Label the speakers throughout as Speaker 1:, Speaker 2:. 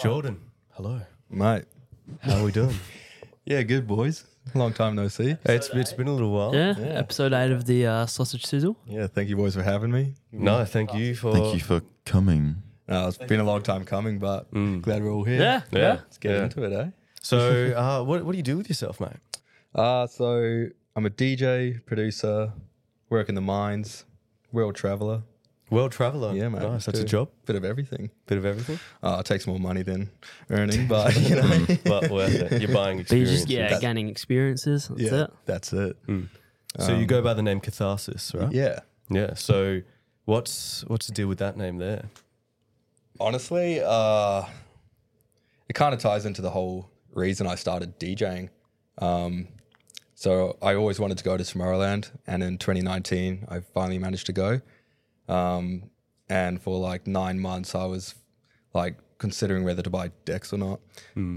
Speaker 1: Jordan, hello.
Speaker 2: Mate.
Speaker 1: How are we doing?
Speaker 2: Yeah, good boys. Long time no see.
Speaker 1: it's it's been a little while.
Speaker 3: Yeah, episode eight of the uh, sausage sizzle.
Speaker 2: Yeah, thank you boys for having me.
Speaker 1: No, thank you for
Speaker 4: Thank you for coming.
Speaker 2: Uh, it's been a long time coming, but glad we're all here.
Speaker 3: Yeah, yeah.
Speaker 2: Let's get
Speaker 1: Mm. Yeah.
Speaker 2: into it, eh?
Speaker 1: So, uh, what what do you do with yourself, mate?
Speaker 2: Uh, so I'm a DJ, producer, work in the mines, world traveler.
Speaker 1: World traveler.
Speaker 2: Yeah, mate.
Speaker 1: Nice. That's a
Speaker 2: Do
Speaker 1: job.
Speaker 2: Bit of everything.
Speaker 1: Bit of everything,
Speaker 2: Uh, it takes more money than earning, but you know.
Speaker 1: but worth it. You're buying
Speaker 3: But you
Speaker 1: experience.
Speaker 3: just yeah, gaining experiences. That's
Speaker 2: yeah,
Speaker 3: it.
Speaker 2: that's it.
Speaker 1: Mm. So you go by the name Catharsis, right?
Speaker 2: Yeah.
Speaker 1: Yeah. So, what's what's the deal with that name there?
Speaker 2: Honestly, uh, it kind of ties into the whole reason I started DJing. Um, so I always wanted to go to Tomorrowland, and in 2019, I finally managed to go. Um, and for like nine months, I was like considering whether to buy decks or not.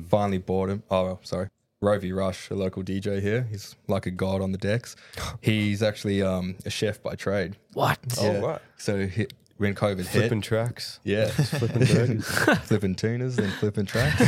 Speaker 2: Finally bought him. Oh, sorry. Rovi Rush, a local DJ here. He's like a god on the decks. He's actually um, a chef by trade.
Speaker 3: What?
Speaker 2: Yeah.
Speaker 1: right.
Speaker 2: So he, when COVID hit,
Speaker 1: Flipping tracks.
Speaker 2: yeah, flipping burgers, flipping tunas, then flipping tracks.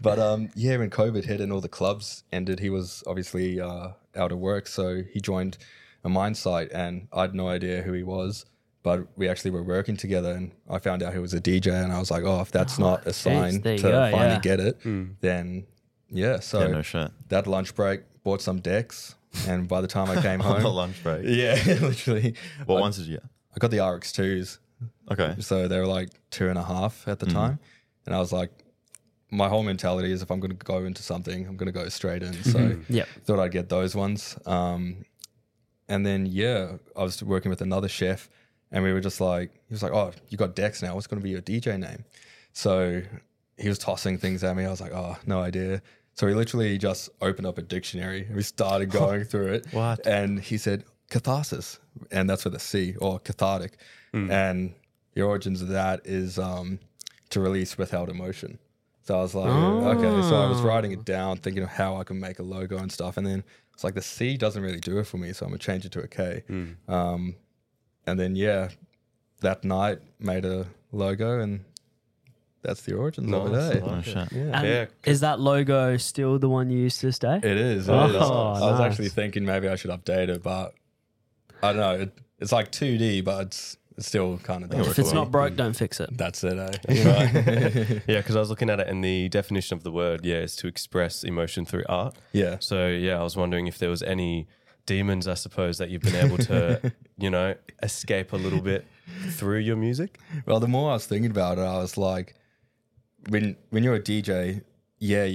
Speaker 2: but um, yeah, when COVID hit and all the clubs ended, he was obviously uh, out of work, so he joined a mine site, and I had no idea who he was. But we actually were working together, and I found out he was a DJ, and I was like, "Oh, if that's not a sign
Speaker 3: there
Speaker 2: to
Speaker 3: you go,
Speaker 2: finally
Speaker 3: yeah.
Speaker 2: get it, then yeah." So
Speaker 4: Yeah, no shit.
Speaker 2: that lunch break, bought some decks, and by the time I came
Speaker 4: On the
Speaker 2: home,
Speaker 4: lunch break.
Speaker 2: yeah, literally,
Speaker 4: What ones did you get?
Speaker 2: I got the RX twos,
Speaker 4: Okay.
Speaker 2: so they were like two and a half at the time. And I was like, my whole mentality is if I'm going to go into something, I'm going to go straight in. So
Speaker 3: Yep.
Speaker 2: thought I'd get those ones. Um, and then, yeah, I was working with another chef and we were just like, he was like, oh, you got Dex now. What's going to be your DJ name? So he was tossing things at me. I was like, oh, no idea. So we literally just opened up a dictionary and we started going through it.
Speaker 1: What?
Speaker 2: And he said, catharsis. And that's with a C or cathartic.
Speaker 1: Hmm.
Speaker 2: And the origins of that is um, to release without emotion. So I was like, okay. So I
Speaker 1: Oh.
Speaker 2: was writing it down, thinking of how I can make a logo and stuff. And then it's like the C doesn't really do it for me. So I'm going to change it to a K.
Speaker 1: Hmm.
Speaker 2: Um, and then, yeah, that night made a logo and that's the origins of
Speaker 1: Nice.
Speaker 2: it. eh?
Speaker 4: No
Speaker 3: And
Speaker 4: shit.
Speaker 1: Yeah.
Speaker 3: Is that logo still the one you use to this day?
Speaker 2: It is. It
Speaker 3: Oh,
Speaker 2: is. I was
Speaker 3: nice.
Speaker 2: actually thinking maybe I should update it, but I don't know. It, it's like 2D, but it's, it's still kind of.
Speaker 4: it
Speaker 3: if it's
Speaker 4: well.
Speaker 3: not broke, don't fix it.
Speaker 2: That's it. Eh?
Speaker 1: Yeah, because I was looking at it, and the definition of the word, yeah, is to express emotion through art.
Speaker 2: yeah.
Speaker 1: So yeah, I was wondering if there was any demons, I suppose, that you've been able to, you know, escape a little bit through your music.
Speaker 2: Well, the more I was thinking about it, I was like, when when you're a DJ, yeah,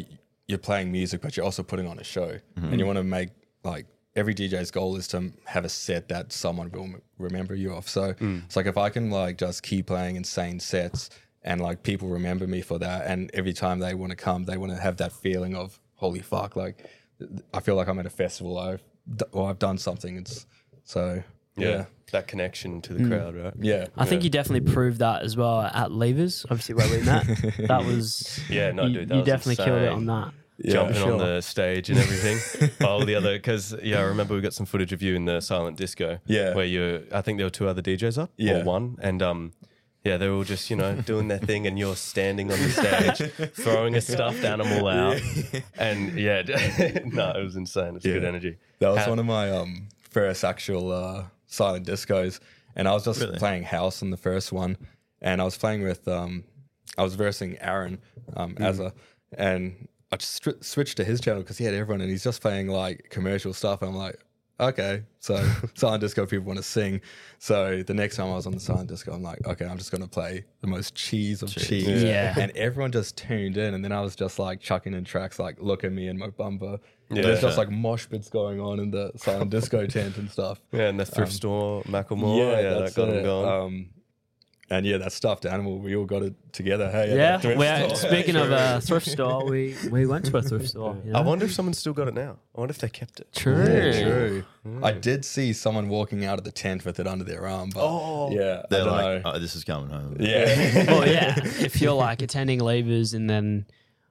Speaker 2: you're playing music, but you're also putting on a show, and you want to make like every DJ's goal is to have a set that someone will m- remember you of. So it's like if I can like just keep playing insane sets, and like people remember me for that, and every time they want to come, they want to have that feeling of holy fuck, like th- I feel like I'm at a festival. I've d- or I've done something. It's so yeah, Hmm.
Speaker 1: that connection to the crowd, right?
Speaker 2: yeah.
Speaker 3: I think you definitely proved that as well at Levers, obviously where we met. That was
Speaker 1: Yeah, no,
Speaker 3: you,
Speaker 1: dude, that
Speaker 3: you
Speaker 1: was
Speaker 3: definitely killed it
Speaker 1: insane.
Speaker 3: on that.
Speaker 1: Jumping
Speaker 2: sure.
Speaker 1: on the stage and everything. All the other, because yeah, I remember we got some footage of you in the silent disco.
Speaker 2: Yeah.
Speaker 1: where you, I think there were two other DJs up,
Speaker 2: Yeah.
Speaker 1: or one, and um. Yeah, they were all just, you know, doing their thing, and you're standing on the stage, throwing a stuffed animal out. And yeah, no, it was insane. It's good
Speaker 2: Yeah.
Speaker 1: energy.
Speaker 2: That was
Speaker 1: Ha-
Speaker 2: one of my um, first actual uh, silent discos, and I was just playing house on the first one, and I was playing with um, I was versing Aaron um, Azza, and I just stri- switched to his channel because he had everyone, and he's just playing like commercial stuff. And I'm like, okay, so silent disco people want to sing, so the next time I was on the silent disco, I'm like, okay, I'm just gonna play the most cheese of cheese,
Speaker 3: Yeah.
Speaker 2: and everyone just tuned in, and then I was just like chucking in tracks like "Look at Me" and "Mobamba."
Speaker 1: Yeah.
Speaker 2: Yeah, there's just like mosh bits going on in the silent disco tent and stuff.
Speaker 1: Yeah, and the thrift store, Macklemore. Yeah, that
Speaker 2: Um, that's
Speaker 1: got him
Speaker 2: it.
Speaker 1: going.
Speaker 2: Um, and yeah, that stuffed animal, we all got it together. Hey, at
Speaker 3: Yeah,
Speaker 2: the thrift
Speaker 3: we're,
Speaker 2: store.
Speaker 3: speaking of a thrift store, we, we went to a thrift store. you
Speaker 1: I
Speaker 3: know?
Speaker 1: wonder if someone's still got it now. I wonder if they kept it.
Speaker 3: True.
Speaker 2: Yeah, true. I did see someone walking out of the tent with it under their arm, but
Speaker 1: Oh.
Speaker 2: yeah, I
Speaker 4: They're
Speaker 2: don't
Speaker 4: like,
Speaker 2: know.
Speaker 4: oh, this is coming home.
Speaker 2: yeah,
Speaker 3: Well, yeah, if you're like attending levers and then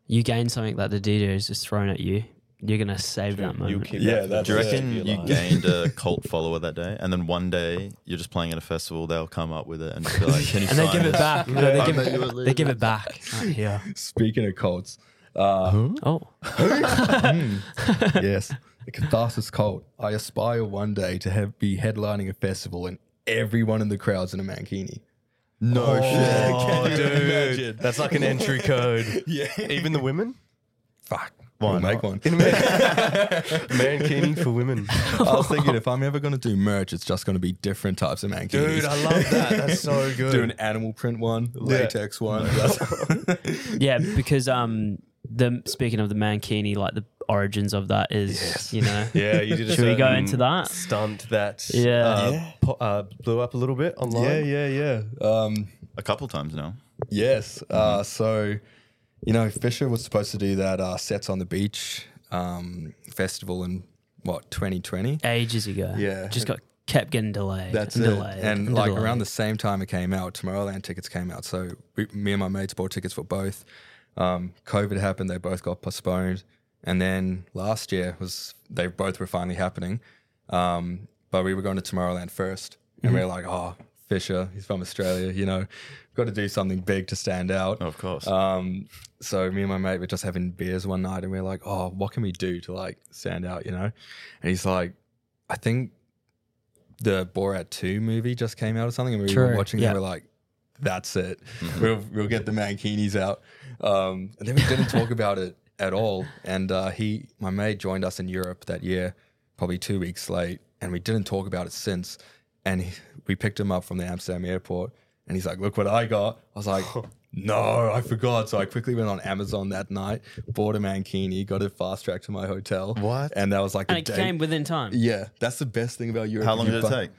Speaker 3: you gain something that the DJ is just thrown at you, you're gonna save that
Speaker 1: You'll
Speaker 3: moment.
Speaker 1: keep
Speaker 2: Yeah,
Speaker 1: that for the
Speaker 2: that's-
Speaker 4: Do you
Speaker 1: rest of
Speaker 4: reckon
Speaker 1: your
Speaker 4: you
Speaker 1: life.
Speaker 4: gained a cult follower that day, and then one day you're just playing at a festival, they'll come up with it and just be like, "Can you
Speaker 3: and
Speaker 4: sign
Speaker 3: they give it
Speaker 4: this?"
Speaker 3: back. No, they,
Speaker 4: I
Speaker 3: give
Speaker 4: bet you
Speaker 3: it,
Speaker 4: would.
Speaker 3: they give it back. Right here.
Speaker 2: Speaking of cults, uh,
Speaker 3: Oh,
Speaker 2: yes, the Catharsis cult. I aspire one day to have be headlining a festival and everyone in the crowd's in a mankini.
Speaker 4: No
Speaker 1: Oh, dude, that's like an entry code.
Speaker 2: Yeah,
Speaker 1: Even the women,
Speaker 2: fuck.
Speaker 4: Why
Speaker 2: We'll make
Speaker 4: not?
Speaker 2: one.
Speaker 1: mankini for women.
Speaker 2: I was thinking if I'm ever gonna do merch, it's just gonna be different types of mankinis.
Speaker 1: Dude, I love that. That's so good.
Speaker 2: do an animal print one, latex one.
Speaker 3: yeah, because um, the speaking of the mankini, like the origins of that is, you know,
Speaker 1: yeah, you did. A
Speaker 3: Should we go
Speaker 1: certain
Speaker 3: into that?
Speaker 1: stunt that?
Speaker 3: Yeah.
Speaker 1: uh,
Speaker 2: Yeah.
Speaker 1: Po- uh, blew up a little bit online.
Speaker 2: yeah, yeah, yeah. Um,
Speaker 4: A couple times now.
Speaker 2: yes. Uh, so, you know, Fisher was supposed to do that uh, sets on the beach um, festival in what 2020.
Speaker 3: ages ago.
Speaker 2: Yeah.
Speaker 3: just got kept getting delayed.
Speaker 2: That's
Speaker 3: and
Speaker 2: it.
Speaker 3: delayed
Speaker 2: And like around the same time it came out, Tomorrowland tickets came out. So we, me and my mates bought tickets for both. Um, COVID happened; they both got postponed. And then last year was they both were finally happening, um, but we were going to Tomorrowland 1st and we were like, "Oh, Fisher, he's from Australia, you know, got to do something big to stand out."
Speaker 4: Of course.
Speaker 2: Um, so me and my mate were just having beers one night, and we are like, "Oh, what can we do to like stand out?" You know, and he's like, "I think the Borat Two movie just came out or something," and we were
Speaker 3: True,
Speaker 2: watching,
Speaker 3: yeah.
Speaker 2: and we are like, "That's it.
Speaker 4: Mm-hmm.
Speaker 2: We'll we'll get the mankinis out." Um, and then we didn't talk about it at all. And uh, he, my mate, joined us in Europe that year, probably two weeks late, and we didn't talk about it since. And he, we picked him up from the Amsterdam airport, and he's like, "Look what I got!" I was like, "No, I forgot." So I quickly went on Amazon that night, bought a mankini, got it fast tracked to my hotel.
Speaker 4: What?
Speaker 2: And that was like
Speaker 3: and
Speaker 2: a
Speaker 3: it
Speaker 2: day.
Speaker 3: came within time.
Speaker 2: yeah, that's the best thing about Europe.
Speaker 4: How long
Speaker 2: You
Speaker 4: did it
Speaker 2: bu-
Speaker 4: take?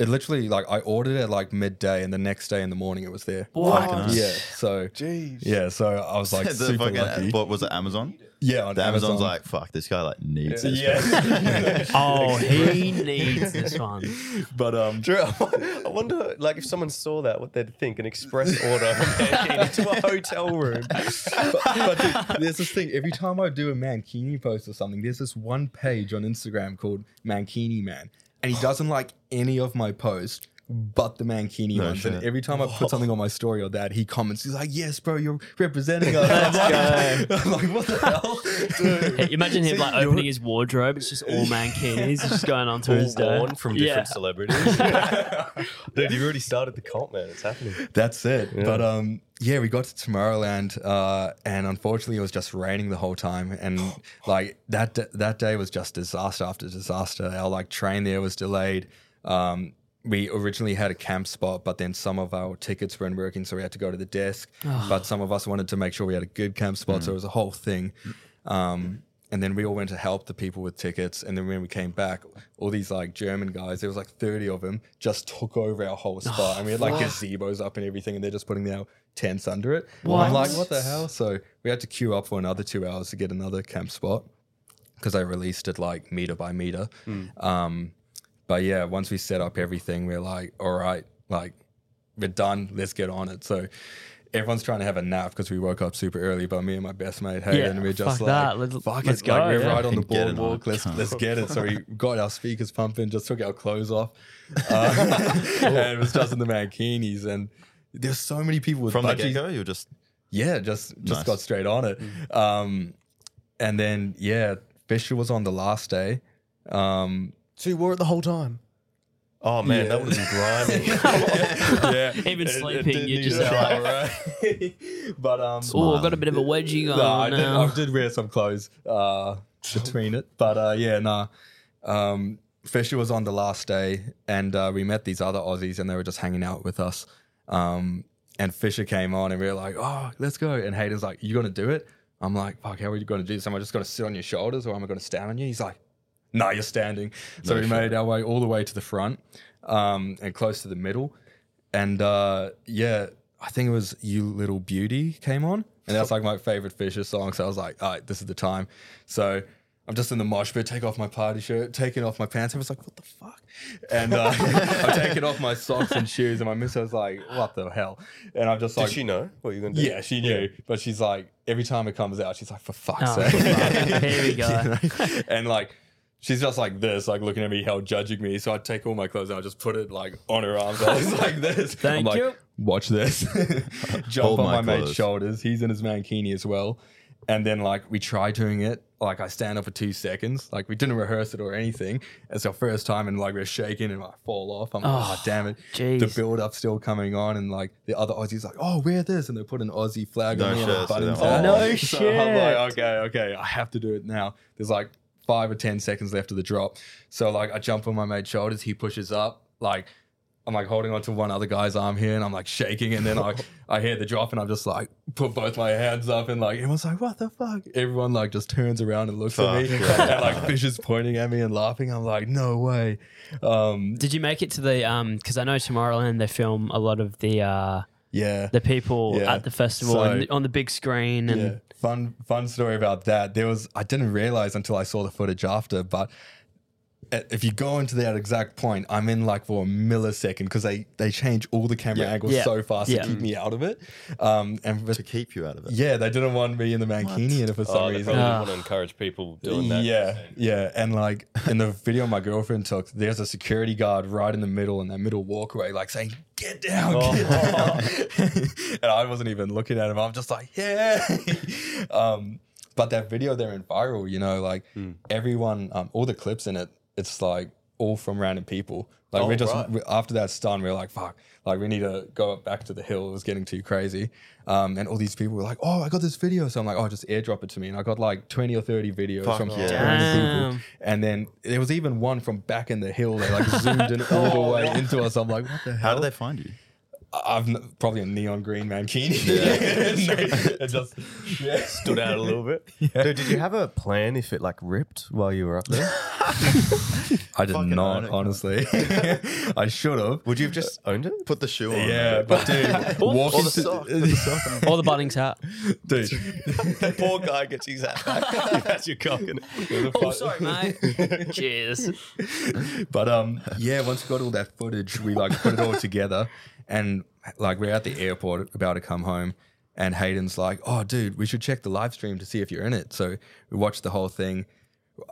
Speaker 2: It literally like I ordered it like midday, and the next day in the morning it was there.
Speaker 4: Fucking
Speaker 2: Oh, Yeah. So.
Speaker 1: Jeez.
Speaker 2: Yeah, so I was like
Speaker 4: The
Speaker 2: super
Speaker 4: fucking-
Speaker 2: lucky.
Speaker 4: What was it? Amazon.
Speaker 2: Yeah, on
Speaker 4: The Amazon's
Speaker 2: Amazon.
Speaker 4: like, "Fuck, this guy like needs it."
Speaker 2: yeah.
Speaker 3: Oh, he needs this one.
Speaker 2: but um,
Speaker 1: Drew, I wonder, like, if someone saw that, what they'd think—an express order from Mankini to a hotel room.
Speaker 2: but, but th- there's this thing. Every time I do a Mankini post or something, there's this one page on Instagram called Mankini Man, and
Speaker 4: Oh.
Speaker 2: he doesn't like any of my posts. But the Mankini
Speaker 4: No
Speaker 2: ones, and
Speaker 4: shit. Oh.
Speaker 2: every time I put something on my story or that, he comments. He's like, "Yes, bro, you're representing us." I'm, like, I'm like, "What the hell?"
Speaker 3: Yeah, Imagine him like opening his wardrobe. It's just all mankinis. He's just going on to his day.
Speaker 1: Born from different celebrities. Dude, you've already started the cult, man. It's happening.
Speaker 2: That's it. But um, yeah, we got to Tomorrowland, uh, and unfortunately, it was just raining the whole time, and like that d- that day was just disaster after disaster. Our like train there was delayed. Um, we originally had a camp spot, but then some of our tickets weren't working, so we had to go to the desk. But some of us wanted to make sure we had a good camp spot, so it was a whole thing. Um, and then we all went to help the people with tickets. And then when we came back, all these like German guys, there was like 30 of them, just took over our whole spot. and we had like gazebos up and everything, and they're just putting their tents under it. I'm like, what the hell? So we had to queue up for another two hours to get another camp spot because they released it like meter by meter. Um, but yeah, once we set up everything, we're like, all right, like we're done. Let's get on it. So everyone's trying to have a nap because we woke up super early. But me and my best mate Hayden,
Speaker 3: Yeah,
Speaker 2: and we're just like,
Speaker 3: fuck that. Let's-
Speaker 2: fuck
Speaker 3: let's
Speaker 2: it. Like,
Speaker 3: go,
Speaker 2: we're
Speaker 3: yeah.
Speaker 2: right on the
Speaker 4: Fucking get it
Speaker 2: boardwalk.
Speaker 4: on.
Speaker 2: Let's let's get it. So we got our speakers pumping, just took our clothes off, um, and it was just in the mankinis and. There's so many people with
Speaker 4: From the
Speaker 2: budgies
Speaker 4: get go, you're just
Speaker 2: yeah, just just
Speaker 4: Nice. Mm.
Speaker 2: got straight on it. Um, and then yeah, Fisher was on the last day. Um,
Speaker 5: So you wore it the whole time.
Speaker 1: Oh man, that would have been grimy.
Speaker 2: yeah,
Speaker 3: Even
Speaker 2: it- it
Speaker 3: sleeping,
Speaker 2: did
Speaker 3: you're
Speaker 2: need
Speaker 3: just
Speaker 2: a shower,
Speaker 3: like,
Speaker 2: right? but um,
Speaker 3: oh, I've got a bit of a wedgie going
Speaker 2: no, I
Speaker 3: on
Speaker 2: did,
Speaker 3: now.
Speaker 2: I did wear some clothes uh, between it, but uh, yeah, nah. Um, Fisher was on the last day, and uh, we met these other Aussies, and they were just hanging out with us. Um, and Fisher came on, and we were like, "Oh, let's go!" And Hayden's like, "You gonna do it?" I'm like, "Fuck, how are you gonna do this? Am I just gonna sit on your shoulders, or am I gonna stand on you?" He's like, "No, you're standing." So we made our way all the way to the front, um, and close to the middle, and uh, yeah, I think it was "You Little Beauty" came on, and that's like my favorite Fisher song. So I was like, "All right, this is the time." So I'm just in the mosh pit, take off my party shirt, taking off my pants. I was like, what the fuck? And uh, I'm taking off my socks and shoes, and my miss was like, what the hell? And I'm just
Speaker 1: Did
Speaker 2: like,
Speaker 1: she know what you're gonna do?
Speaker 2: yeah, she knew, but she's like, every time it comes out, she's like, for fuck's
Speaker 3: Oh,
Speaker 2: sake.
Speaker 3: fuck. Here we go.
Speaker 2: know? And like, she's just like this, like looking at me, hell judging me. So I take all my clothes and I just put it like on her arms. I was like this.
Speaker 3: Thank
Speaker 2: I'm
Speaker 3: you.
Speaker 2: Like, Watch this. Jump
Speaker 4: Hold
Speaker 2: on
Speaker 4: my
Speaker 2: my, mate's
Speaker 4: clothes.
Speaker 2: shoulders. He's in his mankini as well. And then like we try doing it. Like I stand up for two seconds. Like we didn't rehearse it or anything. It's our first time, and like we're shaking, and I fall off. I'm like,
Speaker 3: Oh,
Speaker 2: oh damn it! The
Speaker 3: jeez.
Speaker 2: build up's still coming on, and like the other Aussies like, oh wear this, and they put an Aussie flag
Speaker 4: No
Speaker 2: on me and a
Speaker 4: shit, so
Speaker 2: buttons
Speaker 4: they're
Speaker 2: hat.
Speaker 3: all- Oh, No
Speaker 2: So I'm like,
Speaker 3: shit.
Speaker 2: okay, okay, I have to do it now. There's like five or ten seconds left of the drop. So like I jump on my mate's shoulders, he pushes up, like I'm like holding on to one other guy's arm here and I'm like shaking and then I I hear the drop and I'm just like put both my hands up and like everyone's like, What the fuck? Everyone like just turns around and looks at me
Speaker 4: Fuck.
Speaker 2: and like Fish is pointing at me and laughing. I'm like, no way. Um
Speaker 3: Did you make it to the um? Because I know Tomorrowland they film a lot of the uh
Speaker 2: yeah.
Speaker 3: the people
Speaker 2: Yeah.
Speaker 3: at the festival
Speaker 2: So-
Speaker 3: and on the big screen and
Speaker 2: Yeah. Fun fun story about that. There was I didn't realize until I saw the footage after, but at- if you go into that exact point, I'm in like for a millisecond because they they change all the camera angles
Speaker 3: Yeah.
Speaker 2: so fast
Speaker 3: Yeah.
Speaker 2: to keep me out of it. Um, and
Speaker 4: to keep you out of it.
Speaker 2: yeah, they didn't want me in the mankini and for some
Speaker 1: Oh, they
Speaker 2: reason.
Speaker 1: probably
Speaker 3: Ah.
Speaker 1: want to encourage people doing that.
Speaker 2: Yeah, yeah, and like in the video my girlfriend took, there's a security guard right in the middle in that middle walkway, like saying, "Get down,
Speaker 1: Oh.
Speaker 2: get down," and I wasn't even looking at him. I'm just like, "Yeah." um, but that video there went viral, you know, like everyone, um, all the clips in it, it's like all from random people. Like
Speaker 1: Oh,
Speaker 2: we're just
Speaker 1: right.
Speaker 2: we- after that's done, we're like, "Fuck!" Like we need to go up back to the hill. It was getting too crazy, um, and all these people were like, "Oh, I got this video," so I'm like, "Oh, just airdrop it to me," and I got like twenty or thirty videos
Speaker 4: Fuck
Speaker 2: from
Speaker 4: yeah.
Speaker 2: random
Speaker 3: Damn.
Speaker 2: people. And then there was even one from back in the hill. They like zoomed in all the way into us. I'm like, what the
Speaker 4: How
Speaker 2: hell?
Speaker 4: do they find you?
Speaker 2: I've n- probably a neon green mankini. it just yeah.
Speaker 1: Stood out a little bit. Dude, did you have a plan if it like ripped while you were up there?
Speaker 2: I did
Speaker 4: Fucking own
Speaker 2: not,
Speaker 4: it.
Speaker 2: honestly. I should have.
Speaker 1: Would you have just owned it?
Speaker 4: Put the shoe on.
Speaker 2: Yeah, but dude,
Speaker 4: Or
Speaker 2: walking
Speaker 4: the
Speaker 2: to-
Speaker 4: sock. put the sock on.
Speaker 3: Or the Bunnings hat.
Speaker 2: dude,
Speaker 1: That poor guy gets his hat back. That's your cock in it.
Speaker 3: Oh, sorry, mate. Cheers.
Speaker 2: But um, yeah, once we got all that footage, we like put it all together, and like we're at the airport about to come home, and Hayden's like, "Oh, dude, we should check the live stream to see if you're in it." So we watched the whole thing.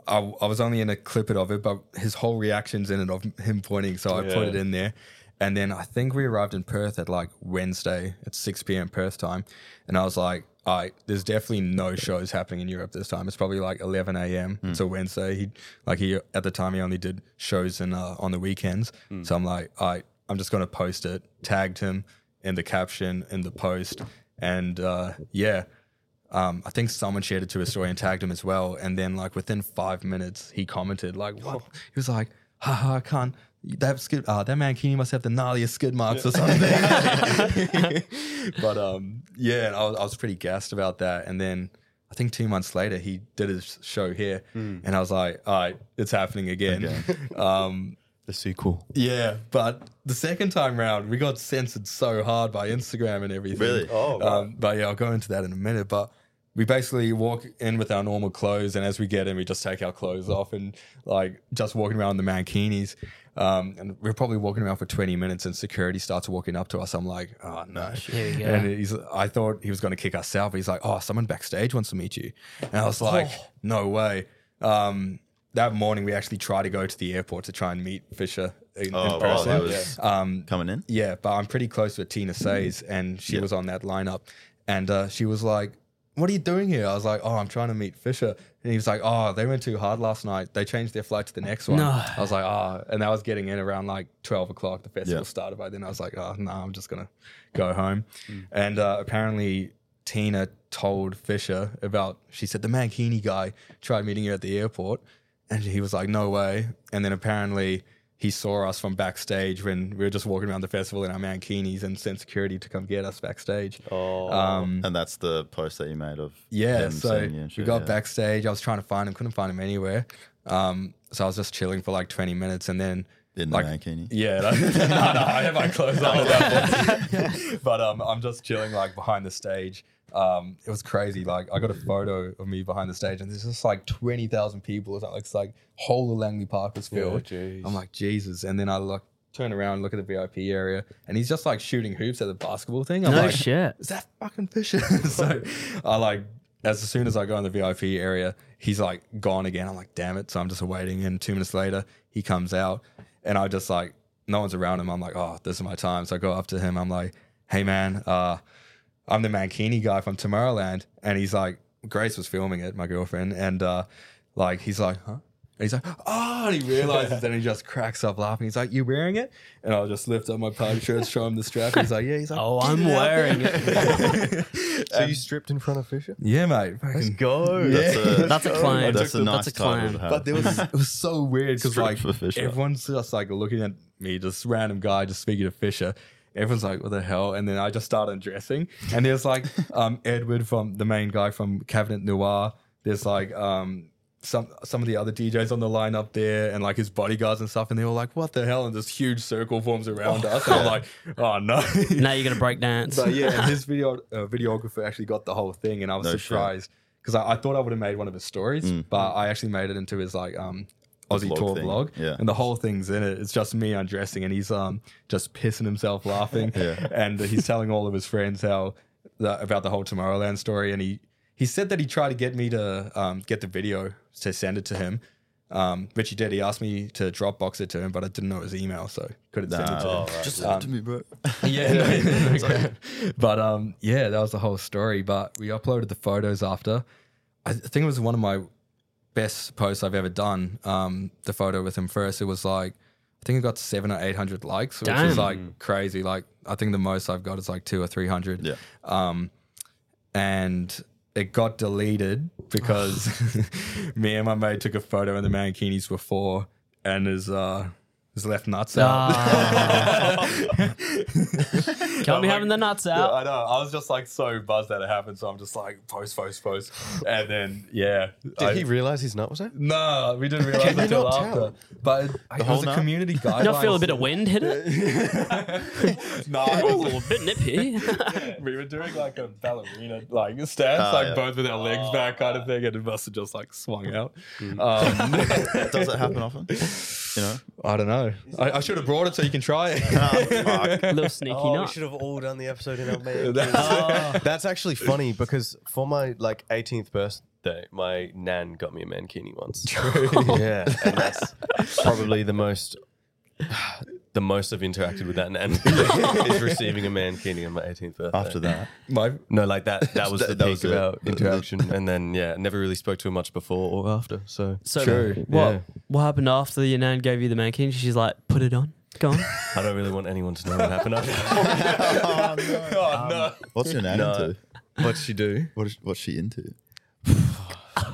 Speaker 2: I, I was only in a clip it of it, but his whole reactions in it of him pointing, so I put
Speaker 1: Yeah.
Speaker 2: it in there. And then I think we arrived in Perth at like Wednesday at 6 p.m. Perth time. And I was like, all right, there's definitely no shows happening in Europe this time. It's probably like 11 a.m. It's a Wednesday. He, like, he, at the time, he only did shows in, uh, on the weekends. So I'm like, all right, I'm just going to post it. Tagged him in the caption, in the post. And uh, yeah, um, I think someone shared it to his story and tagged him as well. And then, like within five minutes, he commented like, "What?" He was like, "Haha, I can't." That skid, uh, that man Keeney must have the gnarliest skid marks or something. but um, yeah, and I was, I was pretty gassed about that. And then I think two months later, he did his show here, and I was like, "All right, it's happening again." Um,
Speaker 1: The sequel.
Speaker 4: Oh,
Speaker 2: yeah, but the second time round, we got censored so hard by Instagram and everything.
Speaker 4: Really?
Speaker 1: Oh,
Speaker 2: Um, but yeah, I'll go into that in a minute. But we basically walk in with our normal clothes, and as we get in, we just take our clothes off and like just walking around in the mankinis. Um, and we're probably walking around for 20 minutes, and security starts walking up to us. I'm like, oh no.
Speaker 3: Here we go.
Speaker 2: And he's, I thought he was going to kick us out, but he's like, oh, someone backstage wants to meet you. And I was like,
Speaker 3: Oh.
Speaker 2: no way. Um, that morning, we actually tried to go to the airport to try and meet Fisher in,
Speaker 4: Oh,
Speaker 2: in
Speaker 4: wow,
Speaker 2: person.
Speaker 4: that was
Speaker 2: um,
Speaker 4: coming in.
Speaker 2: yeah, but I'm pretty close with Tina Says, and she was on that lineup. And uh, she was like, What are you doing here? I was like, Oh, I'm trying to meet Fisher. And he was like, Oh, they went too hard last night. They changed their flight to the next one.
Speaker 3: No.
Speaker 2: I was like, Oh, and that was getting in around like 12 o'clock. The festival
Speaker 4: Yeah.
Speaker 2: started by then. I was like, Oh, no, I'm just going to go home. And uh, apparently, Tina told Fisher about, she said, the Mankini guy tried meeting you at the airport. And he was like, no way. And then apparently he saw us from backstage when we were just walking around the festival in our Mankinis and sent security to come get us backstage.
Speaker 1: Oh.
Speaker 2: Um,
Speaker 4: And that's the post that you made of
Speaker 2: yeah,
Speaker 4: him
Speaker 2: so
Speaker 4: seeing you and
Speaker 2: we
Speaker 4: shit,
Speaker 2: got
Speaker 4: yeah.
Speaker 2: backstage. I was trying to find him, couldn't find him anywhere. Um, so I was just chilling for like 20 minutes and then
Speaker 4: in the
Speaker 2: like-
Speaker 4: mankini.
Speaker 2: yeah, no, no, no, I have my clothes on. at that point. but um, I'm just chilling like behind the stage, Um, it was crazy. Like I got a photo of me behind the stage, and there's just like twenty thousand people or something. It's like whole of Langley Park was filled.
Speaker 1: Oh, jeez.
Speaker 2: I'm like Jesus, and then I look, turn around, look at the VIP area, and he's just like shooting hoops at the basketball thing. I'm
Speaker 3: No
Speaker 2: like,
Speaker 3: shit.
Speaker 2: is that fucking Fisher? so I like, as soon as I go in the VIP area, he's like gone again. I'm like, damn it. So I'm just waiting. And two minutes later, he comes out and I just like, no one's around him. I'm like, oh, this is my time. So I go up to him. I'm like, hey, man, uh, I'm the Mankini guy from Tomorrowland. And he's like, Grace was filming it, my girlfriend. And uh, like, he's like, huh? And he's like, oh, and he realizes and he just cracks up laughing. He's like, you wearing it? And I'll just lift up my party shirt, show him the strap. He's like, yeah. He's like,
Speaker 3: Oh, I'm wearing it.
Speaker 4: So you stripped in front of Fisher?
Speaker 2: Um, yeah, mate. Fucking
Speaker 1: Go.
Speaker 4: That's a,
Speaker 3: That's a claim.
Speaker 4: That's a nice
Speaker 3: That's a
Speaker 4: title
Speaker 3: claim.
Speaker 4: to have.
Speaker 2: But there was it was so weird because
Speaker 4: Strip
Speaker 2: like
Speaker 4: for Fisher.
Speaker 2: everyone's just like looking at me, just random guy just speaking to Fisher. Everyone's like, "What the hell?" And then I just started dressing, and there's like um, Edward from the main guy from Cabinet Noir. There's like um, some some of the other DJs on the line up there, and like his bodyguards and stuff, and they were like, "What the hell?" And this huge circle forms around us. And I'm like, "Oh no!"
Speaker 3: now you're gonna break dance.
Speaker 2: So yeah, and his video uh, videographer actually got the whole thing, and I was
Speaker 4: No shit. Mm,
Speaker 2: surprised because I, I thought I would have made one of his stories, but I actually made it into his like um Aussie
Speaker 4: vlog
Speaker 2: tour
Speaker 4: thing.
Speaker 2: vlog,
Speaker 4: Yeah.
Speaker 2: and the whole thing's in it. It's just me undressing, and he's um just pissing himself laughing,
Speaker 4: Yeah.
Speaker 2: and he's telling all of his friends how the, about the whole Tomorrowland story, and he he said that he tried to get me to um, get the video to send it to him. Um, which he did. He asked me to Dropbox it to him, but I didn't know his email, so couldn't send it to him.
Speaker 4: Just send it to me, bro.
Speaker 2: Yeah, but um, yeah, that was the whole story. But we uploaded the photos after. I th- think it was one of my best posts I've ever done. Um, the photo with him first, it was like I think it got seven or eight hundred likes, which
Speaker 3: Damn.
Speaker 2: is like crazy. Like I think the most I've got is like two or three hundred.
Speaker 4: Yeah.
Speaker 2: Um, and it got deleted because me and my mate took a photo in the mankinis before, and his uh his left nuts out.
Speaker 3: Can't Ah. be having the nuts
Speaker 2: Yeah,
Speaker 3: out.
Speaker 2: I know. I was just like so buzzed that it happened, so I'm just like post, post, post, and then yeah. I-
Speaker 1: Did he realize his nut was out?
Speaker 2: No, we didn't realize
Speaker 1: you
Speaker 2: until
Speaker 1: not
Speaker 2: after.
Speaker 1: tell?
Speaker 2: But it, it
Speaker 4: whole
Speaker 2: was a
Speaker 4: nut?
Speaker 2: community guideline.
Speaker 3: You not feel a bit of wind hit it?
Speaker 2: No, it
Speaker 3: Ooh,
Speaker 2: was-
Speaker 3: a bit nippy.
Speaker 2: we were doing like a ballerina like stance,
Speaker 4: Ah,
Speaker 2: like
Speaker 4: yeah.
Speaker 2: both with our legs back, kind of thing, and it must have just like swung out. Um,
Speaker 4: Does it happen often? You know? Ah,
Speaker 2: I don't know. I, I should have brought it so you can try it.
Speaker 3: Little sneaky
Speaker 1: Oh, we
Speaker 3: nut.
Speaker 1: should have all done the episode in our
Speaker 2: That's-
Speaker 1: That's actually funny because for my like 18th birthday, my nan got me a mankini once. yeah, and that's probably the most the most I've interacted with that nan is receiving a mankini on my 18th birthday.
Speaker 4: After that.
Speaker 2: My
Speaker 1: No, like that. That was the
Speaker 4: That- that
Speaker 1: peak
Speaker 4: was
Speaker 1: of
Speaker 4: it.
Speaker 1: our
Speaker 4: The- the-
Speaker 1: interaction, and then yeah, never really spoke to her much before or after. So
Speaker 3: So
Speaker 2: True,
Speaker 3: what
Speaker 1: yeah.
Speaker 3: what happened after your nan gave you the mannequin? She's like, put it on. Go on.
Speaker 1: I don't really want anyone to know what happened. after.
Speaker 4: oh, no. What's your nan
Speaker 1: No.
Speaker 4: into?
Speaker 1: What'd she do?
Speaker 4: What is, what's she into?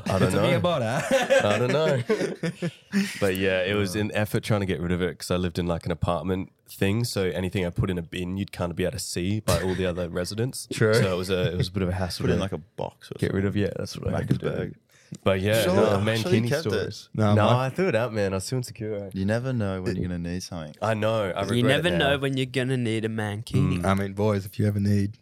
Speaker 1: I don't know.
Speaker 2: that.
Speaker 1: I don't know. but yeah, it was an effort trying to get rid of it because I lived in like an apartment thing. So anything I put in a bin, you'd kind of be able to see by all the other residents.
Speaker 2: True.
Speaker 1: So it was a it was a bit of a hassle.
Speaker 4: Put
Speaker 1: to
Speaker 4: it in like a box or
Speaker 1: get rid of. Yeah, that's what I
Speaker 4: Macca's
Speaker 1: could do.
Speaker 4: bag.
Speaker 1: But yeah,
Speaker 4: Sure,
Speaker 1: no,
Speaker 4: I
Speaker 1: man,
Speaker 4: should've
Speaker 1: Kenny
Speaker 4: kept it.
Speaker 1: stories.
Speaker 2: No,
Speaker 1: No,
Speaker 2: my-
Speaker 1: I threw it out, man. I was too insecure.
Speaker 4: You never know when you're going to need something.
Speaker 1: I know. I regret
Speaker 3: you never
Speaker 1: it now.
Speaker 3: know when you're gonna need a mannequin.
Speaker 2: I mean, boys, if you ever need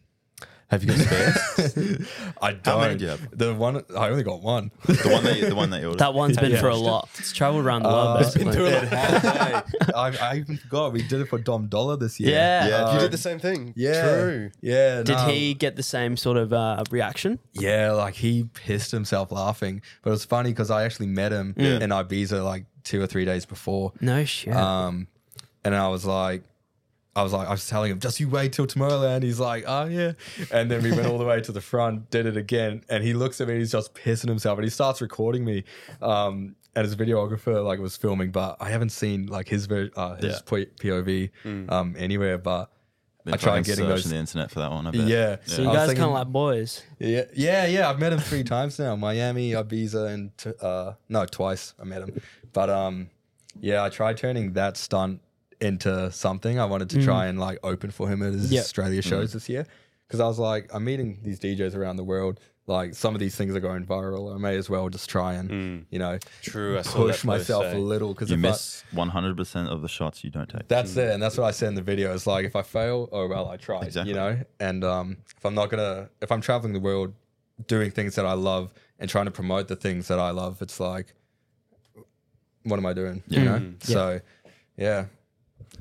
Speaker 1: Have you got spares?
Speaker 2: I
Speaker 4: How
Speaker 2: don't.
Speaker 4: many do you have?
Speaker 2: The one I only got one.
Speaker 4: The one that you, the one that you ordered.
Speaker 3: That one's been for a lot. It's traveled around the world. basically.
Speaker 2: I, I even forgot we did it for Dom Dollar this year.
Speaker 3: yeah.
Speaker 4: Yeah.
Speaker 1: you did the same thing.
Speaker 2: yeah,
Speaker 1: True.
Speaker 2: Yeah.
Speaker 3: Did
Speaker 2: no.
Speaker 3: he get the same sort of uh, reaction?
Speaker 2: Yeah, like he pissed himself laughing, but it was funny because I actually met him in Ibiza like two or three days before.
Speaker 3: No shit.
Speaker 2: Um, and I was like, I was like, I was telling him, just you wait till Tomorrowland. He's like, oh yeah. And then we went all the way to the front, did it again, and he looks at me, he's just pissing himself, and he starts recording me. Um, and his videographer like was filming, but I haven't seen like his ver- uh, his
Speaker 4: Yeah.
Speaker 2: P- POV um anywhere. But
Speaker 4: Been
Speaker 2: I tried
Speaker 4: fucking
Speaker 2: getting
Speaker 4: searching
Speaker 2: those-
Speaker 4: the internet for that one. I bet.
Speaker 2: yeah,
Speaker 3: so you
Speaker 2: I was
Speaker 3: guys kind
Speaker 2: thinking-
Speaker 3: of like boys.
Speaker 2: yeah, yeah, yeah. I've met him three times now: Miami, Ibiza, and t- uh, no, twice I met him. But um, yeah, I tried turning that stunt into something. I wanted to try and like open for him at his
Speaker 3: Yep.
Speaker 1: Mm-hmm.
Speaker 2: Australia shows this year because I was like, I'm meeting these DJs around the world. Like some of these things are going viral. I may as well just try and you know
Speaker 1: True. Mm. I saw eh?
Speaker 2: push myself a little because
Speaker 4: You miss 100% of the shots you don't take.
Speaker 2: that's it, and that's what I said in the video. It's like if I fail, oh well, I tried,
Speaker 4: Exactly.
Speaker 2: you know. And um, if I'm not gonna, if I'm traveling the world, doing things that I love and trying to promote the things that I love, it's like, what am I doing? You know.
Speaker 1: Hmm.
Speaker 2: So, yeah,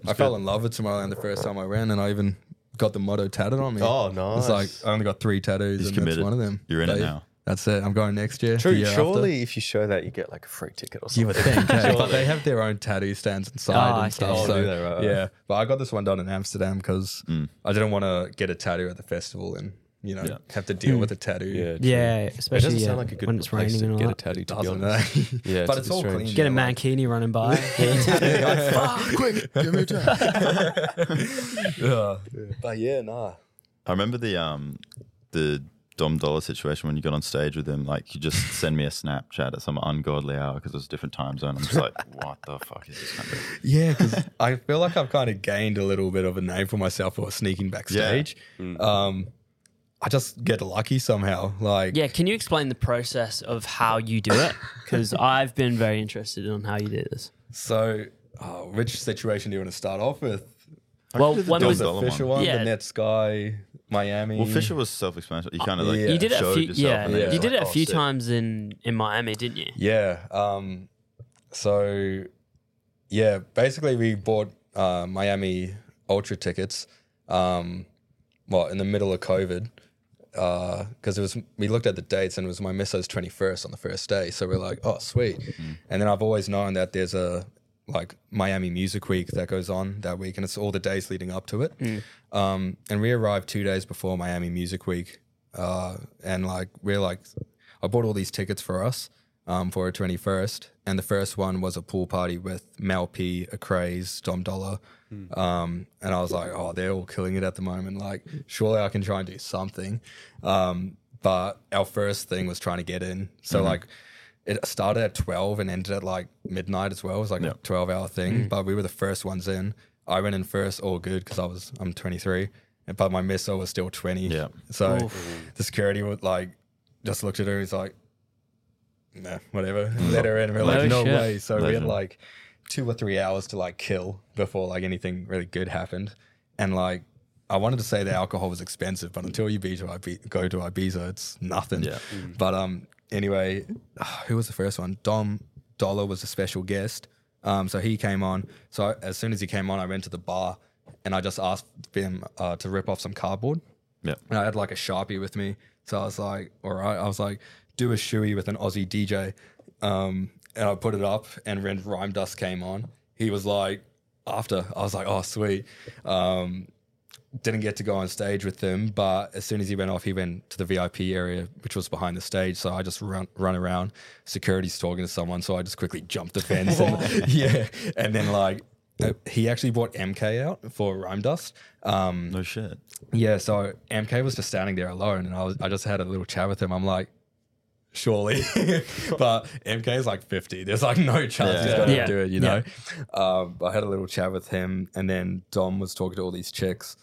Speaker 2: I fell in love with Tomorrowland the first time I ran, and I even got the motto tatted on me.
Speaker 1: Oh, nice.
Speaker 2: It's like I only got three tattoos,
Speaker 4: He's
Speaker 2: and
Speaker 4: committed.
Speaker 2: that's one of them.
Speaker 4: You're in it
Speaker 2: They-
Speaker 4: now.
Speaker 2: That's it. I'm going next year.
Speaker 1: True.
Speaker 2: the year after.
Speaker 1: Surely, if you show that, you get like a free ticket or
Speaker 2: You
Speaker 1: something.
Speaker 2: would think, hey, but they have their own tattoo stands inside
Speaker 3: Ah, okay.
Speaker 2: and stuff.
Speaker 1: Oh,
Speaker 2: so,
Speaker 1: do they? Right, Mm. right.
Speaker 2: yeah, but I got this one done in Amsterdam because I didn't want to get a tattoo at the festival and you know have to deal with a tattoo.
Speaker 3: Yeah,
Speaker 1: It
Speaker 3: especially
Speaker 1: doesn't
Speaker 3: yeah,
Speaker 1: sound like a good
Speaker 3: when it's
Speaker 1: place
Speaker 3: raining
Speaker 1: to
Speaker 3: and all
Speaker 1: get a
Speaker 3: that.
Speaker 1: tattoo. To be
Speaker 2: doesn't
Speaker 1: honest.
Speaker 2: it?
Speaker 1: Yeah, it's
Speaker 2: but
Speaker 1: a
Speaker 2: it's
Speaker 1: bit
Speaker 2: all
Speaker 1: strange.
Speaker 2: clean.
Speaker 3: Get a
Speaker 2: you know, like-
Speaker 3: mankini running by.
Speaker 2: But yeah, nah.
Speaker 4: I remember the um the Dom Dollar situation when you got on stage with him. Like, you just send me a Snapchat at some ungodly hour because it was a different time zone. I'm just like, what the fuck is this? Number?
Speaker 2: Yeah, because I feel like I've kind of gained a little bit of a name for myself for sneaking backstage.
Speaker 1: Mm.
Speaker 2: Um, I just get lucky somehow. Like,
Speaker 3: Yeah, can you explain the process of how you do it? Because I've been very interested in how you do this.
Speaker 2: so oh, which situation do you want to start off with?
Speaker 3: Well, when
Speaker 4: Dom
Speaker 3: was
Speaker 2: The
Speaker 4: Dollar
Speaker 2: Fisher
Speaker 4: one.
Speaker 2: one,
Speaker 3: Yeah.
Speaker 2: the Net Sky, Miami.
Speaker 4: Well, Fisher was self-explanatory. You kind of like
Speaker 2: yeah.
Speaker 3: you did it a
Speaker 4: showed
Speaker 3: few,
Speaker 4: yourself
Speaker 3: yeah,
Speaker 4: and then
Speaker 2: Yeah.
Speaker 3: you
Speaker 4: it's
Speaker 3: did
Speaker 4: like,
Speaker 3: it a
Speaker 4: oh,
Speaker 3: few
Speaker 4: sick.
Speaker 3: times in in Miami, didn't you?
Speaker 2: Yeah. Um, so, yeah, basically, we bought uh, Miami Ultra tickets. Um, well, in the middle of COVID, because it was we looked at the dates and it was my missus twenty first on the first day, so we're like, oh, sweet. And then I've always known that there's a like Miami Music Week that goes on that week, and it's all the days leading up to it. Um, and we arrived two days before Miami Music Week, uh, and like we're like, I bought all these tickets for us um, for our twenty first, and the first one was a pool party with Mal P, Acraze, Dom Dollar. Um, and I was like, oh, they're all killing it at the moment. Like, surely I can try and do something. Um, but our first thing was trying to get in. So, like, it started at 12 and ended at like midnight as well. It was like a 12 hour thing, but we were the first ones in. I went in first, all good, because I was, I'm 23, and- but my missile was still 20.
Speaker 4: Yeah.
Speaker 2: So the security would like, just looked at her. He's like, nah, whatever. Let her in. We're like,
Speaker 3: No
Speaker 2: no
Speaker 3: shit.
Speaker 2: way. So we had
Speaker 4: Legend.
Speaker 2: like two or three hours to like kill before like anything really good happened. And like, I wanted to say that alcohol was expensive, but until you be to Ibiza, go to Ibiza, it's nothing.
Speaker 4: Yeah.
Speaker 2: But um, anyway, who was the first one? Dom Dollar was a special guest. Um, so he came on. So I, as soon as he came on, I went to the bar and I just asked him uh, to rip off some cardboard
Speaker 4: Yeah.
Speaker 2: and I had like a sharpie with me. So I was like, all right. I was like, do a shoey with an Aussie DJ. Um, and I put it up, and when Rhyme Dust came on, he was like, after. I was like, oh, sweet. Um, didn't get to go on stage with him, but as soon as he went off, he went to the VIP area, which was behind the stage. So I just run, run around. Security's talking to someone, so I just quickly jumped the fence. and, yeah, and then like uh, he actually brought MK out for Rhyme Dust. Um,
Speaker 4: No shit.
Speaker 2: yeah, so MK was just standing there alone, and I was I just had a little chat with him. I'm like, surely, but MK is like 50. There's like no chance he's
Speaker 4: Yeah.
Speaker 2: gonna
Speaker 3: Yeah.
Speaker 2: do it, you
Speaker 3: Yeah.
Speaker 2: know. Um, I had a little chat with him, and then Dom was talking to all these chicks,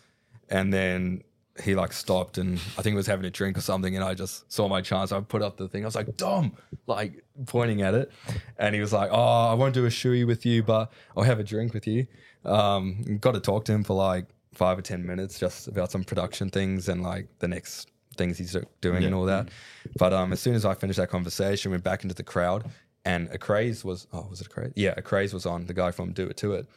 Speaker 2: and then he like stopped, and I think he was having a drink or something, and I just saw my chance. I put up the thing. I was like, Dom, like pointing at it, and he was like, Oh, I won't do a shoey with you, but I'll have a drink with you. Um, got to talk to him for like five or ten minutes just about some production things and like the next things he's doing and all that. But um, as soon as I finished that conversation, went back into the crowd, and a craze was oh was it a craze? Yeah, a craze was on the guy from Do It To It.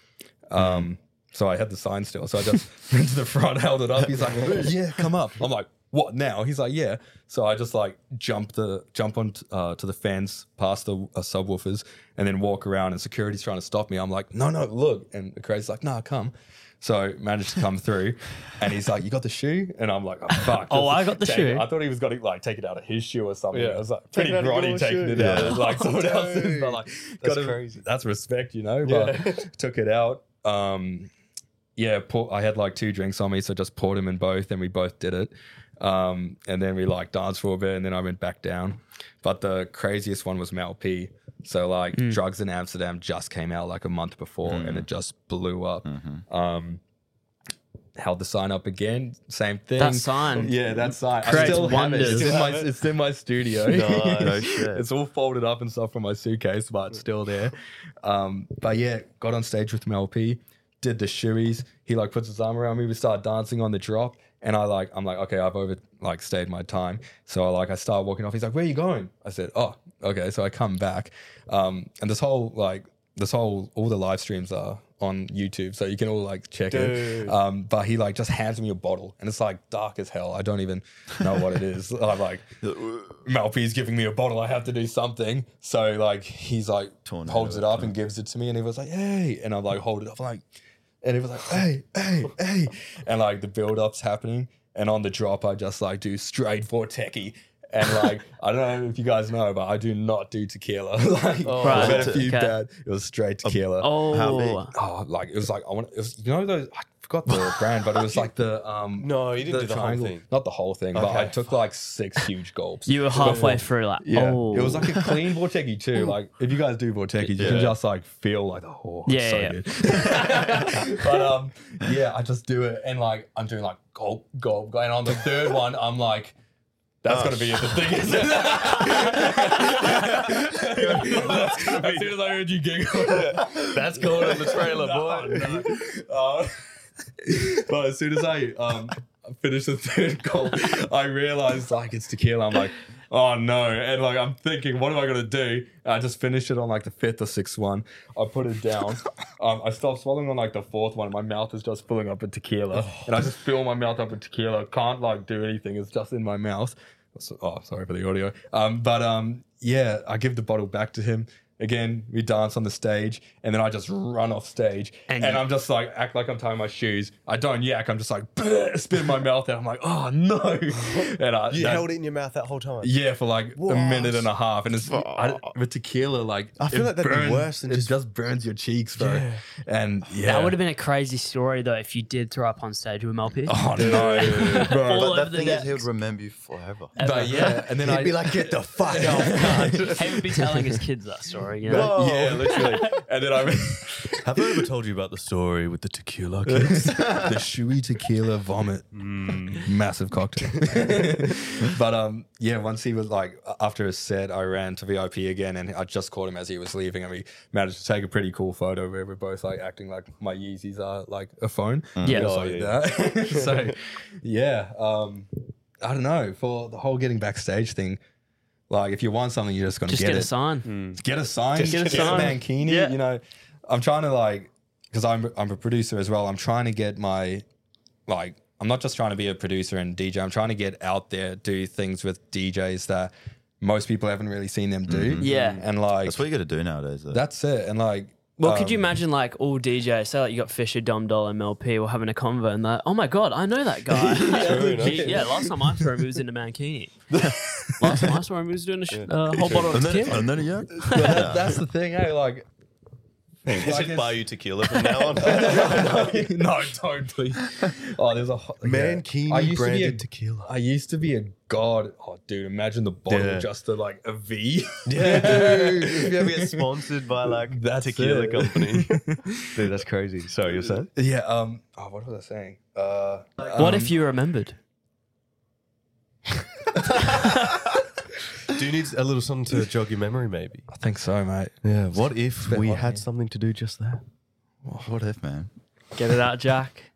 Speaker 2: Um, so I had the sign still, so I just went to the front, held it up. He's like, "Yeah, come up." I'm like, "What now?" He's like, "Yeah." So I just like jump the jump on t- uh, to the fence, past the uh, subwoofers, and then walk around. And security's trying to stop me. I'm like, "No, no, look!" And the crazy's like, "Nah, come." So managed to come through, and he's like, "You got the shoe?" And I'm like, "Oh fuck!"
Speaker 3: Oh, I got the
Speaker 2: Damn,
Speaker 3: shoe.
Speaker 2: I thought he was going to like take it out of his shoe or something.
Speaker 1: Yeah.
Speaker 2: I was like,
Speaker 1: Take
Speaker 2: pretty
Speaker 1: it out of
Speaker 2: grotty
Speaker 1: your
Speaker 2: taking
Speaker 1: shoe.
Speaker 2: it out of like someone else's, but like
Speaker 1: That's
Speaker 2: gotta-
Speaker 1: crazy.
Speaker 2: That's respect, you know. But took it out. Um, yeah, pour, I had like two drinks on me, so just poured them in both, and we both did it. Um, and then we like danced for a bit, and then I went back down. But the craziest one was Mal P. So like
Speaker 1: Mm.
Speaker 2: drugs in
Speaker 1: Mm-hmm.
Speaker 2: Amsterdam just came out like a month before, and it just blew up. Um, held the sign up again. Same thing.
Speaker 3: That sign.
Speaker 2: Yeah, that sign. I
Speaker 3: Creates
Speaker 2: still have it.
Speaker 3: wonders.
Speaker 2: It's in my, it's in my studio.
Speaker 1: No
Speaker 4: shit.
Speaker 2: it's all folded up and stuff from my suitcase, but it's still there. Um, but yeah, got on stage with Mel P, did the shoeys. He like puts his arm around me. We start dancing on the drop, and I like I'm like okay, I've over like stayed my time. So I like I start walking off. He's like, where are you going? I said, oh, okay. So I come back, um, and this whole like this whole all the live streams are on YouTube, so you can all like check it. Um, but he like just hands me a bottle, and it's like dark as hell. I don't even know what it is. I'm like, Malpy's giving me a bottle. I have to do something. So like he's like
Speaker 4: Tornado
Speaker 2: holds it up and gives it to me, and he was like, "Hey," and I'm like, hold it up, like, and he was like, "Hey, hey, hey," and like the build up's happening, and on the drop, I just like do straight for techie. And like I don't know if you guys know, but I do not do tequila. like
Speaker 1: Oh,
Speaker 3: Right.
Speaker 2: I've had a few
Speaker 3: Okay.
Speaker 2: bad. It was straight tequila.
Speaker 3: Oh,
Speaker 4: big?
Speaker 2: Oh, like it was like I want. It was, you know those. I forgot the brand, but it was like the um.
Speaker 1: No, you didn't do the whole
Speaker 2: triangle-
Speaker 1: thing.
Speaker 2: Not the whole thing, but
Speaker 1: Okay.
Speaker 2: I took like six huge gulps.
Speaker 3: you were halfway through. Like,
Speaker 2: Yeah,
Speaker 3: oh,
Speaker 2: it was like a clean Vortecki too. Like if you guys do Vortecki, you can
Speaker 4: Yeah.
Speaker 2: just like feel like oh,
Speaker 3: Yeah,
Speaker 2: yeah, so
Speaker 3: yeah.
Speaker 2: good. but um, yeah, I just do it, and like I'm doing like gulp, gulp, gulp, and on the third one, I'm like. That's
Speaker 4: Oh,
Speaker 2: gonna be it. The thing is, as soon as I heard you giggle, that's going on the trailer, boy. Uh, but as soon as I um finished the third goal, I realized like it's tequila. I'm like, oh no. And like I'm thinking, what am I gonna do? And I just finished it on like the fifth or sixth one. I put it down. um, I stopped swallowing on like the fourth one. My mouth is just filling up with tequila. and I just fill my mouth up with tequila. Can't like do anything, it's just in my mouth. So- Oh, sorry for the audio. Um, but um, yeah, I give the bottle back to him. Again, we dance on the stage, and then I just run off stage,
Speaker 3: And
Speaker 2: and,
Speaker 3: you-
Speaker 2: I'm just like act like I'm tying my shoes. I don't yak. I'm just like "Bleh," spit my mouth out. I'm like, oh no, and I
Speaker 1: You
Speaker 2: that-
Speaker 1: held it in your mouth that whole time.
Speaker 2: yeah for like a minute and a half, and it's I, with tequila like
Speaker 1: I feel
Speaker 2: it
Speaker 1: like that'd be worse than
Speaker 2: it
Speaker 1: just-
Speaker 2: burns your cheeks, bro. And yeah,
Speaker 3: that would have been a crazy story though if you did throw up on stage with MLP.
Speaker 2: oh no, bro.
Speaker 3: All
Speaker 4: But
Speaker 3: over
Speaker 4: that
Speaker 3: the
Speaker 4: thing is,
Speaker 3: decks.
Speaker 4: he'll remember you forever.
Speaker 2: But yeah, and then I'd
Speaker 1: Be like, get the fuck out.
Speaker 3: he would be telling his kids that story. You know?
Speaker 1: Whoa.
Speaker 2: yeah, literally, and
Speaker 1: Oh.
Speaker 2: then I.
Speaker 1: Have I ever told you about the story with the tequila kids?
Speaker 2: the Shui tequila vomit. Massive cocktail. but um, yeah, once he was like, after his set, I ran to VIP again and I just caught him as he was leaving and we managed to take a pretty cool photo where we're both like acting like my Yeezys are like a phone.
Speaker 3: Yeah.
Speaker 2: Just
Speaker 1: Oh,
Speaker 2: like
Speaker 1: yeah.
Speaker 2: that. so yeah, um, I don't know. For the whole getting backstage thing, like if you want something, you're just going to
Speaker 3: Just
Speaker 2: get,
Speaker 3: get,
Speaker 2: it Mm.
Speaker 3: a sign.
Speaker 2: get a sign,
Speaker 3: Just get a
Speaker 2: get, a
Speaker 3: sign.
Speaker 2: mankini.
Speaker 3: Yeah.
Speaker 2: You know, I'm trying to like because I'm I'm a producer as well. I'm trying to get my like I'm not just trying to be a producer and DJ. I'm trying to get out there, do things with DJs that most people haven't really seen them do.
Speaker 3: Mm-hmm. Yeah.
Speaker 2: and like
Speaker 4: That's what you got to do nowadays. Though.
Speaker 2: that's it. And like,
Speaker 3: Well, could you imagine like all DJs, say like you got Fisher, Dom Doll, and MLP were having a convo and that, oh my god, I know that guy. yeah, yeah, last time I saw him, he was in a mankini. last time I saw him, he was doing a sh- uh, whole bottle of
Speaker 4: and, then,
Speaker 3: tequila.
Speaker 4: and then a yak.
Speaker 2: that, that's the thing, hey, like.
Speaker 1: Just
Speaker 2: it's-
Speaker 1: buy you tequila from now on.
Speaker 2: no, don't please. Oh, there's a ho- yeah. I used to be a-
Speaker 1: tequila.
Speaker 2: I used to be a god. Oh, dude, imagine the bottle
Speaker 1: Yeah.
Speaker 2: just to like a V.
Speaker 1: Yeah, dude. If you ever get sponsored by like
Speaker 2: That's
Speaker 1: tequila
Speaker 2: it.
Speaker 1: company, dude, that's crazy. Sorry, you're saying?
Speaker 2: Yeah. Um. Oh, what was I saying? Uh.
Speaker 3: what if you remembered?
Speaker 1: Do you need a little something to jog your memory, maybe?
Speaker 2: I think so, mate.
Speaker 1: Yeah. What if we
Speaker 2: hot,
Speaker 1: had something to do just that?
Speaker 4: What if, man?
Speaker 3: Get it out, Jack.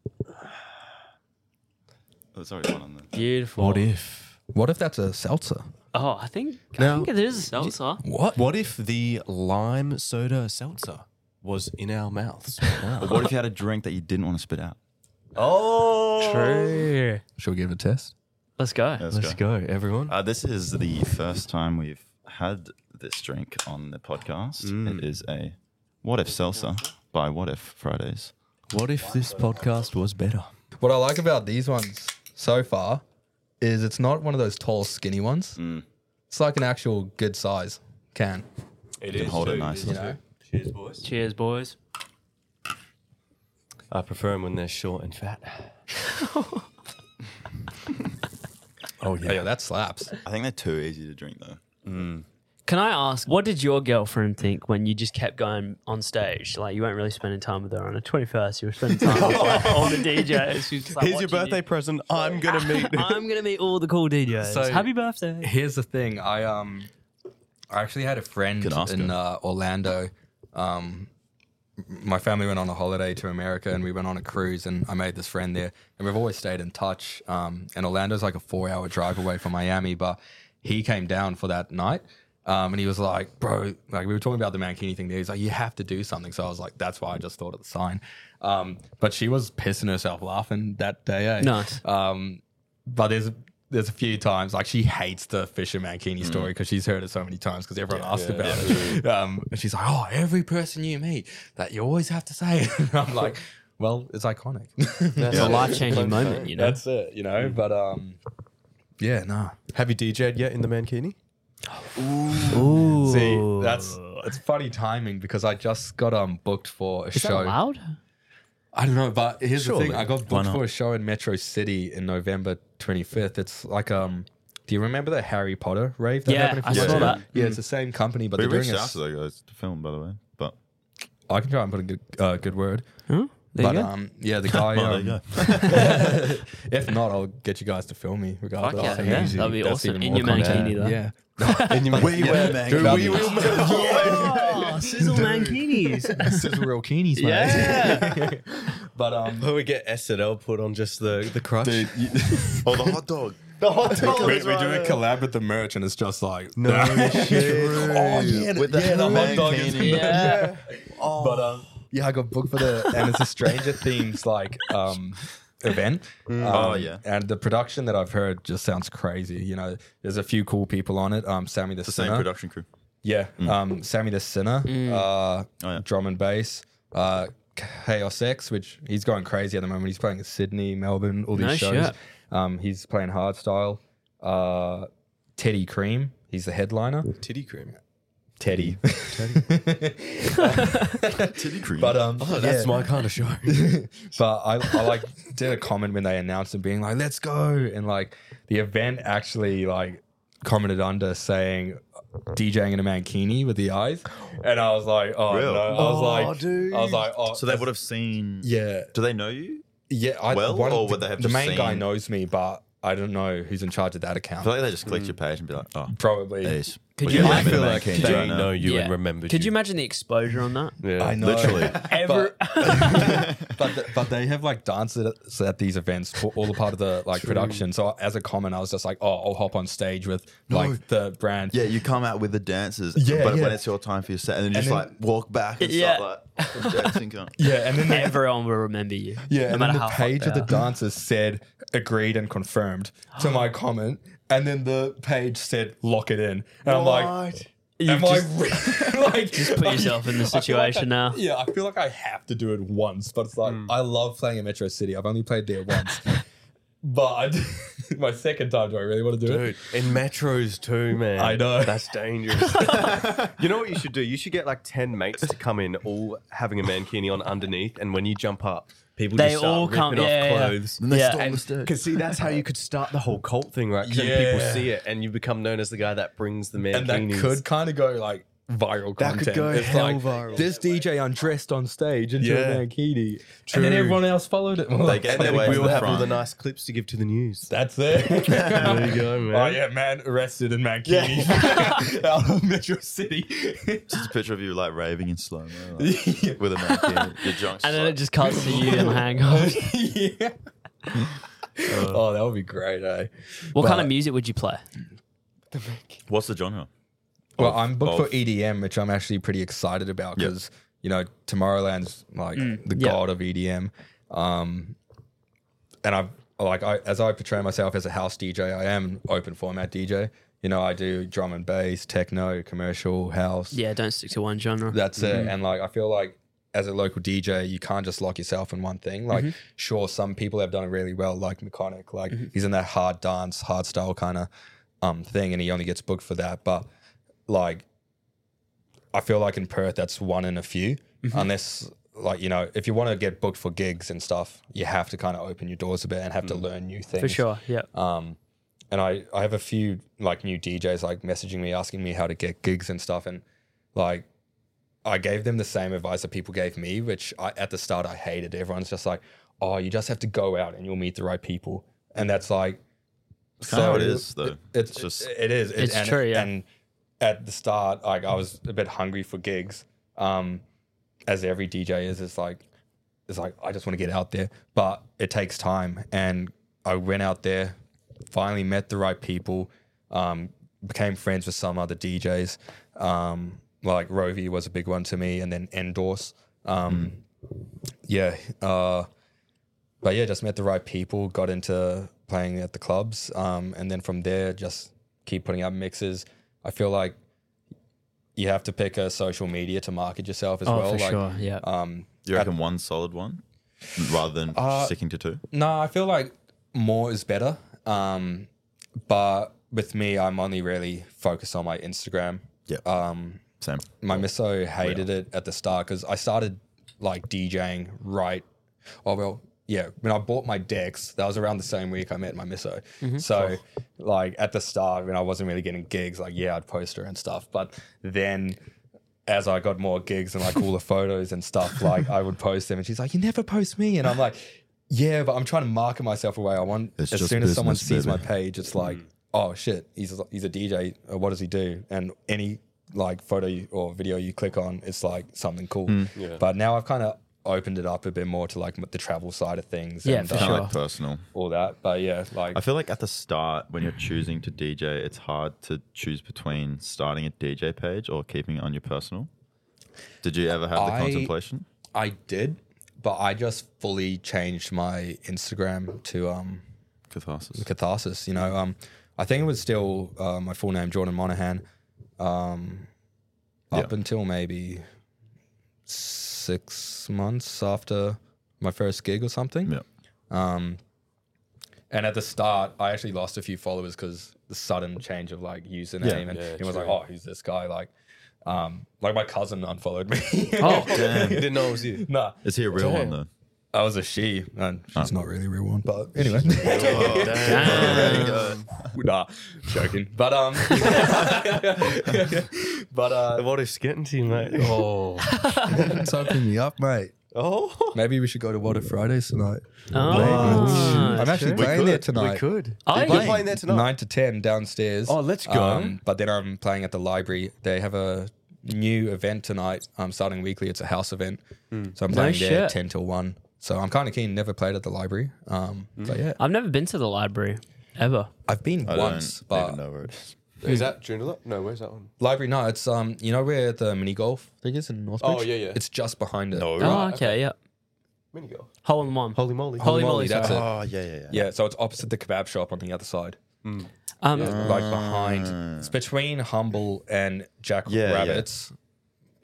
Speaker 4: There's already Oh, one on there.
Speaker 3: Beautiful.
Speaker 1: if?
Speaker 2: What if that's a seltzer?
Speaker 3: Oh, I think I
Speaker 1: Now-
Speaker 3: think it is a seltzer.
Speaker 1: What? What if the lime soda seltzer was in our mouths? right now?
Speaker 4: Or what if you had a drink that you didn't want to spit out?
Speaker 1: oh,
Speaker 3: True.
Speaker 2: Shall we give it a test?
Speaker 3: Let's go.
Speaker 1: Let's go, everyone.
Speaker 4: Uh, this is the first time we've had this drink on the podcast.
Speaker 2: Mm.
Speaker 4: It is a What If Seltzer by What If Fridays.
Speaker 1: What if this podcast was better?
Speaker 2: What I like about these ones so far is it's not one of those tall, skinny ones. It's like an actual good size can.
Speaker 1: It
Speaker 4: You can hold it nicely.
Speaker 1: Cheers, boys.
Speaker 3: Cheers, boys.
Speaker 1: I prefer them when they're short and fat.
Speaker 2: Oh yeah, that slaps.
Speaker 1: Oh,
Speaker 4: I think they're too easy to drink though.
Speaker 3: Can I ask, what did your girlfriend think when you just kept going on stage? Like, you weren't really spending time with her on the 21st. You were spending time with her on the DJs. She was just like,
Speaker 1: Here's your
Speaker 3: watching
Speaker 1: birthday
Speaker 3: you.
Speaker 1: present. I'm gonna meet.
Speaker 3: I'm going to meet all the cool DJs.
Speaker 2: So-
Speaker 3: Happy birthday.
Speaker 2: Here's the thing. I um, I actually had a friend
Speaker 4: Can ask
Speaker 2: in
Speaker 4: her.
Speaker 2: uh, Orlando. Um, my family went on a holiday to America, and we went on a cruise, and I made this friend there, and we've always stayed in touch. Um, and Orlando's like a four-hour drive away from Miami, but he came down for that night. Um, and he was like, bro, like we were talking about the Mankini thing there. He's like, you have to do something. So I was like, that's why I just thought of the sign. Um, but she was pissing herself laughing that day. Eh?
Speaker 3: Nice.
Speaker 2: Um, but there's there's a few times like she hates the Fisher Mankini story because she's heard it so many times because everyone asked about it. Um, and she's like, "Oh, every person you meet, that you always have to say." It. And I'm like, "Well, it's iconic.
Speaker 3: It's a life changing moment, you know?
Speaker 2: That's it, you know." But um, yeah, nah.
Speaker 1: Have you DJ'd yet in the Mankini?
Speaker 3: Ooh.
Speaker 2: See, that's it's funny timing because I just got um booked for a
Speaker 3: Is that
Speaker 2: show.
Speaker 3: loud?
Speaker 2: I don't know, but here's the
Speaker 1: Surely.
Speaker 2: thing: I got
Speaker 4: Why
Speaker 2: booked
Speaker 4: not?
Speaker 2: for a show in Metro City in November 25th. It's like um, do you remember the Harry Potter rave? That
Speaker 3: Yeah,
Speaker 2: happened a few
Speaker 3: I
Speaker 2: years
Speaker 3: saw
Speaker 2: ago?
Speaker 3: that. Mm.
Speaker 2: Yeah, it's the same company, but
Speaker 4: We
Speaker 2: they're doing
Speaker 4: reached
Speaker 2: a
Speaker 4: out
Speaker 2: s-
Speaker 4: to those guys to film, by the way. But
Speaker 2: I can try and put a good, uh, good word.
Speaker 3: Huh? There
Speaker 2: but
Speaker 3: you go.
Speaker 2: um, yeah, the guy.
Speaker 4: oh, there you
Speaker 2: um,
Speaker 4: go.
Speaker 2: if not, I'll get you guys to film me. Regardless,
Speaker 3: yeah,
Speaker 2: That's
Speaker 3: yeah,
Speaker 2: easy.
Speaker 3: that'd be
Speaker 2: That's even
Speaker 3: awesome. In
Speaker 2: more
Speaker 3: your
Speaker 2: content.
Speaker 3: mankini, though.
Speaker 2: Yeah,
Speaker 1: And you, we
Speaker 4: were
Speaker 1: Dude,
Speaker 4: Mankini.
Speaker 1: we will.
Speaker 3: Oh, sizzle mankinis.
Speaker 2: sizzle real keenies, mate. but um,
Speaker 1: Where we get SNL put on just the the crutch.
Speaker 4: oh, the hot dog.
Speaker 1: The hot dog
Speaker 2: we, we
Speaker 1: is
Speaker 2: do
Speaker 1: right
Speaker 2: a
Speaker 1: there.
Speaker 2: collab with the merch, and it's just like
Speaker 1: No shit.
Speaker 2: Oh yeah,
Speaker 4: With the,
Speaker 2: yeah, the hot dog is
Speaker 4: Mankini.
Speaker 3: Yeah.
Speaker 1: Oh,
Speaker 2: But um, yeah, I got booked for the and it's a Stranger Things like um event.
Speaker 4: Oh,
Speaker 2: Um,
Speaker 4: yeah.
Speaker 2: and the production that I've heard just sounds crazy. You know, there's a few cool people on it. Um, Sammy the,
Speaker 4: The same
Speaker 2: Sinner,
Speaker 4: production crew.
Speaker 2: yeah, um, Sammy the Sinner,
Speaker 3: Mm.
Speaker 2: uh,
Speaker 4: Oh, yeah.
Speaker 2: drum and bass, uh, Chaos X, which he's going crazy at the moment. He's playing in Sydney, Melbourne, all these
Speaker 3: No
Speaker 2: shows.
Speaker 3: shit.
Speaker 2: Um, he's playing hardstyle. Uh, Teddy Cream, he's the headliner.
Speaker 1: Titty cream.
Speaker 2: Teddy,
Speaker 4: Titty crew.
Speaker 2: but um,
Speaker 3: Oh,
Speaker 1: That's my kind of show.
Speaker 2: But I, I like did a comment when they announced it being like, let's go. And like the event actually like commented under saying DJing in a mankini with the eyes. And I was like, oh
Speaker 4: Really?
Speaker 2: no. I was
Speaker 1: Oh,
Speaker 2: like,
Speaker 1: dude.
Speaker 2: I was like, oh
Speaker 4: so they would have seen.
Speaker 2: Yeah.
Speaker 4: Do they know you?
Speaker 2: Yeah. I,
Speaker 4: Well,
Speaker 2: one of
Speaker 4: or
Speaker 2: the,
Speaker 4: would they have
Speaker 2: the
Speaker 4: just
Speaker 2: main guy
Speaker 4: seen-
Speaker 2: knows me, but I don't know who's in charge of that
Speaker 4: I
Speaker 2: account.
Speaker 4: feel like they just clicked your page and be like, oh,
Speaker 2: Mm. Probably.
Speaker 4: ace.
Speaker 3: Could
Speaker 4: We
Speaker 3: you-
Speaker 4: got
Speaker 3: I
Speaker 4: him in
Speaker 1: feel
Speaker 4: the
Speaker 1: like
Speaker 4: Mankini
Speaker 1: they
Speaker 4: right now.
Speaker 1: know you
Speaker 3: Yeah.
Speaker 1: and remembered
Speaker 3: Could you
Speaker 1: you.
Speaker 3: imagine the exposure on that?
Speaker 1: yeah.
Speaker 2: I know.
Speaker 4: Literally.
Speaker 3: Ever.
Speaker 2: but the, but they have like danced at, at these events for all a part of the like production. So as a comment, I was just like, oh, I'll hop on stage with like the brand.
Speaker 4: Yeah, you come out with the dancers,
Speaker 2: Yeah,
Speaker 4: but
Speaker 2: yeah.
Speaker 4: when it's your time for your set, and then you just
Speaker 2: then-
Speaker 4: like walk back and
Speaker 3: Yeah.
Speaker 4: start like dancing. kind of-
Speaker 2: yeah, and then the,
Speaker 3: Everyone will remember you.
Speaker 2: yeah,
Speaker 3: no
Speaker 2: and
Speaker 3: matter
Speaker 2: then the
Speaker 3: how hot
Speaker 2: page
Speaker 3: they
Speaker 2: of the
Speaker 3: are.
Speaker 2: dancers said agreed and confirmed to my comment, and then the page said lock it in, and I'm like. Am I re- like just
Speaker 3: put yourself in the situation now.
Speaker 2: Yeah, I feel like I have to do it once, but it's like I love playing in Metro City. I've only played there once, but my second time, do I really want to do it?
Speaker 1: Dude, in metros too, man.
Speaker 2: I know.
Speaker 1: That's dangerous. you know what you should do? You should get like 10 mates to come in, all having a mankini on underneath. And when you jump up, people
Speaker 3: They
Speaker 1: just start
Speaker 3: all
Speaker 1: ripping
Speaker 3: come-
Speaker 1: off
Speaker 3: yeah, yeah, yeah.
Speaker 1: clothes.
Speaker 4: And they
Speaker 3: Yeah.
Speaker 4: storm
Speaker 3: And-
Speaker 4: the stage.
Speaker 1: Because see, that's how you could start the whole cult thing, right? 'Cause then people
Speaker 2: Yeah.
Speaker 1: see it, and you become known as the guy that brings the
Speaker 2: and
Speaker 1: mankinis.
Speaker 2: that could kind of go like viral
Speaker 1: That
Speaker 2: content.
Speaker 1: could go
Speaker 2: it's
Speaker 1: hell
Speaker 2: like
Speaker 1: viral.
Speaker 2: this DJ undressed on stage into
Speaker 1: Yeah.
Speaker 2: a mankini, and then
Speaker 1: True.
Speaker 2: everyone else followed it. Like,
Speaker 4: get
Speaker 1: and then
Speaker 4: their way
Speaker 1: we
Speaker 4: to
Speaker 1: will
Speaker 4: the
Speaker 1: have all
Speaker 4: front.
Speaker 1: the nice clips to give to the news.
Speaker 2: that's it.
Speaker 1: There you go, man.
Speaker 2: Oh yeah, man arrested in mankini out of Metro City.
Speaker 4: Just a picture of you like raving in slow mo like, with a mankini. Your junk's
Speaker 3: And then it
Speaker 4: like,
Speaker 3: just cuts to you and hang on.
Speaker 2: yeah. oh, that would be great, eh?
Speaker 3: What
Speaker 2: But-
Speaker 3: kind of music would you play?
Speaker 4: what's the genre?
Speaker 2: Well, I'm booked
Speaker 4: of-
Speaker 2: for EDM, which I'm actually pretty excited about
Speaker 4: Yep.
Speaker 2: because you know Tomorrowland's like the
Speaker 3: yeah.
Speaker 2: god of EDM, um, and I've like I as I portray myself as a house DJ, I am an open format DJ. You know, I do drum and bass, techno, commercial, house.
Speaker 3: Yeah, don't stick to one genre.
Speaker 2: That's it. And like, I feel like as a local DJ, you can't just lock yourself in one thing. Like, sure, some people have done it really well, like Mechanic. Like, he's in that hard dance, hard style kind of um thing, and he only gets booked for that. But like, I feel like in Perth, that's one in a few. Unless, like, you know, if you want to get booked for gigs and stuff, you have to kind of open your doors a bit and have to learn new things.
Speaker 3: For sure. Yeah. Oh,
Speaker 2: Um, and I, I have a few like new DJs like messaging me asking me how to get gigs and stuff and like I gave them the same advice that people gave me which I, at the start I hated everyone's just like oh you just have to go out and you'll meet the right people and that's like
Speaker 4: It's kinda how it is, though.
Speaker 2: it's,
Speaker 4: It's just-
Speaker 2: just it is It-
Speaker 3: It's
Speaker 2: and-
Speaker 3: true, yeah.
Speaker 2: and at the start like I was a bit hungry for gigs um as every DJ is it's like it's like I just want to get out there, but it takes time. And I went out there, finally met the right people, um, became friends with some other DJs. Um, like Rovi was a big one to me, and then Endorse. Um,
Speaker 3: Hmm.
Speaker 2: Yeah, uh, but yeah, just met the right people, got into playing at the clubs, um, and then from there, just keep putting out mixes. I feel like you have to pick a social media to market yourself as
Speaker 3: Oh,
Speaker 2: well.
Speaker 3: for
Speaker 2: like,
Speaker 3: sure. Yeah.
Speaker 2: Um,
Speaker 4: You reckon one solid one rather than sticking to two?
Speaker 2: No, I feel like more is better. Um, but with me, I'm only really focused on my Instagram.
Speaker 4: Yeah.
Speaker 2: Um,
Speaker 4: Same.
Speaker 2: my miso hated it at the start because I started like DJing right. Oh well, yeah. When I bought my decks, that was around the same week I met my miso.
Speaker 4: Mm-hmm.
Speaker 2: So, like at the start, when I wasn't really getting gigs, like yeah, I'd post her and stuff. But then, as I got more gigs and like all the photos and stuff, like I would post them, and she's like, "You never post me," and I'm like, "Yeah, but I'm trying to market myself away. I want
Speaker 4: It's
Speaker 2: as
Speaker 4: just
Speaker 2: soon as someone
Speaker 4: business,
Speaker 2: sees my
Speaker 4: baby.
Speaker 2: page, it's like, oh shit, he's a, he's a DJ. Uh, What does he do? And any like photo you- or video you click on, it's like something cool.
Speaker 3: Mm.
Speaker 2: But now I've kind of opened it up a bit more to like the travel side of things
Speaker 3: Yeah,
Speaker 2: and
Speaker 3: for
Speaker 2: uh,
Speaker 4: Kind of
Speaker 3: Sure.
Speaker 4: like personal.
Speaker 2: all that. But yeah, like
Speaker 4: I feel like at the start, when you're choosing to DJ, it's hard to choose between starting a DJ page or keeping it on your personal. Did you ever have the
Speaker 2: I-
Speaker 4: contemplation?
Speaker 2: I did, but I just fully changed my Instagram to um
Speaker 4: Catharsis.
Speaker 2: catharsis. You know, um, I think it was still uh, my full name, Jordan Monahan, um, up until maybe six months after my first gig or something.
Speaker 4: Yeah.
Speaker 2: Um, and at the start, I actually lost a few followers because the sudden change of like username, and
Speaker 1: Yeah,
Speaker 2: it was like,
Speaker 1: true.
Speaker 2: oh, who's this guy? Like, um, like my cousin unfollowed me.
Speaker 3: Oh,
Speaker 1: you didn't know it was you.
Speaker 2: nah,
Speaker 4: Is he a real one though?
Speaker 2: I was a she, and she's not really a real one, but anyway. nah, joking. But um, but uh,
Speaker 1: What is getting to you, mate?
Speaker 2: oh,
Speaker 5: It's opening me up, mate.
Speaker 1: Oh,
Speaker 2: maybe we should go to
Speaker 5: What
Speaker 2: what
Speaker 5: a Fridays tonight.
Speaker 3: Oh, Ah,
Speaker 5: I'm actually
Speaker 3: true.
Speaker 5: playing there
Speaker 1: Oh, could.
Speaker 5: tonight.
Speaker 1: could.
Speaker 3: Oh,
Speaker 1: You're
Speaker 3: yeah.
Speaker 1: playing there tonight.
Speaker 2: nine to ten downstairs.
Speaker 1: Oh, let's go.
Speaker 2: Um, but then I'm playing at the library. They have a new event tonight. I'm starting weekly. It's a house event,
Speaker 1: Hmm.
Speaker 2: so I'm playing there
Speaker 3: shit.
Speaker 2: ten till one. So I'm kind of keen. Never played at the library, um,
Speaker 1: Hmm.
Speaker 2: but yeah,
Speaker 3: I've never been to the library ever.
Speaker 2: I've been
Speaker 4: I
Speaker 2: once.
Speaker 4: don't
Speaker 2: But
Speaker 4: even know where it is.
Speaker 1: Is that Joondalup? No, where's that one?
Speaker 2: library, no, it's um, you know where the mini golf thing is in Northbridge.
Speaker 1: Oh, yeah, yeah.
Speaker 2: It's just behind it.
Speaker 4: No.
Speaker 3: oh, okay, yeah.
Speaker 1: Mini golf.
Speaker 3: Hole in one.
Speaker 1: Holy moly.
Speaker 3: Holy moly,
Speaker 2: that's it.
Speaker 4: Oh yeah, yeah, yeah.
Speaker 2: Yeah, so it's opposite the kebab shop on the other side.
Speaker 3: Um,
Speaker 2: like behind. It's between Humble and Jack
Speaker 4: Mm. Yeah, yeah.
Speaker 2: Rabbits,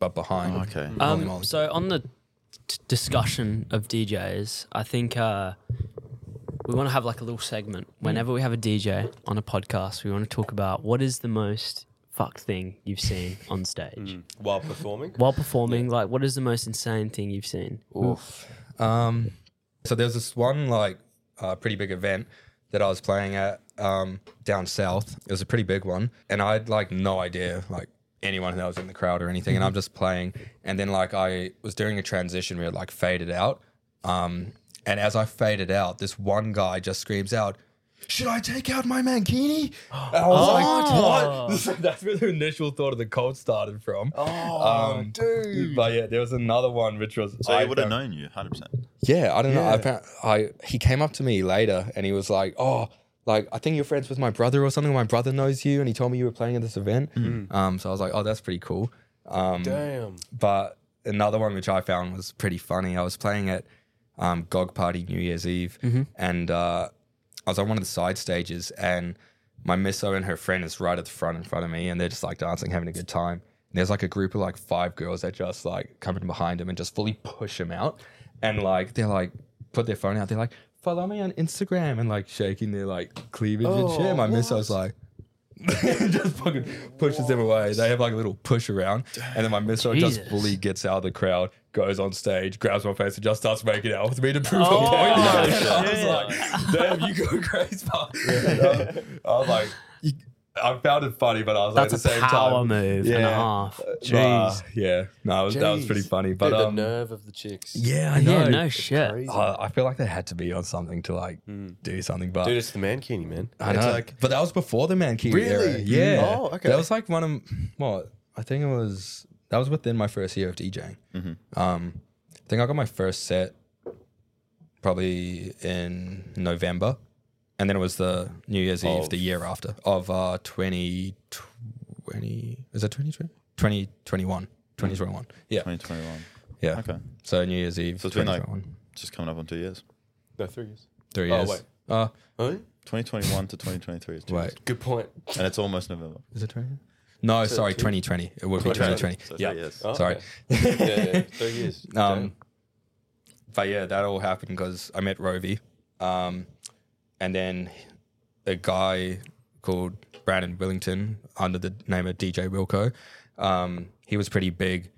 Speaker 2: but behind.
Speaker 4: Okay.
Speaker 3: Um, so on the t- discussion of DJs, I think uh, we want to have like a little segment whenever we have a DJ on a podcast. We want to talk about what is the most fucked thing you've seen on stage
Speaker 1: While performing.
Speaker 3: while performing. Like, what is the most insane thing you've seen?
Speaker 2: Oof. Um, so there's this one like uh, pretty big event that I was playing at um, down south. It was a pretty big one, and I had like no idea like anyone that was in the crowd or anything.
Speaker 1: Mm-hmm.
Speaker 2: And I'm just playing, and then like I was doing a transition where it like faded out. Um, and as I faded out, this one guy just screams out. Should I take out my mankini? And I
Speaker 1: Oh.
Speaker 2: was like, what? That's where the initial thought of the cold started from. Um,
Speaker 1: Oh, dude.
Speaker 2: But yeah, there was another one which was
Speaker 4: So
Speaker 2: I
Speaker 4: he would have
Speaker 2: found-
Speaker 4: known you, hundred percent.
Speaker 2: yeah, I don't know. I, found, I he came up to me later and he was like, "Oh, like I think you're friends with my brother or something. My brother knows you, and he told me you were playing at this event." Um, so I was like, "Oh, that's pretty cool." Um,
Speaker 1: Damn.
Speaker 2: but another one which I found was pretty funny. I was playing at um, Gog Party New Year's Eve, and uh, I was on one of the side stages, and my misso and her friend is right at the front in front of me, and they're just like dancing, having a good time. And there's like a group of like five girls that just like come in behind him and just fully push him out, and like they're like put their phone out, they're like follow me on Instagram, and like shaking their like cleavage and shit. My misso's like. just fucking pushes them away. They have like a little push around, and then my missile
Speaker 3: Jesus.
Speaker 2: just fully gets out of the crowd, goes on stage, grabs my face, and just starts making out with me to prove
Speaker 3: Oh,
Speaker 2: a point. And
Speaker 3: shit.
Speaker 2: I was like, "Damn, you go crazy!" um, I was like, you- I found it funny, but I was like,
Speaker 3: That's
Speaker 2: at the
Speaker 3: a
Speaker 2: same
Speaker 3: power
Speaker 2: time,
Speaker 3: move and a
Speaker 2: Yeah. Uh,
Speaker 3: half.
Speaker 2: nah,
Speaker 3: Jeez.
Speaker 2: yeah, no, it was, that was pretty
Speaker 1: Jeez.
Speaker 2: funny. But
Speaker 1: the
Speaker 2: um,
Speaker 1: nerve of the chicks.
Speaker 2: yeah, Oh, I
Speaker 3: yeah,
Speaker 2: know. Uh,
Speaker 3: no shit.
Speaker 1: Crazy.
Speaker 2: I- I feel like they had to be on something to like do something, but
Speaker 1: Hmm. Dude, it's the mankini, man.
Speaker 2: I know.
Speaker 1: It's like
Speaker 2: but that was before the Mankini era.
Speaker 1: Really?
Speaker 2: Yeah.
Speaker 1: Oh, okay.
Speaker 2: That was like one of what I think it was. That was within my first year of DJing.
Speaker 4: Mm-hmm.
Speaker 2: Um, I think I got my first set probably in November, and then it was the New Year's Eve
Speaker 1: Of-
Speaker 2: the year after of uh, twenty twenty. Is that 2020? 2021. 2021. Yeah.
Speaker 4: 2021.
Speaker 2: Yeah.
Speaker 4: Mm-hmm. Okay.
Speaker 2: So New Year's Eve.
Speaker 4: So it's been like-
Speaker 2: 2021.
Speaker 4: Just coming up on two years.
Speaker 1: no three years.
Speaker 2: three
Speaker 1: oh,
Speaker 2: years.
Speaker 1: wait.
Speaker 2: Uh,
Speaker 4: 2021 to 2023 is two
Speaker 2: wait.
Speaker 4: years.
Speaker 1: Good point.
Speaker 4: And it's almost November.
Speaker 2: Is it 20? No, sorry, 2020. It would be 2020.
Speaker 4: So three
Speaker 2: Yeah.
Speaker 4: years.
Speaker 1: Oh,
Speaker 2: Sorry.
Speaker 1: okay. yeah, yeah, three years.
Speaker 2: Um, but yeah, that all happened because I met Rovi, um, and then a guy called Brandon Willington under the name of DJ Wilco. Um, he was pretty big,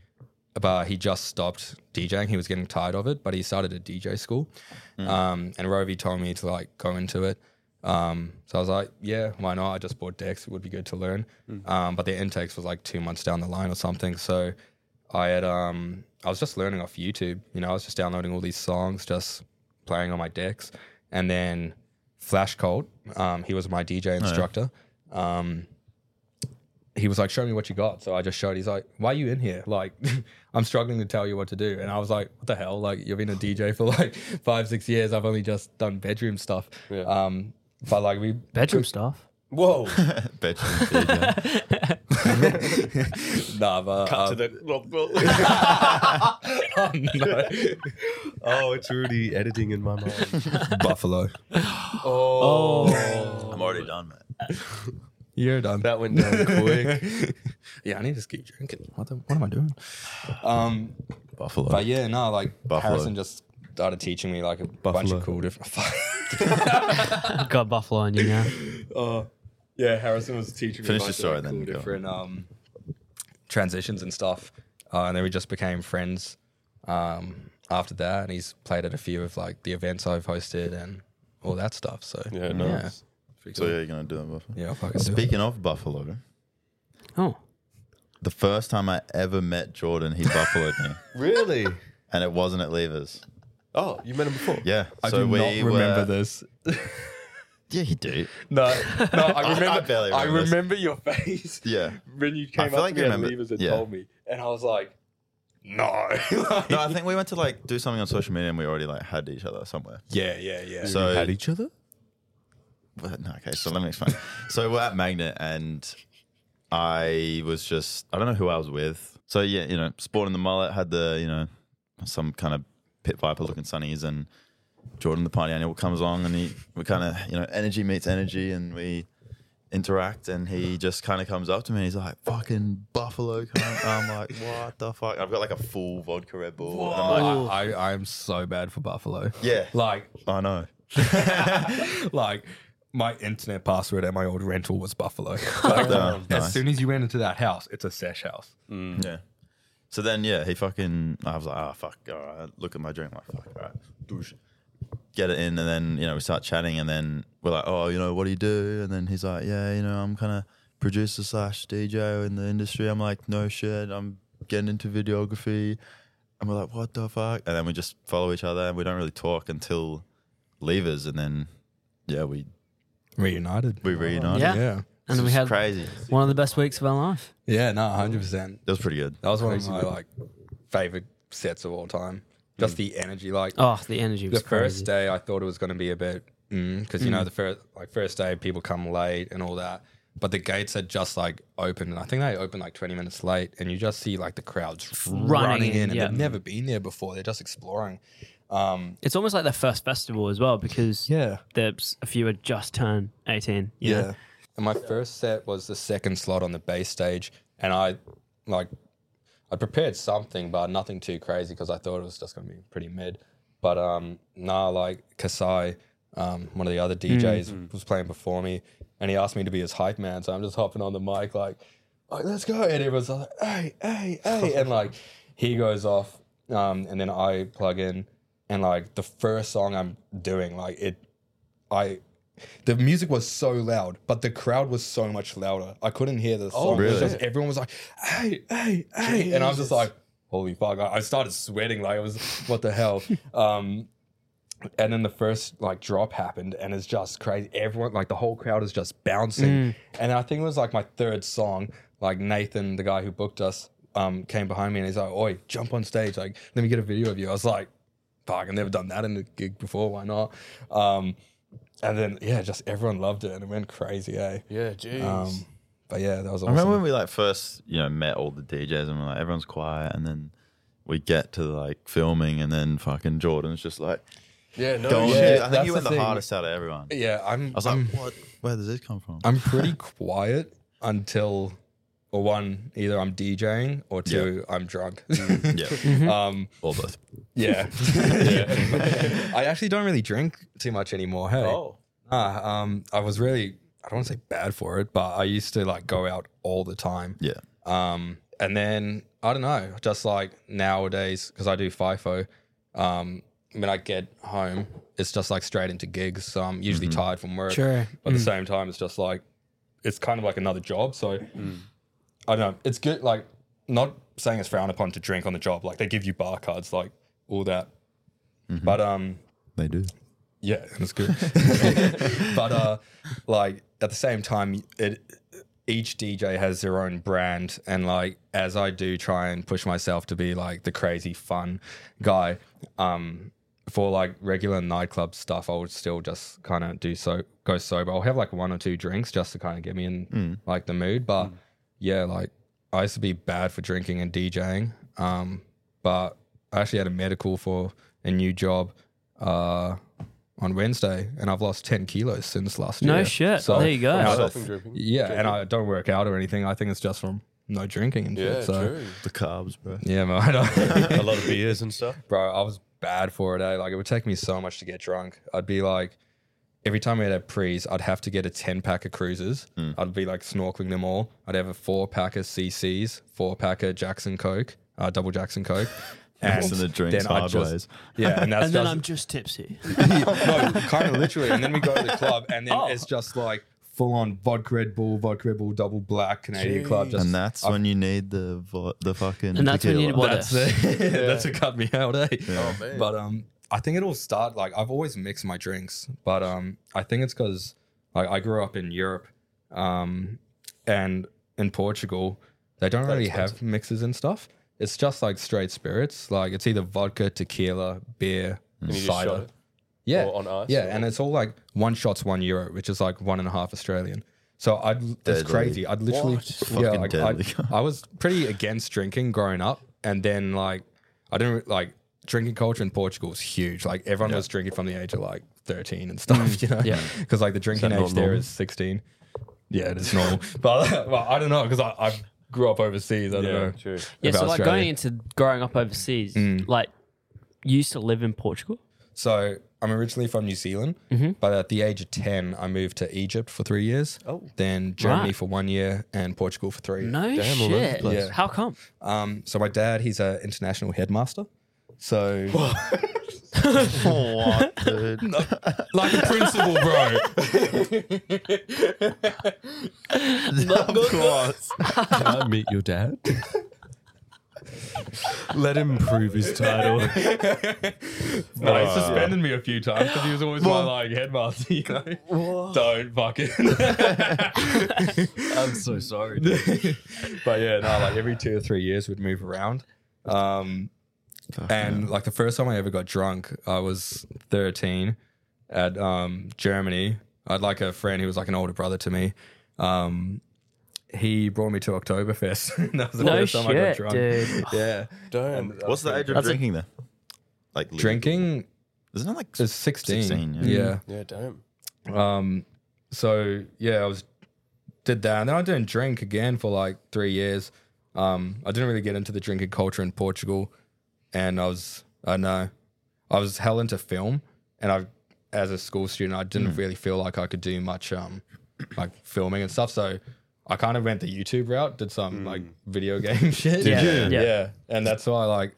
Speaker 2: but he just stopped DJing. He was getting tired of it, but he started a DJ school, um, and Rovi told me to like go into it. Um, so I was like, yeah, why not? I just bought decks. It would be good to learn. Um, but their intakes was like two months down the line or something. So I had um I was just learning off YouTube. You know, I was just downloading all these songs, just playing on my decks, and then Flash Colt, um, he was my DJ instructor. Um, he was like, "Show me what you got." So I just showed. He's like, "Why are you in here? Like, I'm struggling to tell you what to do." And I was like, "What the hell? Like, you've been a DJ for like five, six years. I've only just done bedroom stuff."
Speaker 1: Yeah.
Speaker 2: Um, but like we
Speaker 3: Bedroom stuff.
Speaker 1: Whoa.
Speaker 4: Bet you did, yeah.
Speaker 2: nah, but,
Speaker 1: Cut to
Speaker 2: um,
Speaker 1: the.
Speaker 2: oh, no.
Speaker 1: oh, it's already editing in my mind.
Speaker 2: Buffalo.
Speaker 1: Oh,
Speaker 4: I'm already done, mate.
Speaker 2: You're done.
Speaker 1: that went down quick.
Speaker 2: yeah, I need to just keep drinking. What, the, what am I doing? Um,
Speaker 4: Buffalo.
Speaker 2: but yeah, no, like
Speaker 4: Buffalo.
Speaker 2: Harrison just started teaching me like a bunch
Speaker 1: Buffalo.
Speaker 2: of cool different.
Speaker 3: Got Buffalo on you now.
Speaker 2: uh, yeah, Harrison was teaching
Speaker 4: Finish
Speaker 2: me
Speaker 4: your
Speaker 2: bunch of,
Speaker 4: story
Speaker 2: like,
Speaker 4: then,
Speaker 2: cool
Speaker 4: go.
Speaker 2: different um, transitions and stuff, uh, and then we just became friends um, after that. And he's played at a few of like the events I've hosted and all that stuff. So
Speaker 1: Yeah, nice.
Speaker 4: So yeah, you're gonna do it, Buffalo.
Speaker 2: yeah, I'll fucking do it.
Speaker 4: Speaking of Buffalo,
Speaker 3: Oh.
Speaker 4: the first time I ever met Jordan, he buffaloed me,
Speaker 1: Really?
Speaker 4: and it wasn't at Levers.
Speaker 1: Oh, you met him before?
Speaker 4: Yeah.
Speaker 2: I do not remember this.
Speaker 4: Yeah, you do.
Speaker 2: No, no, I
Speaker 4: I
Speaker 2: remember. I,
Speaker 4: barely remember this.
Speaker 2: remember your face.
Speaker 4: Yeah.
Speaker 2: when you came
Speaker 4: feel
Speaker 2: up
Speaker 4: like
Speaker 2: to
Speaker 4: I
Speaker 2: me at
Speaker 4: remember-
Speaker 2: Levers and
Speaker 4: yeah.
Speaker 2: told me, and I was like, no.
Speaker 4: No, I think we went to like do something on social media, and we already like had each other somewhere.
Speaker 2: yeah, yeah, yeah.
Speaker 4: So
Speaker 2: each other?
Speaker 4: Well, no, okay, so let me explain. so we're at Magnet, and I was just, I don't know who I was with. So, yeah, you know, sporting the mullet, had the, you know, some kind of pit viper looking sunnies, and Jordan the party animal comes along, and he, we kind of, you know, energy meets energy, and we interact, and he just kind of comes up to me, and he's like, fucking buffalo cunt. I'm like, what the fuck? I've got like a full vodka Red Bull. and I'm like,
Speaker 2: I, I am so bad for Buffalo.
Speaker 4: yeah,
Speaker 2: Like,
Speaker 4: I know.
Speaker 2: like my internet password at my old rental was Buffalo. Like,
Speaker 4: Oh,
Speaker 2: as
Speaker 4: nice.
Speaker 2: soon as you went into that house, it's a sesh house.
Speaker 4: Yeah. So then, yeah, he fucking. I was like, oh fuck, all right. Look at my drink, like fuck, all right. Douche. Get it in, and then you know we start chatting, and then we're like, oh, you know, what do you do? And then he's like, yeah, you know, I'm kind of producer slash DJ in the industry. I'm like, no shit, I'm getting into videography, and we're like, what the fuck? And then we just follow each other, and we don't really talk until leavers, and then yeah, we
Speaker 2: Reunited.
Speaker 4: we reunite.
Speaker 3: Oh, Yeah.
Speaker 2: Yeah.
Speaker 3: And we had
Speaker 4: crazy.
Speaker 3: one of the best weeks of our life.
Speaker 2: Yeah, no, 100%.
Speaker 4: That was pretty good.
Speaker 2: That was one of my like favorite sets of all time. Just the energy, like
Speaker 3: Oh, the energy was
Speaker 2: the first
Speaker 3: crazy. Mm.
Speaker 2: day I thought it was going to be a bit because you know the first like first day people come late and all that, but the gates had just like opened and I think they opened like twenty minutes late and you just see like the crowds running, in,
Speaker 3: in,
Speaker 2: and
Speaker 3: yeah.
Speaker 2: they've never been there before. They're just exploring. Um,
Speaker 3: It's almost like their first festival as well because
Speaker 2: yeah,
Speaker 3: there's a few had just turned 18. you know?
Speaker 2: And my first set was the second slot on the bass stage, and I like I prepared something, but nothing too crazy because I thought it was just gonna be pretty mid. But um, nah, like Kasai, um, one of the other DJs was playing before me, and he asked me to be his hype man. So I'm just hopping on the mic like, "Oh, let's go!" And everyone's like, "Hey, hey, hey!" and like he goes off, um, and then I plug in, and like the first song I'm doing, like it, I. The music was so loud, but the crowd was so much louder. I couldn't hear the song. It was
Speaker 4: really?
Speaker 2: just- everyone was like, "Hey, hey, hey!" And I was just like, "Holy fuck!" I, I started sweating. Like, it was what the hell? Um, and then the first like drop happened and it's just crazy everyone like the whole crowd is just bouncing and i think it was like my third song like nathan the guy who booked us um, came behind me and he's like oi jump on stage like let me get a video of you i was like fuck i've never done that in a gig before why not um, and then yeah just everyone loved it and it went crazy eh
Speaker 1: Yeah, jeez.
Speaker 2: um, but yeah that was
Speaker 4: I
Speaker 2: awesome
Speaker 4: remember when we like first, you know, met all the DJs and we're like, everyone's quiet, and then we get to like filming, and then fucking Jordan's just like,
Speaker 1: yeah, no.
Speaker 4: going.
Speaker 2: yeah,
Speaker 4: shit. I think
Speaker 2: that's
Speaker 4: you went
Speaker 2: the
Speaker 4: the,
Speaker 2: thing. um,
Speaker 4: hardest out of everyone. I
Speaker 2: yeah i'm
Speaker 4: was
Speaker 2: I'm-
Speaker 4: like, what? Where does this come from?
Speaker 2: I'm pretty quiet until, or one, either I'm DJing or two, I'm drunk.
Speaker 4: Mm, yeah,
Speaker 2: um,
Speaker 4: or both.
Speaker 2: yeah. I actually don't really drink too much anymore. Hey,
Speaker 1: Oh.
Speaker 2: Nah, um, I was really, I don't want to say bad for it, but I used to like go out all the time.
Speaker 4: Yeah,
Speaker 2: Um, and then I don't know, just like nowadays, because I do FIFO, um, when I get home, it's just like straight into gigs. So I'm usually tired from work.
Speaker 3: Sure.
Speaker 2: But at the same time, it's just like, it's kind of like another job. So I don't know. It's good. Like, not saying it's frowned upon to drink on the job. Like, they give you bar cards, like all that. But, um,
Speaker 4: they do.
Speaker 2: yeah, that's good. but uh, like at the same time, it each DJ has their own brand, and like as I do try and push myself to be like the crazy fun guy, um, for like regular nightclub stuff, I would still just kind of do so go sober. I'll have like one or two drinks just to kind of get me in like the mood. But yeah, like I used to be bad for drinking and DJing, um, but I actually had a medical for a new job. Uh, on Wednesday, and I've lost ten kilos since last year.
Speaker 3: No shit. there you go.
Speaker 2: now-
Speaker 1: Stopping dripping.
Speaker 2: yeah, and I don't work out or anything. I think it's just from no drinking and
Speaker 1: Yeah,
Speaker 2: shit. So
Speaker 1: true.
Speaker 4: The carbs, bro.
Speaker 2: yeah, man. I don't-
Speaker 1: a lot of beers and stuff.
Speaker 2: bro, I was bad for it. Eh? Like it would take me so much to get drunk. I'd be like, every time we had a prees, I'd have to get a ten pack of cruisers.
Speaker 4: Mm.
Speaker 2: I'd be like snorkeling them all. I'd have a four pack of CCs, four pack of Jackson Coke, uh, double Jackson Coke.
Speaker 4: Mixing the drinks
Speaker 2: then I'd
Speaker 4: hard
Speaker 2: just-
Speaker 4: ways.
Speaker 2: Yeah, and that's
Speaker 3: and then
Speaker 2: just-
Speaker 3: I'm just tipsy.
Speaker 2: no, kind of literally. And then we go to the club, and
Speaker 4: Oh.
Speaker 2: then it's just like full on vodka Red Bull, vodka Red Bull, double black Canadian club. Just
Speaker 4: And that's when you need the vo- the fucking.
Speaker 3: And that's when you
Speaker 4: tequila.
Speaker 3: need what-
Speaker 2: that's it. that's what cut me out, eh?
Speaker 1: Oh, man.
Speaker 2: But um, I think it'll start like I've always mixed my drinks, but um, I think it's because like I grew up in Europe, um, and in Portugal they don't really have mixes and stuff. It's just like straight spirits. Like it's either vodka, tequila, beer,
Speaker 1: And you just shot
Speaker 2: cider.
Speaker 1: it?
Speaker 2: Yeah.
Speaker 1: Or on ice
Speaker 2: Yeah,
Speaker 1: or-
Speaker 2: and it's all like one shot's one euro, which is like one and a half Australian. So I'd that's
Speaker 4: Deadly.
Speaker 2: crazy. I'd literally yeah,
Speaker 4: Fucking
Speaker 2: like,
Speaker 4: deadly.
Speaker 2: I, I was pretty against drinking growing up, and then like I didn't re- like drinking culture in Portugal is huge. Like everyone was drinking from the age of like thirteen and
Speaker 3: Mm,
Speaker 2: stuff, you know. Yeah, because like the drinking
Speaker 4: that
Speaker 2: age
Speaker 4: not
Speaker 2: there
Speaker 4: normal?
Speaker 2: is sixteen. Yeah, it is normal, but well, I don't know because I, I grew up overseas. I don't know.
Speaker 1: true.
Speaker 3: Yeah, so
Speaker 2: about
Speaker 3: like
Speaker 2: Australia.
Speaker 3: going into growing up overseas, like you used to live in Portugal.
Speaker 2: So I'm originally from New Zealand,
Speaker 3: Mm-hmm.
Speaker 2: but at the age of 10, I moved to Egypt for three years. Oh. Then Germany
Speaker 3: Right.
Speaker 2: for one year and Portugal for three.
Speaker 3: No
Speaker 1: all over the
Speaker 3: shit.
Speaker 1: place.
Speaker 2: Yeah.
Speaker 3: How come?
Speaker 2: Um, so my dad, he's an international headmaster. So
Speaker 4: What, dude?
Speaker 2: like a principal, bro.
Speaker 4: of course.
Speaker 1: Can I meet your dad? Let him prove his title.
Speaker 2: no, he suspended me a few times because he was always my like headmaster, you know. Don't fucking
Speaker 1: I'm so sorry.
Speaker 2: but yeah, no, like every two or three years we'd move around. Um, and like the first time I ever got drunk, I was 13 at um, Germany. I had like a friend who was like an older brother to me. Um, he brought me to Oktoberfest. that was the
Speaker 3: No
Speaker 2: first time I got
Speaker 3: shit,
Speaker 2: drunk.
Speaker 3: dude.
Speaker 2: Yeah.
Speaker 1: Don't.
Speaker 4: What's the age of
Speaker 3: That's a-
Speaker 4: drinking there? Like legal?
Speaker 2: Drinking
Speaker 4: Isn't it like
Speaker 2: is 16.
Speaker 4: 16,
Speaker 2: yeah.
Speaker 4: yeah.
Speaker 1: Yeah, don't.
Speaker 2: Um, so yeah, I was did that, and then I didn't drink again for like three years. Um, I didn't really get into the drinking culture in Portugal, and I was I know I was hell into film, and I as a school student, I didn't really feel like I could do much um like filming and stuff. So I kind of went the YouTube route, did some like video game shit.
Speaker 3: Yeah. you? Yeah.
Speaker 2: yeah. And that's why like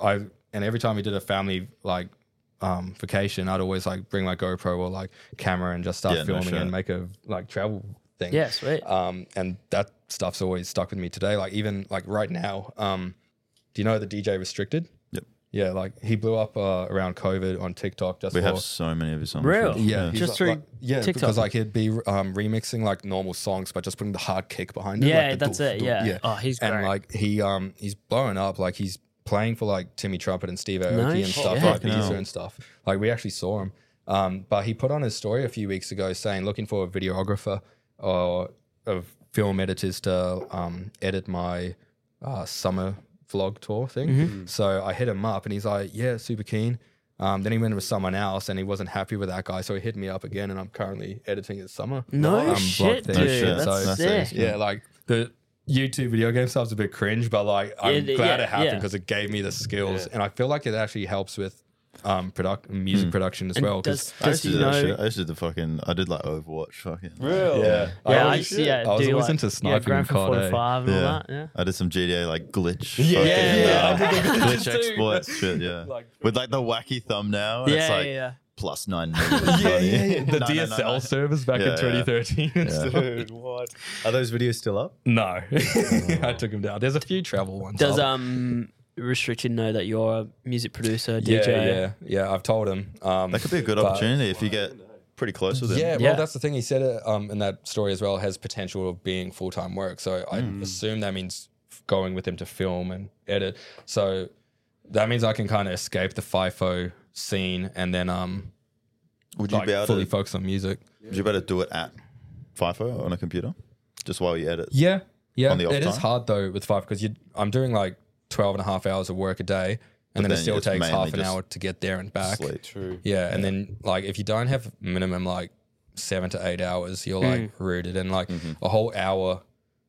Speaker 2: I and every time we did a family like um vacation, I'd always like bring my GoPro or like camera and just start
Speaker 4: Yeah, no
Speaker 2: filming
Speaker 4: shit.
Speaker 2: and make a like travel thing.
Speaker 3: Yeah, sweet.
Speaker 2: Um, and that stuff's always stuck with me today. Like even like right now, um, do you know the DJ Restricted?
Speaker 4: Yep.
Speaker 2: Yeah, like he blew up uh, around COVID on TikTok. Just
Speaker 4: We
Speaker 2: for,
Speaker 4: have so many of his songs.
Speaker 3: Real?
Speaker 4: Yeah.
Speaker 2: he's
Speaker 3: Just
Speaker 2: like-
Speaker 3: through
Speaker 2: like- yeah,
Speaker 3: TikTok?
Speaker 2: because like he'd be um, remixing like normal songs, but just putting the hard kick behind it.
Speaker 3: yeah,
Speaker 2: like the
Speaker 3: that's
Speaker 2: doof,
Speaker 3: it.
Speaker 2: doof,
Speaker 3: Yeah. Oh, he's great.
Speaker 2: and like he um he's blowing up. Like he's playing for like Timmy Trumpet and Steve Aoki
Speaker 3: No
Speaker 2: and
Speaker 3: shit.
Speaker 2: stuff like
Speaker 4: Fucking hell.
Speaker 2: Visa and stuff. Like we actually saw him. Um, but he put on his story a few weeks ago saying looking for a videographer or of film editors to um, edit my uh, summer vlog tour thing.
Speaker 3: Mm-hmm.
Speaker 2: So I hit him up and he's like, yeah, super keen. Um, then he went with someone else and he wasn't happy with that guy, so he hit me up again, and I'm currently editing his summer.
Speaker 3: no
Speaker 2: um, vlog
Speaker 3: shit,
Speaker 2: thing.
Speaker 3: dude.
Speaker 4: No shit.
Speaker 3: That's,
Speaker 4: So-
Speaker 3: sick.
Speaker 4: That's it.
Speaker 2: Yeah, like the YouTube video game stuff's a bit cringe, but like I'm
Speaker 3: Yeah,
Speaker 2: glad
Speaker 3: yeah,
Speaker 2: it happened
Speaker 3: yeah.
Speaker 2: because it gave me the skills, and I feel like it actually helps with um product music
Speaker 4: Hmm.
Speaker 2: production as
Speaker 3: And
Speaker 2: well. 'cause-
Speaker 3: does,
Speaker 4: I
Speaker 3: does
Speaker 4: used to
Speaker 3: he
Speaker 4: do that
Speaker 3: know?
Speaker 4: shit. I used to do the fucking. I did like Overwatch. Fucking.
Speaker 1: Really?
Speaker 2: yeah,
Speaker 3: Yeah, I
Speaker 2: always-
Speaker 3: used to, yeah,
Speaker 2: Oh, I was
Speaker 3: do
Speaker 2: always
Speaker 3: like,
Speaker 2: into
Speaker 3: yeah,
Speaker 2: sniping
Speaker 3: Grand
Speaker 2: and
Speaker 3: for
Speaker 2: COD. eh?
Speaker 3: 45 and all that. Yeah.
Speaker 4: I did some GDA like glitch.
Speaker 2: Yeah,
Speaker 4: fucking,
Speaker 2: yeah,
Speaker 4: uh,
Speaker 2: I did
Speaker 4: glitch exploits shit. Yeah, with like the wacky thumbnail. And
Speaker 3: Yeah,
Speaker 4: it's
Speaker 3: yeah,
Speaker 4: like
Speaker 3: yeah.
Speaker 4: plus nine million.
Speaker 2: Yeah, yeah, yeah. The
Speaker 4: No, no, no,
Speaker 2: DSL
Speaker 4: no.
Speaker 2: servers back
Speaker 4: Yeah, yeah.
Speaker 2: in 2013. and stuff.
Speaker 1: Dude, what? Are those videos still up?
Speaker 2: No,
Speaker 4: Oh.
Speaker 2: I took him down. There's a few travel ones.
Speaker 3: Does
Speaker 2: up.
Speaker 3: um restricted know that you're a music producer,
Speaker 2: yeah,
Speaker 3: DJ?
Speaker 2: yeah, yeah. I've told him. Um,
Speaker 4: That could be a good
Speaker 2: But-
Speaker 4: opportunity if you get pretty close with them.
Speaker 2: Yeah, well,
Speaker 3: Yeah.
Speaker 2: that's the thing. He said it um, in that story as well has potential of being full time work. So I
Speaker 4: Hmm.
Speaker 2: assume that means f- going with him to film and edit. So that means I can kind of escape the FIFO scene and then um
Speaker 4: Would you
Speaker 2: like
Speaker 4: be able
Speaker 2: fully
Speaker 4: to?
Speaker 2: focus on music.
Speaker 4: Would you be able to do it at FIFO on a computer, just while you edit?
Speaker 2: Yeah, yeah.
Speaker 4: On the off
Speaker 2: It is
Speaker 4: time?
Speaker 2: hard though with FIFO because I'm doing like 12 and a half hours of work a day, and then,
Speaker 4: then
Speaker 2: it still
Speaker 4: it's
Speaker 2: takes
Speaker 4: mainly
Speaker 2: half an
Speaker 4: just
Speaker 2: hour to get there and back.
Speaker 4: Sleep.
Speaker 1: True.
Speaker 2: Yeah, and then like if you don't have minimum like seven to eight hours, you're
Speaker 3: Mm.
Speaker 2: like rooted, and like
Speaker 3: Mm-hmm.
Speaker 2: a whole hour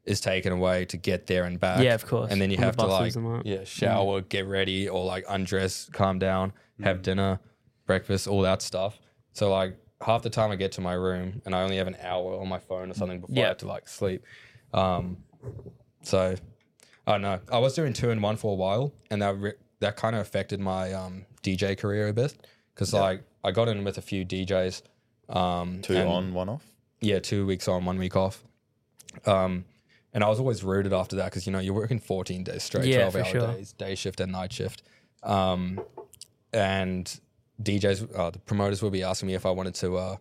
Speaker 2: is taken away to get there and back.
Speaker 3: Yeah, of course.
Speaker 2: And then you
Speaker 3: All the
Speaker 2: have to like
Speaker 3: buses and that. Mm.
Speaker 2: yeah shower, get ready, or like undress, calm down,
Speaker 3: Mm.
Speaker 2: have dinner, breakfast, all that stuff. So like half the time I get to my room and I only have an hour on my phone or something before
Speaker 3: Yeah.
Speaker 2: I have to like sleep. Um, so I don't know. Oh, I was doing two and one for a while, and that re- that kind of affected my um, DJ career a bit because like I got in with a few DJs. Um,
Speaker 4: Two
Speaker 2: and-
Speaker 4: on, one off.
Speaker 2: yeah, two weeks on, one week off. Um, and I was always rooted after that because you know you're working 14 days straight,
Speaker 3: Yeah,
Speaker 2: 12
Speaker 3: for
Speaker 2: hour
Speaker 3: sure.
Speaker 2: days, day shift and night shift. Um, and DJs, uh, the promoters would be asking me if I wanted to uh,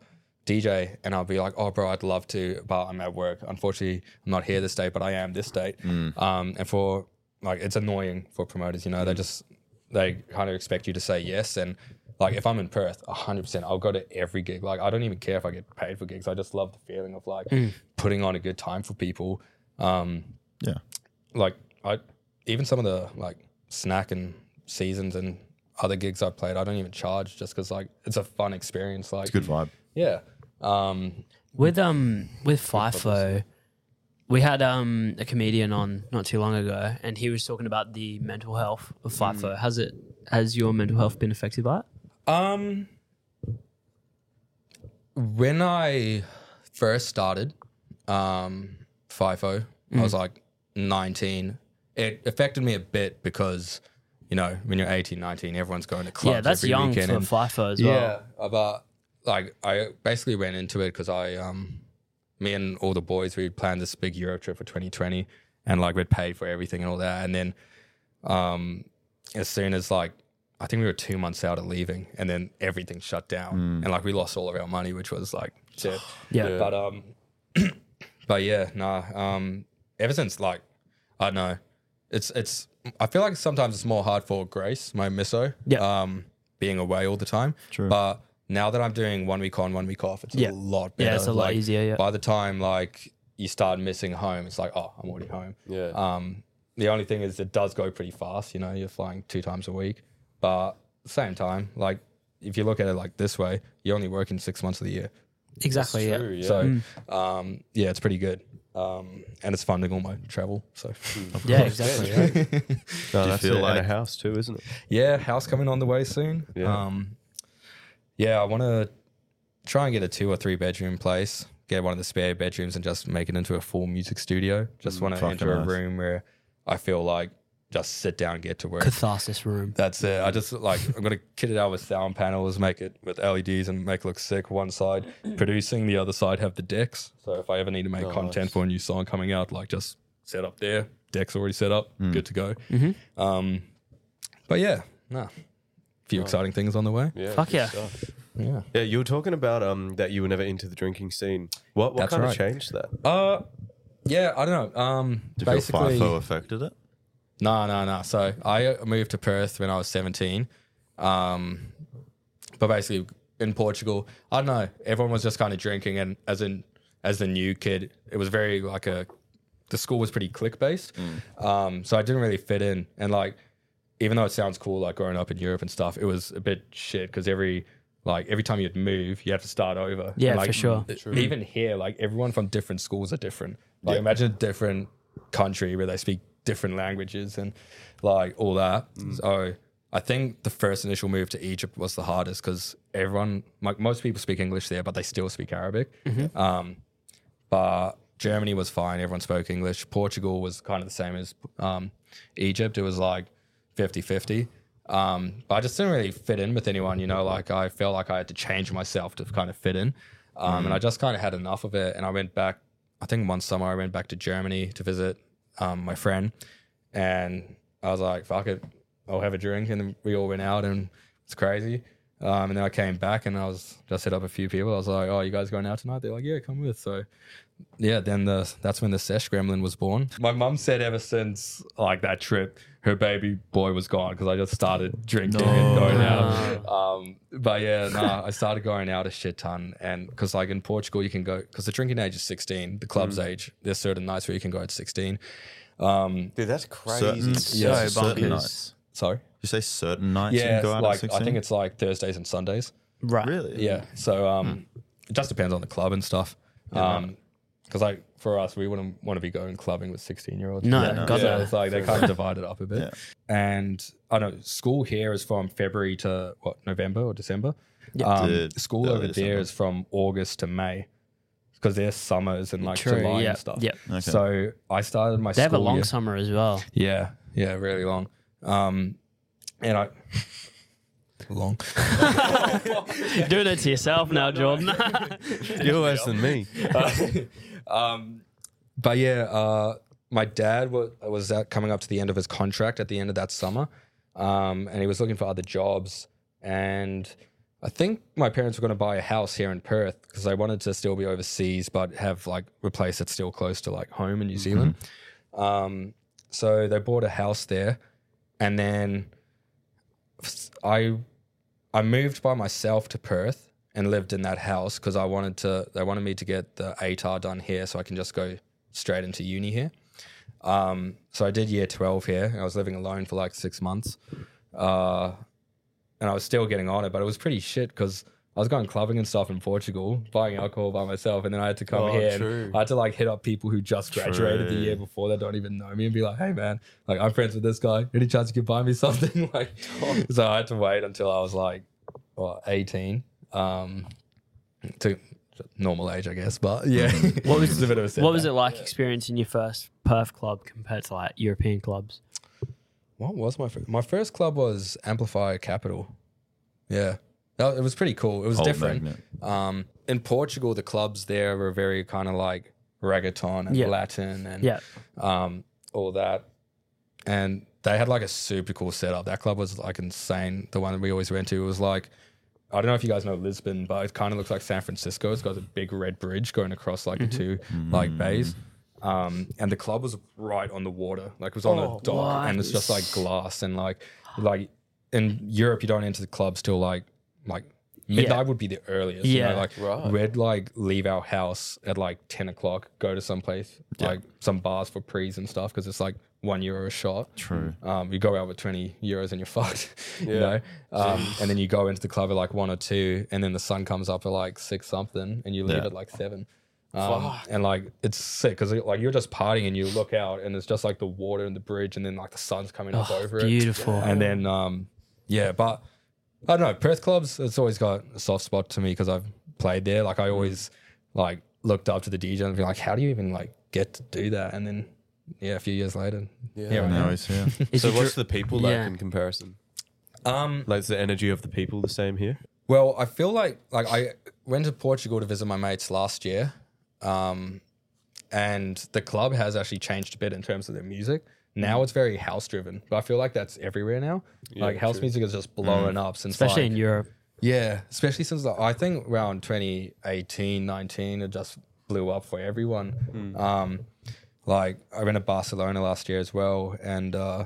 Speaker 2: DJ, and I'll be like, "Oh, bro, I'd love to, but I'm at work. Unfortunately, I'm not here this date, but I am this date." Um, and for like, it's annoying for promoters, you know, they just they kind of expect you to say yes and. Like if I'm in Perth, 100%, I'll go to every gig. Like I don't even care if I get paid for gigs. I just love the feeling of like putting on a good time for people. Um,
Speaker 4: Yeah.
Speaker 2: like I even some of the like snack and seasons and other gigs I played, I don't even charge just because like it's a fun experience. Like
Speaker 4: It's a good vibe.
Speaker 2: yeah, um,
Speaker 3: With um with FIFO, we had um a comedian on not too long ago, and he was talking about the mental health of
Speaker 2: Hmm.
Speaker 3: FIFO. Has it has your mental health been affected by it?
Speaker 2: um, when I first started, um, FIFO, I
Speaker 4: Mm.
Speaker 2: was like 19. It affected me a bit because. You know, when you're 18, 19, everyone's going to clubs.
Speaker 3: yeah, that's
Speaker 2: every
Speaker 3: young for
Speaker 2: weekend and-
Speaker 3: FIFO as well.
Speaker 2: Yeah, but like I basically went into it because I, um, me and all the boys, we planned this big Euro trip for 2020, and like we'd paid for everything and all that, and then, um, as soon as like I think we were two months out of leaving, and then everything shut down, and like we lost all of our money, which was like shit.
Speaker 3: Hmm. Yeah.
Speaker 2: But um, but yeah, nah. Um, ever since like I don't know, it's it's. I feel like sometimes it's more hard for Grace, my miso,
Speaker 3: Yeah.
Speaker 2: um, being away all the time.
Speaker 4: True.
Speaker 2: But now that I'm doing one week on, one week off, it's
Speaker 3: Yeah.
Speaker 2: a lot better.
Speaker 3: Yeah, it's a lot
Speaker 2: Like,
Speaker 3: easier, yeah.
Speaker 2: By the time like you start missing home, it's like oh, I'm already home.
Speaker 1: Yeah.
Speaker 2: Um, the only thing is it does go pretty fast. You know, you're flying two times a week, but same time, like if you look at it like this way, you're only working six months of the year.
Speaker 3: exactly. Yeah.
Speaker 1: True, yeah.
Speaker 3: Hmm.
Speaker 2: So, um, yeah, it's pretty good. Um, and it's funding all my travel. So,
Speaker 1: Hmm.
Speaker 3: Yeah, exactly. yeah.
Speaker 1: No,
Speaker 4: you
Speaker 1: that's
Speaker 4: feel
Speaker 1: it. and
Speaker 4: like-
Speaker 1: a house too, isn't it?
Speaker 2: yeah, house coming on the way soon.
Speaker 1: Yeah.
Speaker 2: Um, yeah, I want to try and get a two or three bedroom place, get one of the spare bedrooms and just make it into a full music studio. Just want to
Speaker 4: Mm, fucking
Speaker 2: enter a
Speaker 4: nice.
Speaker 2: room where I feel like just sit down and get to work.
Speaker 3: Catharsis room.
Speaker 2: That's it. I just like I'm gonna kit it out with sound panels, make it with LEDs, and make it look sick. One side producing, the other side have the decks. So if I ever need to make content for a new song coming out, like just set up there. Decks already set up, good to go. Um, but yeah, nah, few exciting things on the way.
Speaker 1: Yeah,
Speaker 3: Fuck
Speaker 1: good
Speaker 3: yeah.
Speaker 1: stuff.
Speaker 2: Yeah.
Speaker 1: Yeah, you were talking about um that you were never into the drinking scene. What what
Speaker 2: That's
Speaker 1: kind
Speaker 2: right.
Speaker 1: of changed that?
Speaker 2: Uh, yeah. I don't know. Um,
Speaker 4: Did
Speaker 2: basically,
Speaker 4: your FIFO affected it?
Speaker 2: No, no, no. So I uh, moved to Perth when I was 17. Um, but basically in Portugal, I don't know, everyone was just kind of drinking and as in as the new kid, it was very like a the school was pretty clique based. Um, so I didn't really fit in and like even though it sounds cool like growing up in Europe and stuff, it was a bit shit cuz every like every time you'd move, you have to start over.
Speaker 3: Yeah,
Speaker 2: And, like, e-,
Speaker 3: for sure.
Speaker 2: Even here, like everyone from different schools are different. Like imagine a different country where they speak different languages and like all that. So I think the first initial move to Egypt was the hardest because everyone, like most people speak English there, but they still speak Arabic.
Speaker 3: Mm-hmm.
Speaker 2: Um, but Germany was fine. Everyone spoke English. Portugal was kind of the same as um, Egypt. It was like 50 50. Um, but I just didn't really fit in with anyone, you know, like I felt like I had to change myself to kind of fit in. Um, And I just kind of had enough of it. And I went back, I think one summer I went back to Germany to visit um, my friend. And I was like, fuck it, I'll have a drink. And then we all went out and it's crazy. Um, and then I came back and I was just hit up a few people. I was like, oh, you guys going out tonight? They're like, yeah, come with. So yeah, then the that's when the sesh gremlin was born. My mum said ever since like that trip, her baby boy was gone because I just started drinking and going out. Um, but yeah, nah, I started going out a shit ton, and because like in Portugal you can go because the drinking age is sixteen, the club's
Speaker 4: Mm.
Speaker 2: age. There's certain nights where you can go at sixteen. Um,
Speaker 1: Dude, that's crazy.
Speaker 4: Certain,
Speaker 2: Mm.
Speaker 3: so
Speaker 4: certain
Speaker 3: bonkers.
Speaker 4: nights.
Speaker 2: sorry.
Speaker 4: You say certain nights you
Speaker 2: Yeah,
Speaker 4: can go out
Speaker 2: like
Speaker 4: at
Speaker 2: I
Speaker 4: 16?
Speaker 2: think it's like Thursdays and Sundays.
Speaker 3: Right.
Speaker 4: really
Speaker 2: Yeah. So um,
Speaker 3: Hmm.
Speaker 2: it just depends on the club and stuff. Um, because like for us, we wouldn't want to be going clubbing with sixteen year olds.
Speaker 3: No, God
Speaker 2: yeah,
Speaker 3: no.
Speaker 2: it's like they kind of divide it up a bit.
Speaker 4: Yeah.
Speaker 2: And I know school here is from February to what November or December. Um,
Speaker 4: Dude,
Speaker 2: school
Speaker 4: early
Speaker 2: over there
Speaker 4: December.
Speaker 2: is from August to May because their summers and like July
Speaker 3: Yeah.
Speaker 2: and stuff.
Speaker 3: Yeah.
Speaker 4: Okay.
Speaker 2: So I started my
Speaker 3: They
Speaker 2: school
Speaker 3: have a long
Speaker 2: year-
Speaker 3: summer as well.
Speaker 2: yeah, yeah, really long. Um, and I long.
Speaker 3: You're doing it to yourself now, Jordan.
Speaker 1: You're worse than me.
Speaker 2: um, but yeah, uh, my dad was was at, coming up to the end of his contract at the end of that summer, um, and he was looking for other jobs. And I think my parents were going to buy a house here in Perth because they wanted to still be overseas, but have like a place that's still close to like home in New Zealand. Um, so they bought a house there, and then I I moved by myself to Perth and lived in that house because I wanted to. They wanted me to get the ATAR done here, so I can just go straight into uni here. Um, so I did year twelve here. And I was living alone for like six months, uh, and I was still getting on it, but it was pretty shit because. I was going clubbing and stuff in Portugal, buying alcohol by myself, and then I had to come
Speaker 1: Oh,
Speaker 2: here. and
Speaker 1: true.
Speaker 2: I had to like hit up people who just graduated the
Speaker 4: True.
Speaker 2: year before that don't even know me and be like, "Hey, man, like I'm friends with this guy. Any chance you could buy me something?" like, so I had to wait until I was like what, 18 um to normal age i guess but yeah what was a bit of a
Speaker 3: Mm-hmm. what was it like experiencing your first Perth club compared to like European clubs?
Speaker 2: what was my first my first club was amplifier capital yeah That- it was pretty cool it was
Speaker 4: Old
Speaker 2: different
Speaker 4: magnet.
Speaker 2: um in portugal the clubs there were very kind of like reggaeton and
Speaker 3: Yeah.
Speaker 2: latin and
Speaker 3: Yeah.
Speaker 2: um, all that. And they had like a super cool setup. That club was like insane. The one we always went to it was like, I don't know if you guys know Lisbon, but it kind of looks like San Francisco. It's got a big red bridge going across like the two like bays. Um, and the club was right on the water, like it was on a dock, and it's just like glass and like, like in Europe you don't enter the clubs till like like midnight would be the earliest. Yeah,
Speaker 3: Yeah.
Speaker 2: like we'd like leave our house at like ten o'clock, go to some place like some bars for prees and stuff because it's like one euro a shot.
Speaker 4: True.
Speaker 2: Um, you go out with twenty euros and you're fucked, you know. Um, and then you go into the club at like one or two, and then the sun comes up at like six something, and you leave
Speaker 4: Yeah.
Speaker 2: at like seven. Um, and like it's sick because like you're just partying and you look out and it's just like the water and the bridge and then like the sun's coming up over it
Speaker 3: Oh, Beautiful.
Speaker 2: and then um yeah but i don't know perth clubs it's always got a soft spot to me because i've played there. Like I always like looked up to the DJ and be like, how do you even like get to do that? And then yeah, a few years later, yeah, here I
Speaker 4: No,
Speaker 2: am.
Speaker 4: it's, yeah.
Speaker 3: Is
Speaker 1: So
Speaker 3: your
Speaker 1: what's
Speaker 3: dr-
Speaker 1: the people like
Speaker 3: Yeah.
Speaker 1: in comparison?
Speaker 2: um,
Speaker 1: Like, is the energy of the people the same here?
Speaker 2: Well, I feel like like I went to Portugal to visit my mates last year, um, and the club has actually changed a bit in terms of their music. Now it's very house driven, but I feel like that's everywhere now. like house music is just blowing up since
Speaker 3: especially
Speaker 2: like-
Speaker 3: in Europe?
Speaker 2: yeah, especially since like, I think around 2018, 19, it just blew up for everyone. Um, like I went to Barcelona last year as well, and uh,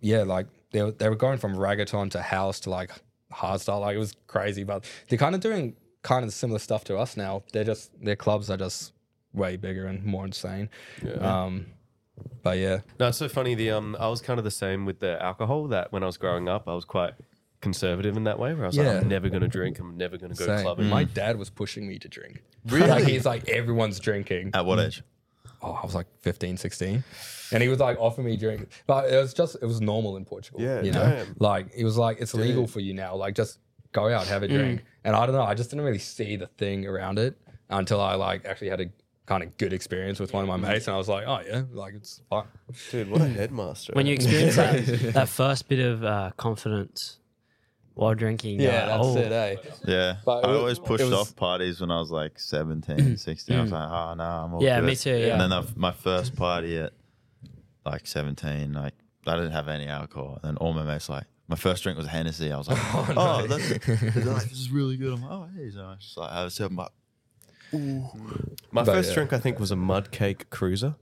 Speaker 2: yeah, like they were, they were going from reggaeton to house to like hardstyle. Like it was crazy, but they're kind of doing kind of similar stuff to us now. They're just their clubs are just way bigger and more insane. Um, but yeah,
Speaker 1: No, it's so funny. The um, I was kind of the same with the alcohol. That when I was growing up, I was quite conservative in that way. Where I was
Speaker 2: Yeah.
Speaker 1: like, I'm never going to drink. I'm never going to go
Speaker 2: same.
Speaker 1: clubbing.
Speaker 2: my dad was pushing me to drink. Really? like he's like everyone's drinking.
Speaker 4: At what age?
Speaker 2: oh, I was like 15, 16. And he was like offering me drink. But it was just, it was normal in Portugal.
Speaker 1: Yeah,
Speaker 2: You know,
Speaker 1: damn.
Speaker 2: like it was like, it's legal for you now. Like just go out, have a drink. And I don't know, I just didn't really see the thing around it until I like actually had a kind of good experience with one of my mates. And I was like, oh yeah, like it's fine.
Speaker 1: Dude, what a headmaster!
Speaker 3: When you experience that, that first bit of uh, confidence while drinking, you're like, oh,
Speaker 2: eh?
Speaker 4: Yeah.
Speaker 2: But it
Speaker 4: I
Speaker 2: was-
Speaker 4: always pushed
Speaker 2: it was-
Speaker 4: off parties when I was like 17, 16. I was like, oh, no, I'm all
Speaker 3: Mm. Yeah,
Speaker 4: good."
Speaker 3: me too, yeah.
Speaker 4: And then I've, my first party at like 17, like I didn't have any alcohol. And then all my mates, like, my first drink was Hennessy. I was like, oh, that's, they're like, this is really good. I'm like, oh, hey. So I just like, I was seven, but
Speaker 1: my
Speaker 2: But
Speaker 1: first
Speaker 2: yeah.
Speaker 1: drink, I think, was a mud cake cruiser.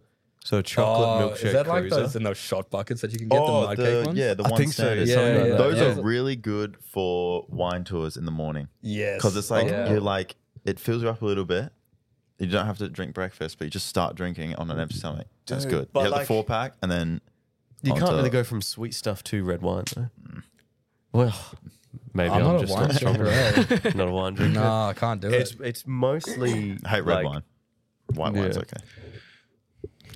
Speaker 1: So a chocolate milkshake
Speaker 2: Oh, is that like
Speaker 1: cruiser.
Speaker 2: those in those shot buckets that you can get the mud cake ones?
Speaker 4: "Oh, yeah, the
Speaker 1: I
Speaker 4: one
Speaker 1: think so,
Speaker 4: standard.
Speaker 1: yeah,
Speaker 4: something like
Speaker 2: yeah,
Speaker 4: that. Those
Speaker 2: yeah.
Speaker 4: are really good for wine tours in the morning.
Speaker 2: yes.
Speaker 4: because it's like
Speaker 2: Oh, yeah.
Speaker 4: you're like it fills you up a little bit. You don't have to drink breakfast, but you just start drinking on an empty stomach. That's
Speaker 1: Dude,
Speaker 4: good.
Speaker 1: but
Speaker 4: You have
Speaker 1: like-
Speaker 4: the four pack, and then
Speaker 1: you can't
Speaker 4: onto-
Speaker 1: really go from sweet stuff to red wine. Though. Well, maybe
Speaker 2: I'm
Speaker 1: Mm. I'm,
Speaker 2: not a
Speaker 1: just
Speaker 2: wine
Speaker 1: not strong
Speaker 2: drinker, eh?
Speaker 1: enough. Not a wine drinker.
Speaker 2: Nah, I can't do
Speaker 1: It's
Speaker 2: it.
Speaker 1: it's mostly
Speaker 4: I hate red
Speaker 1: like-
Speaker 4: wine. White wine's
Speaker 1: Yeah.
Speaker 4: okay.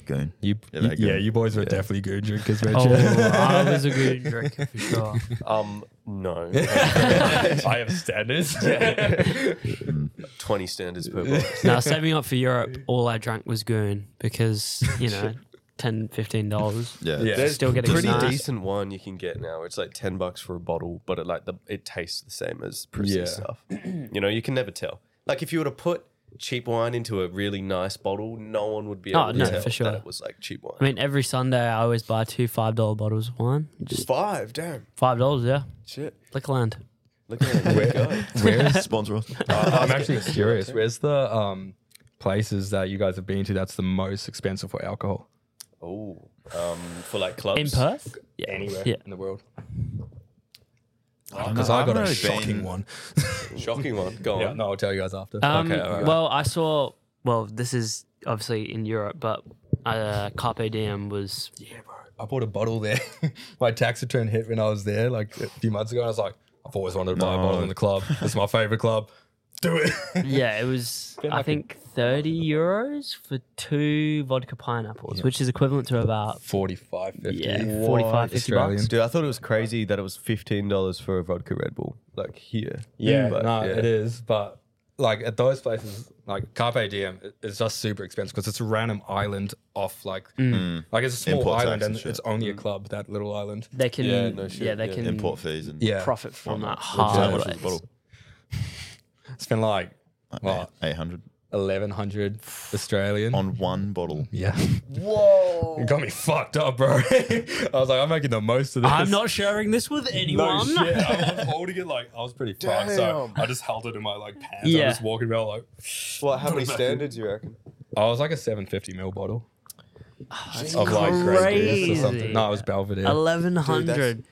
Speaker 4: Goon.
Speaker 2: You,
Speaker 4: Yeah, they're
Speaker 2: yeah,
Speaker 4: good.
Speaker 2: you boys were definitely good drinkers, weren't
Speaker 3: oh,
Speaker 2: you?
Speaker 3: I was a good drinker for sure.
Speaker 1: Um, no,
Speaker 2: I have standards.
Speaker 3: Mm.
Speaker 1: twenty standards per bottle.
Speaker 3: Now, saving up for Europe, all I drank was goon because, you know, 10 $15.
Speaker 4: Yeah.
Speaker 2: Yeah.
Speaker 1: There's
Speaker 3: Still getting
Speaker 1: pretty
Speaker 3: nice.
Speaker 1: decent wine you can get now. It's like ten bucks for a bottle, but it like the it tastes the same as prissy
Speaker 2: Yeah.
Speaker 1: stuff. You know, you can never tell. Like if you were to put cheap wine into a really nice bottle, no one would be able
Speaker 3: Oh,
Speaker 1: to
Speaker 3: no,
Speaker 1: tell
Speaker 3: for sure.
Speaker 1: that it was like cheap wine.
Speaker 3: I mean, every Sunday I always buy two $5 bottles of wine. Just
Speaker 1: Five, damn,
Speaker 3: $5, yeah.
Speaker 1: shit.
Speaker 3: Lickland.
Speaker 1: Look at that. Where go?
Speaker 2: Where is,
Speaker 4: Sponsor us.
Speaker 2: I'm actually curious. Where's the um, places that you guys have been to that's the most expensive for alcohol?
Speaker 1: Oh, um, for like clubs
Speaker 3: In Perth? Yeah.
Speaker 2: Anywhere
Speaker 3: Yeah.
Speaker 2: in the world.
Speaker 4: I
Speaker 2: Because I got a shocking
Speaker 4: been,
Speaker 2: one.
Speaker 1: Shocking one. Go on.
Speaker 2: Yeah, no, I'll tell you guys after.
Speaker 3: Um,
Speaker 1: Okay, all right.
Speaker 3: Well, I saw, well, this is obviously in Europe, but uh, Carpe Diem was
Speaker 2: I bought a bottle there. my tax return hit when I was there like a few months ago. And I was like, I've always wanted to buy a bottle in the club. It's my favorite club. Do it.
Speaker 3: Yeah, it was. I
Speaker 2: like a-
Speaker 3: think thirty euros for two vodka pineapples, which is equivalent to about
Speaker 2: 45, 50.
Speaker 3: yeah forty-five, fifty
Speaker 2: Australian.
Speaker 3: bucks.
Speaker 1: Dude, I thought it was crazy that it was fifteen dollars for a vodka Red Bull, like here.
Speaker 2: Yeah,
Speaker 1: But,
Speaker 2: no,
Speaker 1: yeah.
Speaker 2: it is. But like at those places, like Carpe Diem, it- it's just super expensive because it's a random island off like like it's a small
Speaker 4: Mm. Import tax
Speaker 2: island
Speaker 4: and
Speaker 2: and
Speaker 4: shit.
Speaker 2: it's only a club that little island.
Speaker 3: They can, yeah,
Speaker 1: Yeah, no shit,
Speaker 3: they
Speaker 1: yeah.
Speaker 3: can
Speaker 4: import fees and
Speaker 2: Yeah,
Speaker 3: profit from that
Speaker 4: Is that
Speaker 3: hard.
Speaker 4: what it
Speaker 3: rates.
Speaker 4: is? Bottle.
Speaker 2: it's been like
Speaker 4: Like
Speaker 2: Well,
Speaker 4: eight hundred
Speaker 2: eleven hundred Australian.
Speaker 4: on one bottle.
Speaker 2: yeah. Whoa. It got me fucked up, bro. I was like, I'm making the most of this.
Speaker 3: I'm not sharing this with
Speaker 2: No
Speaker 3: anyone.
Speaker 2: shit. I was holding it like I was pretty fucked, so I just held it in my like pants. I
Speaker 3: Yeah.
Speaker 2: was just walking around like
Speaker 1: What? How many standards you reckon?
Speaker 2: I was like a 750 mil bottle of
Speaker 3: crazy.
Speaker 2: Grey Goose or something. No, it was Belvedere.
Speaker 3: Eleven hundred.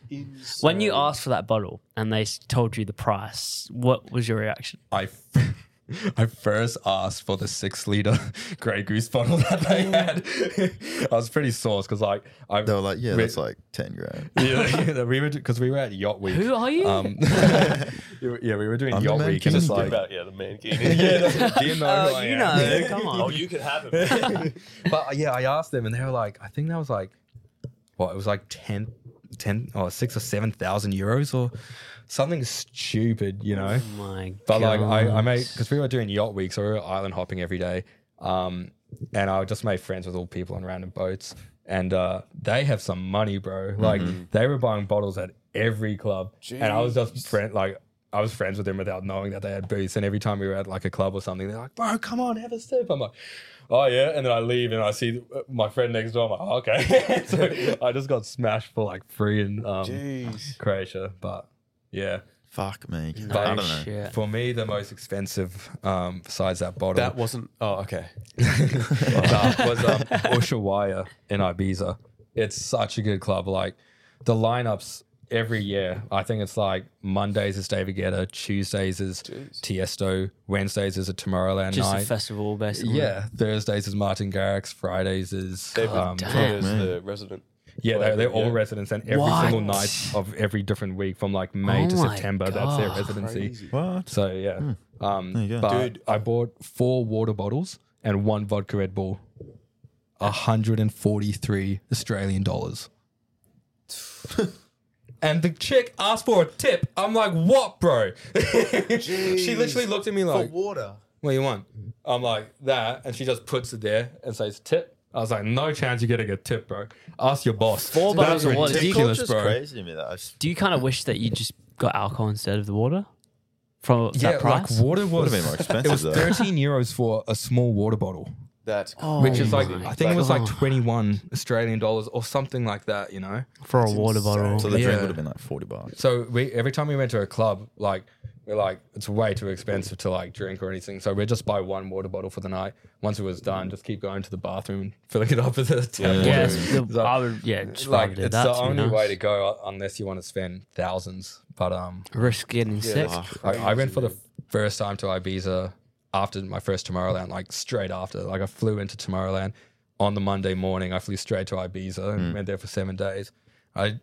Speaker 3: When you asked for that bottle and they s- told you the price, what was your reaction?
Speaker 2: I, f- I first asked for the six liter Grey Goose bottle that they had. I was pretty sauce because like I
Speaker 4: They were like, yeah,
Speaker 2: we-
Speaker 4: that's like ten grand.
Speaker 2: yeah, we were because we were at yacht week.
Speaker 3: Who are you?
Speaker 2: Um, yeah, we were doing
Speaker 4: I'm the
Speaker 2: yacht
Speaker 4: man
Speaker 2: week and it's
Speaker 4: king.
Speaker 2: like,
Speaker 1: About yeah, the man king.
Speaker 2: yeah, that's- do you know? who
Speaker 3: Oh,
Speaker 2: I
Speaker 3: you
Speaker 2: am?
Speaker 3: know, come
Speaker 2: Oh,
Speaker 3: on.
Speaker 1: you can have it. man.
Speaker 2: but uh, yeah, I asked them and they were like, I think that was like, what it was like ten ten or six or seven thousand euros or something stupid, you know.
Speaker 3: Oh my
Speaker 2: But like I, I
Speaker 3: God.
Speaker 2: made because we were doing yacht week, so we were island hopping every day. Um, and I just made friends with all people on random boats, and uh, they have some money, bro. Like they were buying bottles at every club, and I was just friend like. I was friends with them without knowing that they had booths, and every time we were at like a club or something, they're like, "Bro, come on, have a sip." I'm like, "Oh yeah," and then I leave and I see uh, my friend next door. I'm like, oh, "Okay," so I just got smashed for like free in um,
Speaker 1: Jeez.
Speaker 2: Croatia, but yeah,
Speaker 4: Fuck me.
Speaker 2: But
Speaker 4: I don't know.
Speaker 3: shit.
Speaker 2: For me, the most expensive, um, besides that bottle,
Speaker 1: That wasn't. Oh, okay.
Speaker 2: uh, was um, Ushuaia in Ibiza. It's such a good club. Like the lineups every year, I think it's like Mondays is David Guetta, Tuesdays is Tiesto, Wednesdays is a Tomorrowland
Speaker 3: Just
Speaker 2: night.
Speaker 3: a festival, basically.
Speaker 2: yeah, Thursdays is Martin Garrix, Fridays is
Speaker 1: David
Speaker 2: um,
Speaker 1: Tennant is
Speaker 4: Fuck, man.
Speaker 1: the resident.
Speaker 2: yeah, they're, they're all
Speaker 1: Yeah.
Speaker 2: residents, and every
Speaker 3: What?
Speaker 2: single night of every different week from like May
Speaker 3: Oh
Speaker 2: to
Speaker 3: my
Speaker 2: September, that's their
Speaker 3: God.
Speaker 2: residency.
Speaker 4: What?
Speaker 2: So yeah, um,
Speaker 4: Hmm. you go.
Speaker 2: but
Speaker 1: Dude.
Speaker 2: I bought four water bottles and one vodka Red Bull, hundred and forty-three Australian dollars. and the chick asked for a tip. I'm like, what, bro? she literally looked at me like,
Speaker 5: Water.
Speaker 2: what do you want? I'm like, that. And she just puts it there and says, tip. I was like, no chance you're getting a tip, bro. Ask your boss.
Speaker 3: Four bottles of water. Do you,
Speaker 2: ridiculous, bro.
Speaker 4: crazy to me. That I s-
Speaker 3: do you kind of wish that you just got alcohol instead of the water? From that price?
Speaker 2: like water was,
Speaker 4: been more
Speaker 2: it
Speaker 4: expensive,
Speaker 2: was
Speaker 4: though.
Speaker 2: 13 euros for a small water bottle.
Speaker 1: That's
Speaker 2: which is like
Speaker 3: my
Speaker 2: I think it was like
Speaker 3: God.
Speaker 2: twenty one Australian dollars or something like that, you know.
Speaker 3: for a water bottle.
Speaker 4: So the
Speaker 2: Yeah.
Speaker 4: drink would have been like 40 bucks.
Speaker 2: So we every time we went to a club, like we're like it's way too expensive to like drink or anything. So we'd just buy one water bottle for the night. Once it was done, just keep going to the bathroom and filling it up with the tap. water.
Speaker 3: yes, the,
Speaker 2: So,
Speaker 3: I would. Yeah, just
Speaker 2: like
Speaker 3: probably do
Speaker 2: it's
Speaker 3: that,
Speaker 2: the
Speaker 3: to be
Speaker 2: only
Speaker 3: honest.
Speaker 2: way to go uh, unless you want to spend thousands. But um,
Speaker 3: risk getting sick.
Speaker 2: I, I went for the first time to Ibiza after my first Tomorrowland, like straight after. Like I flew into Tomorrowland on the Monday morning. I flew straight to Ibiza and went there for seven days. I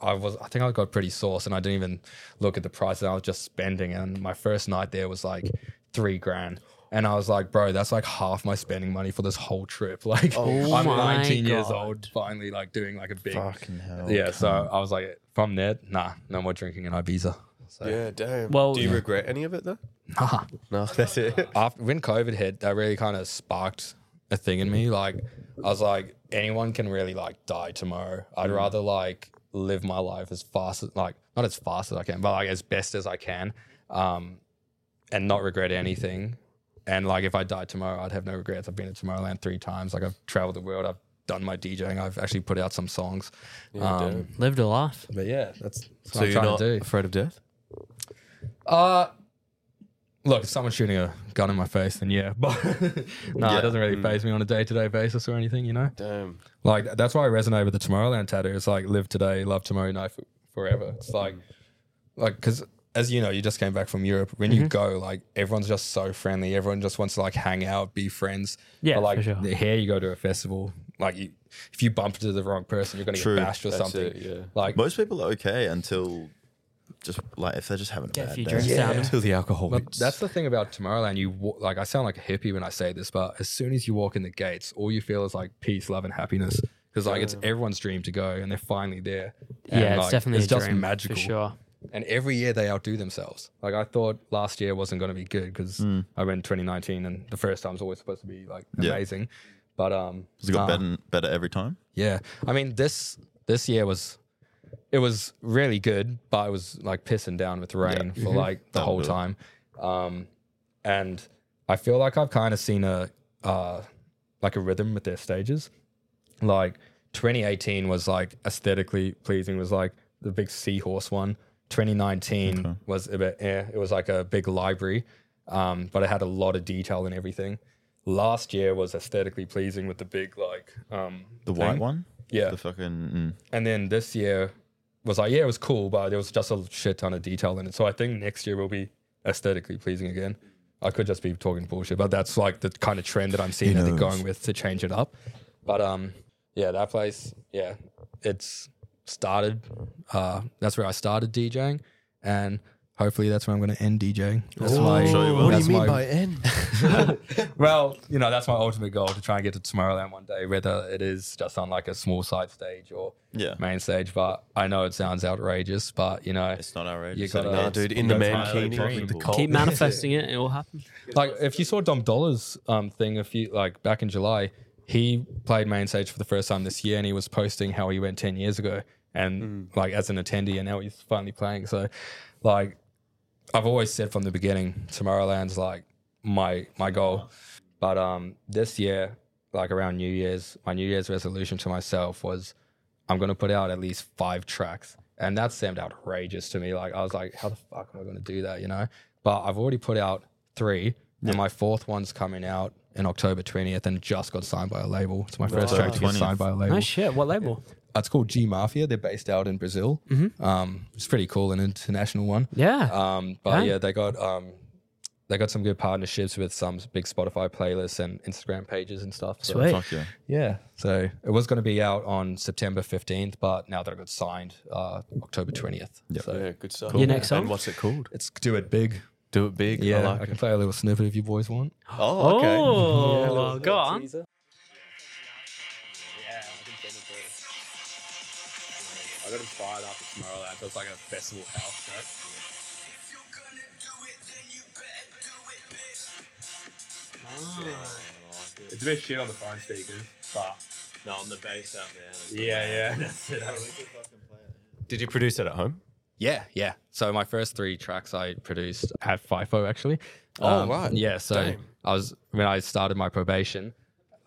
Speaker 2: I was I think I got pretty sauce and I didn't even look at the price and I was just spending and my first night there was like three grand. And I was like, bro, that's like half my spending money for this whole trip. Like I'm
Speaker 3: my
Speaker 2: 19 years
Speaker 3: God.
Speaker 2: old, finally like doing like a big
Speaker 4: Fucking hell.
Speaker 2: Yeah, so I was like from there, nah, no more drinking in Ibiza. So
Speaker 1: yeah. Damn.
Speaker 3: Well-
Speaker 1: do you regret any of it though?
Speaker 2: nah.
Speaker 1: No, that's it.
Speaker 2: after when COVID hit, that really kind of sparked a thing in me. Like I was like, anyone can really like die tomorrow. I'd rather like live my life as fast as like not as fast as I can, but like as best as I can, um, and not regret anything. And like if I died tomorrow, I'd have no regrets. I've been to Tomorrowland three times. Like I've traveled the world. I've done my DJing. I've actually put out some songs. um,
Speaker 3: Lived a life.
Speaker 2: but yeah, that's, that's what
Speaker 1: so
Speaker 2: I'm
Speaker 1: you're
Speaker 2: trying
Speaker 1: not
Speaker 2: to do.
Speaker 1: afraid of death?
Speaker 2: Uh look, if someone's shooting a gun in my face, then yeah. But no, it doesn't really phase me on a day to day basis or anything, you know?
Speaker 1: Damn.
Speaker 2: Like th- that's why I resonate with the Tomorrowland tattoo. It's like live today, love tomorrow, night f- forever. It's like like because as you know, you just came back from Europe. When
Speaker 3: Mm-hmm.
Speaker 2: you go, like everyone's just so friendly. Everyone just wants to like hang out, be friends.
Speaker 3: Yeah,
Speaker 2: but, like
Speaker 3: for sure.
Speaker 2: here, you go to a festival. Like you, if you bump into the wrong person, you're gonna
Speaker 4: True,
Speaker 2: get bashed or
Speaker 1: that's
Speaker 2: something.
Speaker 1: it, yeah.
Speaker 2: Like
Speaker 4: Most people are okay until just like if they're just having a
Speaker 3: Get a
Speaker 4: bad
Speaker 3: few
Speaker 4: day.
Speaker 3: drinks down.
Speaker 1: To the alcoholics.
Speaker 2: That's the thing about Tomorrowland. You wa- like, I sound like a hippie when I say this, but as soon as you walk in the gates, all you feel is like peace, love, and happiness. Because like it's everyone's dream to go, and they're finally there. And,
Speaker 3: yeah,
Speaker 2: like,
Speaker 3: it's definitely
Speaker 2: it's
Speaker 3: a
Speaker 2: just
Speaker 3: dream,
Speaker 2: magical. Oh,
Speaker 3: for sure.
Speaker 2: And every year they outdo themselves. Like I thought last year wasn't going to be good because
Speaker 3: Mm.
Speaker 2: I went 2019, and the first time's always supposed to be like
Speaker 4: Yeah.
Speaker 2: amazing. But um,
Speaker 4: Has it got
Speaker 2: nah.
Speaker 4: better, better every time?
Speaker 2: Yeah, I mean this this year was it was really good, but it was like pissing down with rain for like the
Speaker 4: That'll
Speaker 2: whole
Speaker 4: do it.
Speaker 2: time, um, and I feel like I've kind of seen a uh, like a rhythm with their stages. Like 2018 was like aesthetically pleasing, was like the big seahorse one. 2019 was a bit, eh, it was like a big library, um, but it had a lot of detail and everything. Last year was aesthetically pleasing with the big like um,
Speaker 4: The white
Speaker 2: thing.
Speaker 4: one?
Speaker 2: Yeah.
Speaker 4: The fucking. mm.
Speaker 2: And then this year was like, yeah, it was cool, but there was just a shit ton of detail in it. So I think next year will be aesthetically pleasing again. I could just be talking bullshit, but that's like the kind of trend that I'm seeing that they're going with to change it up. But um, yeah, that place, yeah, it's started. Uh, that's where I started DJing, and hopefully that's where I'm going to end DJing. That's
Speaker 1: What
Speaker 2: my,
Speaker 1: do
Speaker 2: that's
Speaker 1: you mean
Speaker 2: my-
Speaker 1: by N?
Speaker 2: well, you know, that's my ultimate goal to try and get to Tomorrowland one day, whether it is just on like a small side stage or
Speaker 4: Yeah.
Speaker 2: main stage. But I know it sounds outrageous, but you know,
Speaker 4: It's not our
Speaker 2: You
Speaker 4: outrageous.
Speaker 2: gotta-
Speaker 1: Nah,
Speaker 2: It's-
Speaker 1: dude, in the
Speaker 2: that's
Speaker 1: mankini,
Speaker 4: highly
Speaker 1: with the
Speaker 4: profitable.
Speaker 1: cult.
Speaker 3: Keep manifesting it, it will happen.
Speaker 2: like if you saw Dom Dollar's um thing a few like back in July, he played main stage for the first time this year, and he was posting how he went ten years ago, and
Speaker 4: Mm.
Speaker 2: like as an attendee, and now he's finally playing. So, like, I've always said from the beginning, Tomorrowland's like my my goal, but um this year, like around New Year's, my New Year's resolution to myself was I'm gonna put out at least five tracks. And that seemed outrageous to me. Like I was like, how the fuck am I gonna do that? You know? But I've already put out three. And my fourth one's coming out in October 20th and just got signed by a label. It's my first track to get
Speaker 4: 20th.
Speaker 2: signed by a label.
Speaker 3: No shit. What label?
Speaker 2: It's called G Mafia. They're based out in Brazil. Um, it's pretty cool, an international one.
Speaker 3: Yeah.
Speaker 2: Um, but
Speaker 3: Right.
Speaker 2: yeah, they got um, they got some good partnerships with some big Spotify playlists and Instagram pages and stuff. So,
Speaker 3: Sweet.
Speaker 4: Fuck yeah.
Speaker 2: yeah. So it was going to be out on September 15th, but now that I got signed, uh, October 20th. So
Speaker 1: Yeah, good stuff.
Speaker 3: Your next song?
Speaker 1: And what's it called?
Speaker 2: it's do it big.
Speaker 1: Do it big. I
Speaker 2: Yeah, I,
Speaker 1: like
Speaker 2: can
Speaker 1: it.
Speaker 2: play a little snippet if you boys want.
Speaker 1: Oh, okay.
Speaker 3: Oh, go on.
Speaker 2: I got fired up tomorrow. That was like a festival house
Speaker 6: Ah.
Speaker 2: It's a bit shit on the phone speakers, but
Speaker 6: No, on the bass out there.
Speaker 2: yeah, yeah.
Speaker 1: Did you produce it at home?
Speaker 2: Yeah, yeah. So my first three tracks I produced at FIFO actually.
Speaker 1: Oh,
Speaker 2: Um,
Speaker 1: right.
Speaker 2: Yeah. So I was when I started my probation.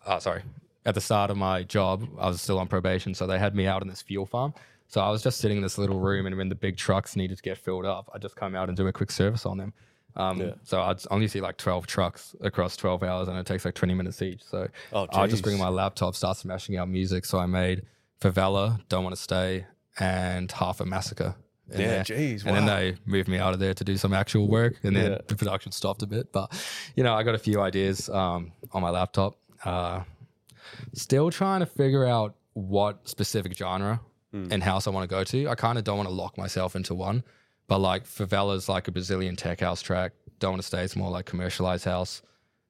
Speaker 2: Oh, sorry. At the start of my job, I was still on probation, so they had me out in this fuel farm. So I was just sitting in this little room, and when the big trucks needed to get filled up, I just come out and do a quick service on them. Um, So I'd only see like twelve trucks across twelve hours, and it takes like twenty minutes each. So
Speaker 1: Oh,
Speaker 2: I just
Speaker 1: jeez.
Speaker 2: bring my laptop, start smashing out music. So I made Favela, Don't Want to Stay, and Half a Massacre. in
Speaker 1: Yeah,
Speaker 2: there.
Speaker 1: jeez,
Speaker 2: And then
Speaker 1: wow.
Speaker 2: they moved me out of there to do some actual work, and then the production stopped a bit. But you know, I got a few ideas um, on my laptop. Uh, still trying to figure out what specific genre
Speaker 1: Hmm.
Speaker 2: and house I want to go to. I kind of don't want to lock myself into one, but like Favela's like a Brazilian tech house track. Don't want to stay. It's more like commercialized house.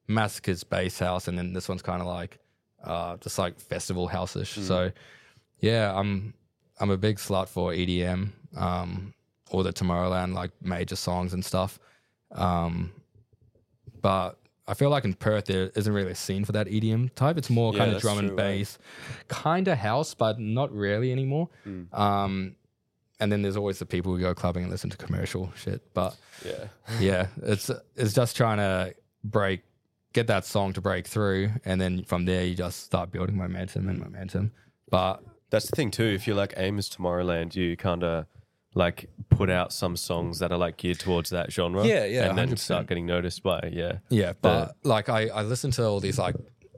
Speaker 2: Massacre's bass house, and then this one's kind of like uh, just like festival
Speaker 1: Hmm.
Speaker 2: house-ish. So yeah, I'm I'm a big slut for EDM, um, all the Tomorrowland like major songs and stuff. Um, but I feel like in Perth there isn't really a scene for that EDM type. It's more kind of
Speaker 1: that's
Speaker 2: drum and
Speaker 1: true, right?
Speaker 2: bass, kind of house, but not really anymore.
Speaker 1: Hmm.
Speaker 2: Um, and then there's always the people who go clubbing and listen to commercial shit. But
Speaker 1: Yeah.
Speaker 2: yeah, it's it's just trying to break, get that song to break through, and then from there you just start building momentum and momentum. But
Speaker 1: That's the thing too. If you're like aim is Tomorrowland, you kind of like put out some songs that are like geared towards that genre.
Speaker 2: Yeah, yeah,
Speaker 1: And then
Speaker 2: 100%.
Speaker 1: start getting noticed by yeah.
Speaker 2: Yeah, but like I, I listen to all these like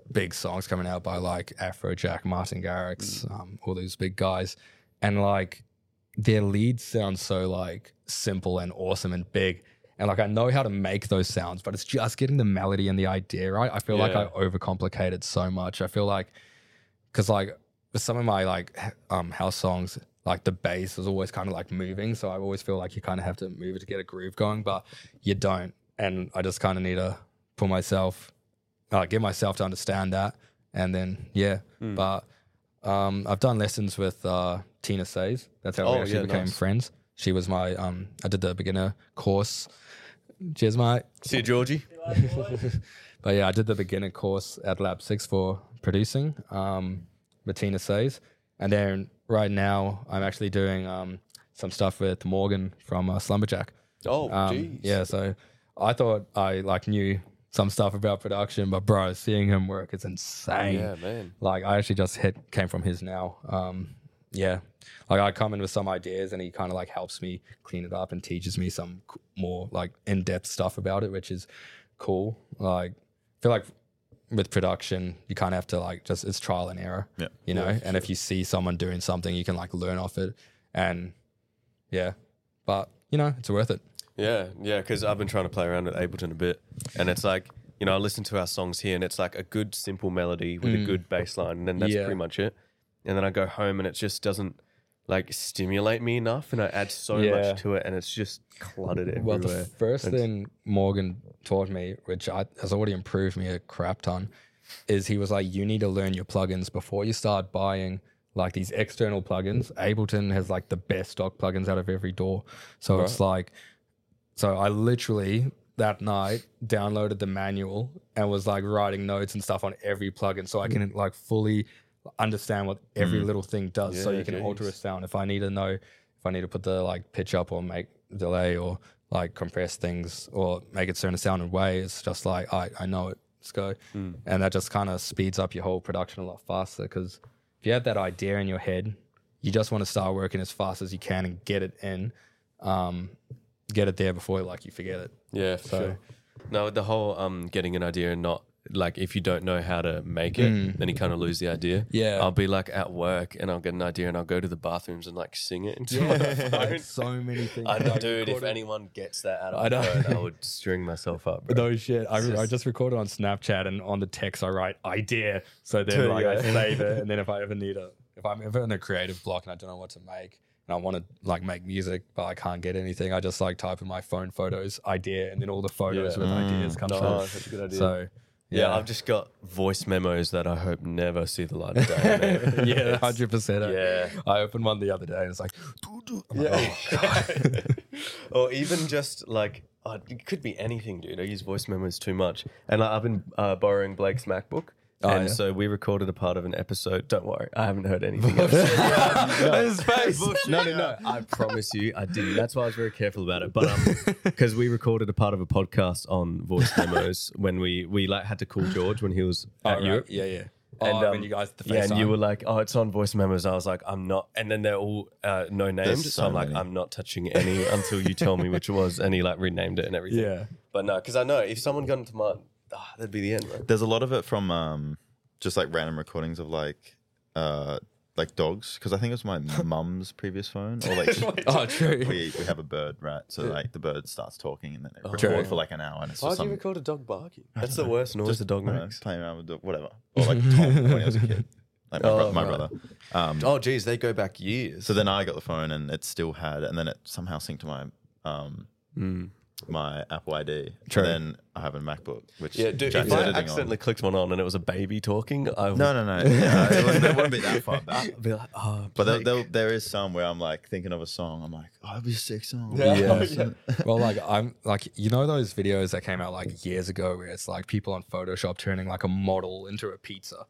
Speaker 2: big songs coming out by like Afrojack, Martin Garrix, um, all these big guys, and like their leads sound so like simple and awesome and big. And like I know how to make those sounds, but it's just getting the melody and the idea right. I feel like I
Speaker 1: Yeah.
Speaker 2: overcomplicate it so much. I feel like because like with some of my like h- um house songs like the bass is always kind of like moving so i always feel like you kind of have to move it to get a groove going but you don't and i just kind of need to pull myself uh, get myself to understand that and then yeah
Speaker 1: Hmm.
Speaker 2: but um i've done lessons with uh tina says that's how we
Speaker 1: Oh,
Speaker 2: actually
Speaker 1: yeah,
Speaker 2: became
Speaker 1: nice.
Speaker 2: friends she was my um i did the beginner course cheers mate
Speaker 1: See you, Georgie.
Speaker 2: but yeah, I did the beginner course at Lab Six for producing. Um, Bettina says, and then right now I'm actually doing um, some stuff with Morgan from uh, Slumberjack.
Speaker 1: Oh,
Speaker 2: Um,
Speaker 1: jeez.
Speaker 2: yeah, so I thought I like knew some stuff about production, but bro, seeing him work is insane.
Speaker 1: Yeah, man.
Speaker 2: Like I actually just hit came from his now. Um, yeah, like I come in with some ideas and he kind of like helps me clean it up and teaches me some c- more like in depth stuff about it, which is cool. Like I feel like with production, you kind of have to like just it's trial and error.
Speaker 4: Yeah.
Speaker 2: you know. and if you see someone doing something, you can like learn off it, and yeah, but you know it's worth it.
Speaker 1: Yeah, yeah, because I've been trying to play around with Ableton a bit, and it's like you know I listen to our songs here, and it's like a good simple melody with a good bass line, and then that's
Speaker 2: Mm. Yeah.
Speaker 1: pretty much it. And then I go home, and it just doesn't like stimulate me enough, and I add so
Speaker 2: Yeah.
Speaker 1: much to it, and it's just cluttered
Speaker 2: Well,
Speaker 1: everywhere.
Speaker 2: the first thing Morgan taught me, which I, has already improved me a crap ton, is he was like, you need to learn your plugins before you start buying like these external plugins. Ableton has like the best stock plugins out of every door. So it's like, so I literally that night downloaded the manual and was like writing notes and stuff on every plugin so I can like fully understand what every little thing does. so you can alter a sound if I need to know if I need to put the like pitch up or make delay or like compress things or make it certain sound and way. It's just like I I know it. Let's go, and that just kind of speeds up your whole production a lot faster because if you have that idea in your head, you just want to start working as fast as you can and get it in, um, get it there before like you forget it.
Speaker 1: Yeah, for
Speaker 2: So-
Speaker 1: sure. No, the whole um getting an idea and not like if you don't know how to make it, then you kind of lose the idea.
Speaker 2: Mm. Yeah.
Speaker 1: I'll be like at work and I'll get an idea and I'll go to the bathrooms and like sing it into my phone.
Speaker 2: so many things.
Speaker 1: I know, dude. If anyone gets that out of
Speaker 2: I
Speaker 1: I,
Speaker 2: know.
Speaker 1: phone, I would string myself up. bro.
Speaker 2: No shit. I, I just recorded on Snapchat and on the text I write idea. So then like I save it and then if I ever need a if I'm ever in a creative block and I don't know what to make and I want to like make music but I can't get anything, I just like type in my phone photos idea and then all the photos
Speaker 1: Yeah.
Speaker 2: with ideas come
Speaker 1: No,
Speaker 2: through.
Speaker 1: Oh, that's such a good idea.
Speaker 2: So
Speaker 1: yeah, I've just got voice memos that I hope never see the light of day. man.
Speaker 2: yeah, hundred percent.
Speaker 1: Yeah.
Speaker 2: I opened one the other day and it's like,
Speaker 1: Yeah. oh, or even just like uh, it could be anything, dude. I use voice memos too much, and I I've been uh, borrowing Blake's MacBook. and
Speaker 2: Oh, yeah.
Speaker 1: so we recorded a part of an episode. Don't worry, I haven't heard anything. of it. no, no, no. I promise you, I didn't. That's why I was very careful about it. But um, because we recorded a part of a podcast on voice memos when we we like had to call George when he was at
Speaker 2: Oh, right.
Speaker 1: Europe.
Speaker 2: yeah, yeah.
Speaker 1: And,
Speaker 2: oh,
Speaker 1: um,
Speaker 2: when you guys the
Speaker 1: Yeah, and you
Speaker 2: FaceTime.
Speaker 1: were like, "Oh, it's on voice memos." I was like, "I'm not," and then they're all uh, no named. So,
Speaker 4: so
Speaker 1: I'm like,
Speaker 4: many.
Speaker 1: "I'm not touching any until you tell me which it was." And he like renamed it and everything.
Speaker 2: Yeah.
Speaker 1: but no, because I know if someone got into mine, ah, that'd be the end. Right?
Speaker 4: There's a lot of it from um, just like random recordings of like uh, like dogs because I think it was my mum's previous phone or like
Speaker 2: Oh, true.
Speaker 4: we, we have a bird right so like the bird starts talking and then they record
Speaker 2: True.
Speaker 4: for like an hour and it's
Speaker 1: Why do
Speaker 4: just
Speaker 1: Oh. you
Speaker 4: some,
Speaker 1: record a dog barking? That's the worst noise a dog
Speaker 4: you know,
Speaker 1: makes.
Speaker 4: playing around with the, whatever or like Tom when I was a kid like my, bro-
Speaker 1: Oh,
Speaker 4: my
Speaker 1: right.
Speaker 4: brother. Um,
Speaker 1: Oh, geez, they go back years.
Speaker 4: So then I got the phone and it still had, and then it somehow synced to my um my Apple ID.
Speaker 2: Hmm. True.
Speaker 4: And then I have a MacBook, which
Speaker 1: yeah, dude,
Speaker 4: Jack's
Speaker 1: if I
Speaker 4: editing on.
Speaker 1: accidentally clicked one on and it was a baby talking, I would
Speaker 4: No, no, no. Yeah, it, wouldn't, it wouldn't be that far back.
Speaker 1: be like, "Oh,
Speaker 4: But there, there, there is some where I'm like thinking of a song. I'm like, oh, that'd be a sick song.
Speaker 2: Yeah. well, like I'm like you know those videos that came out like years ago where it's like people on Photoshop turning like a model into a pizza.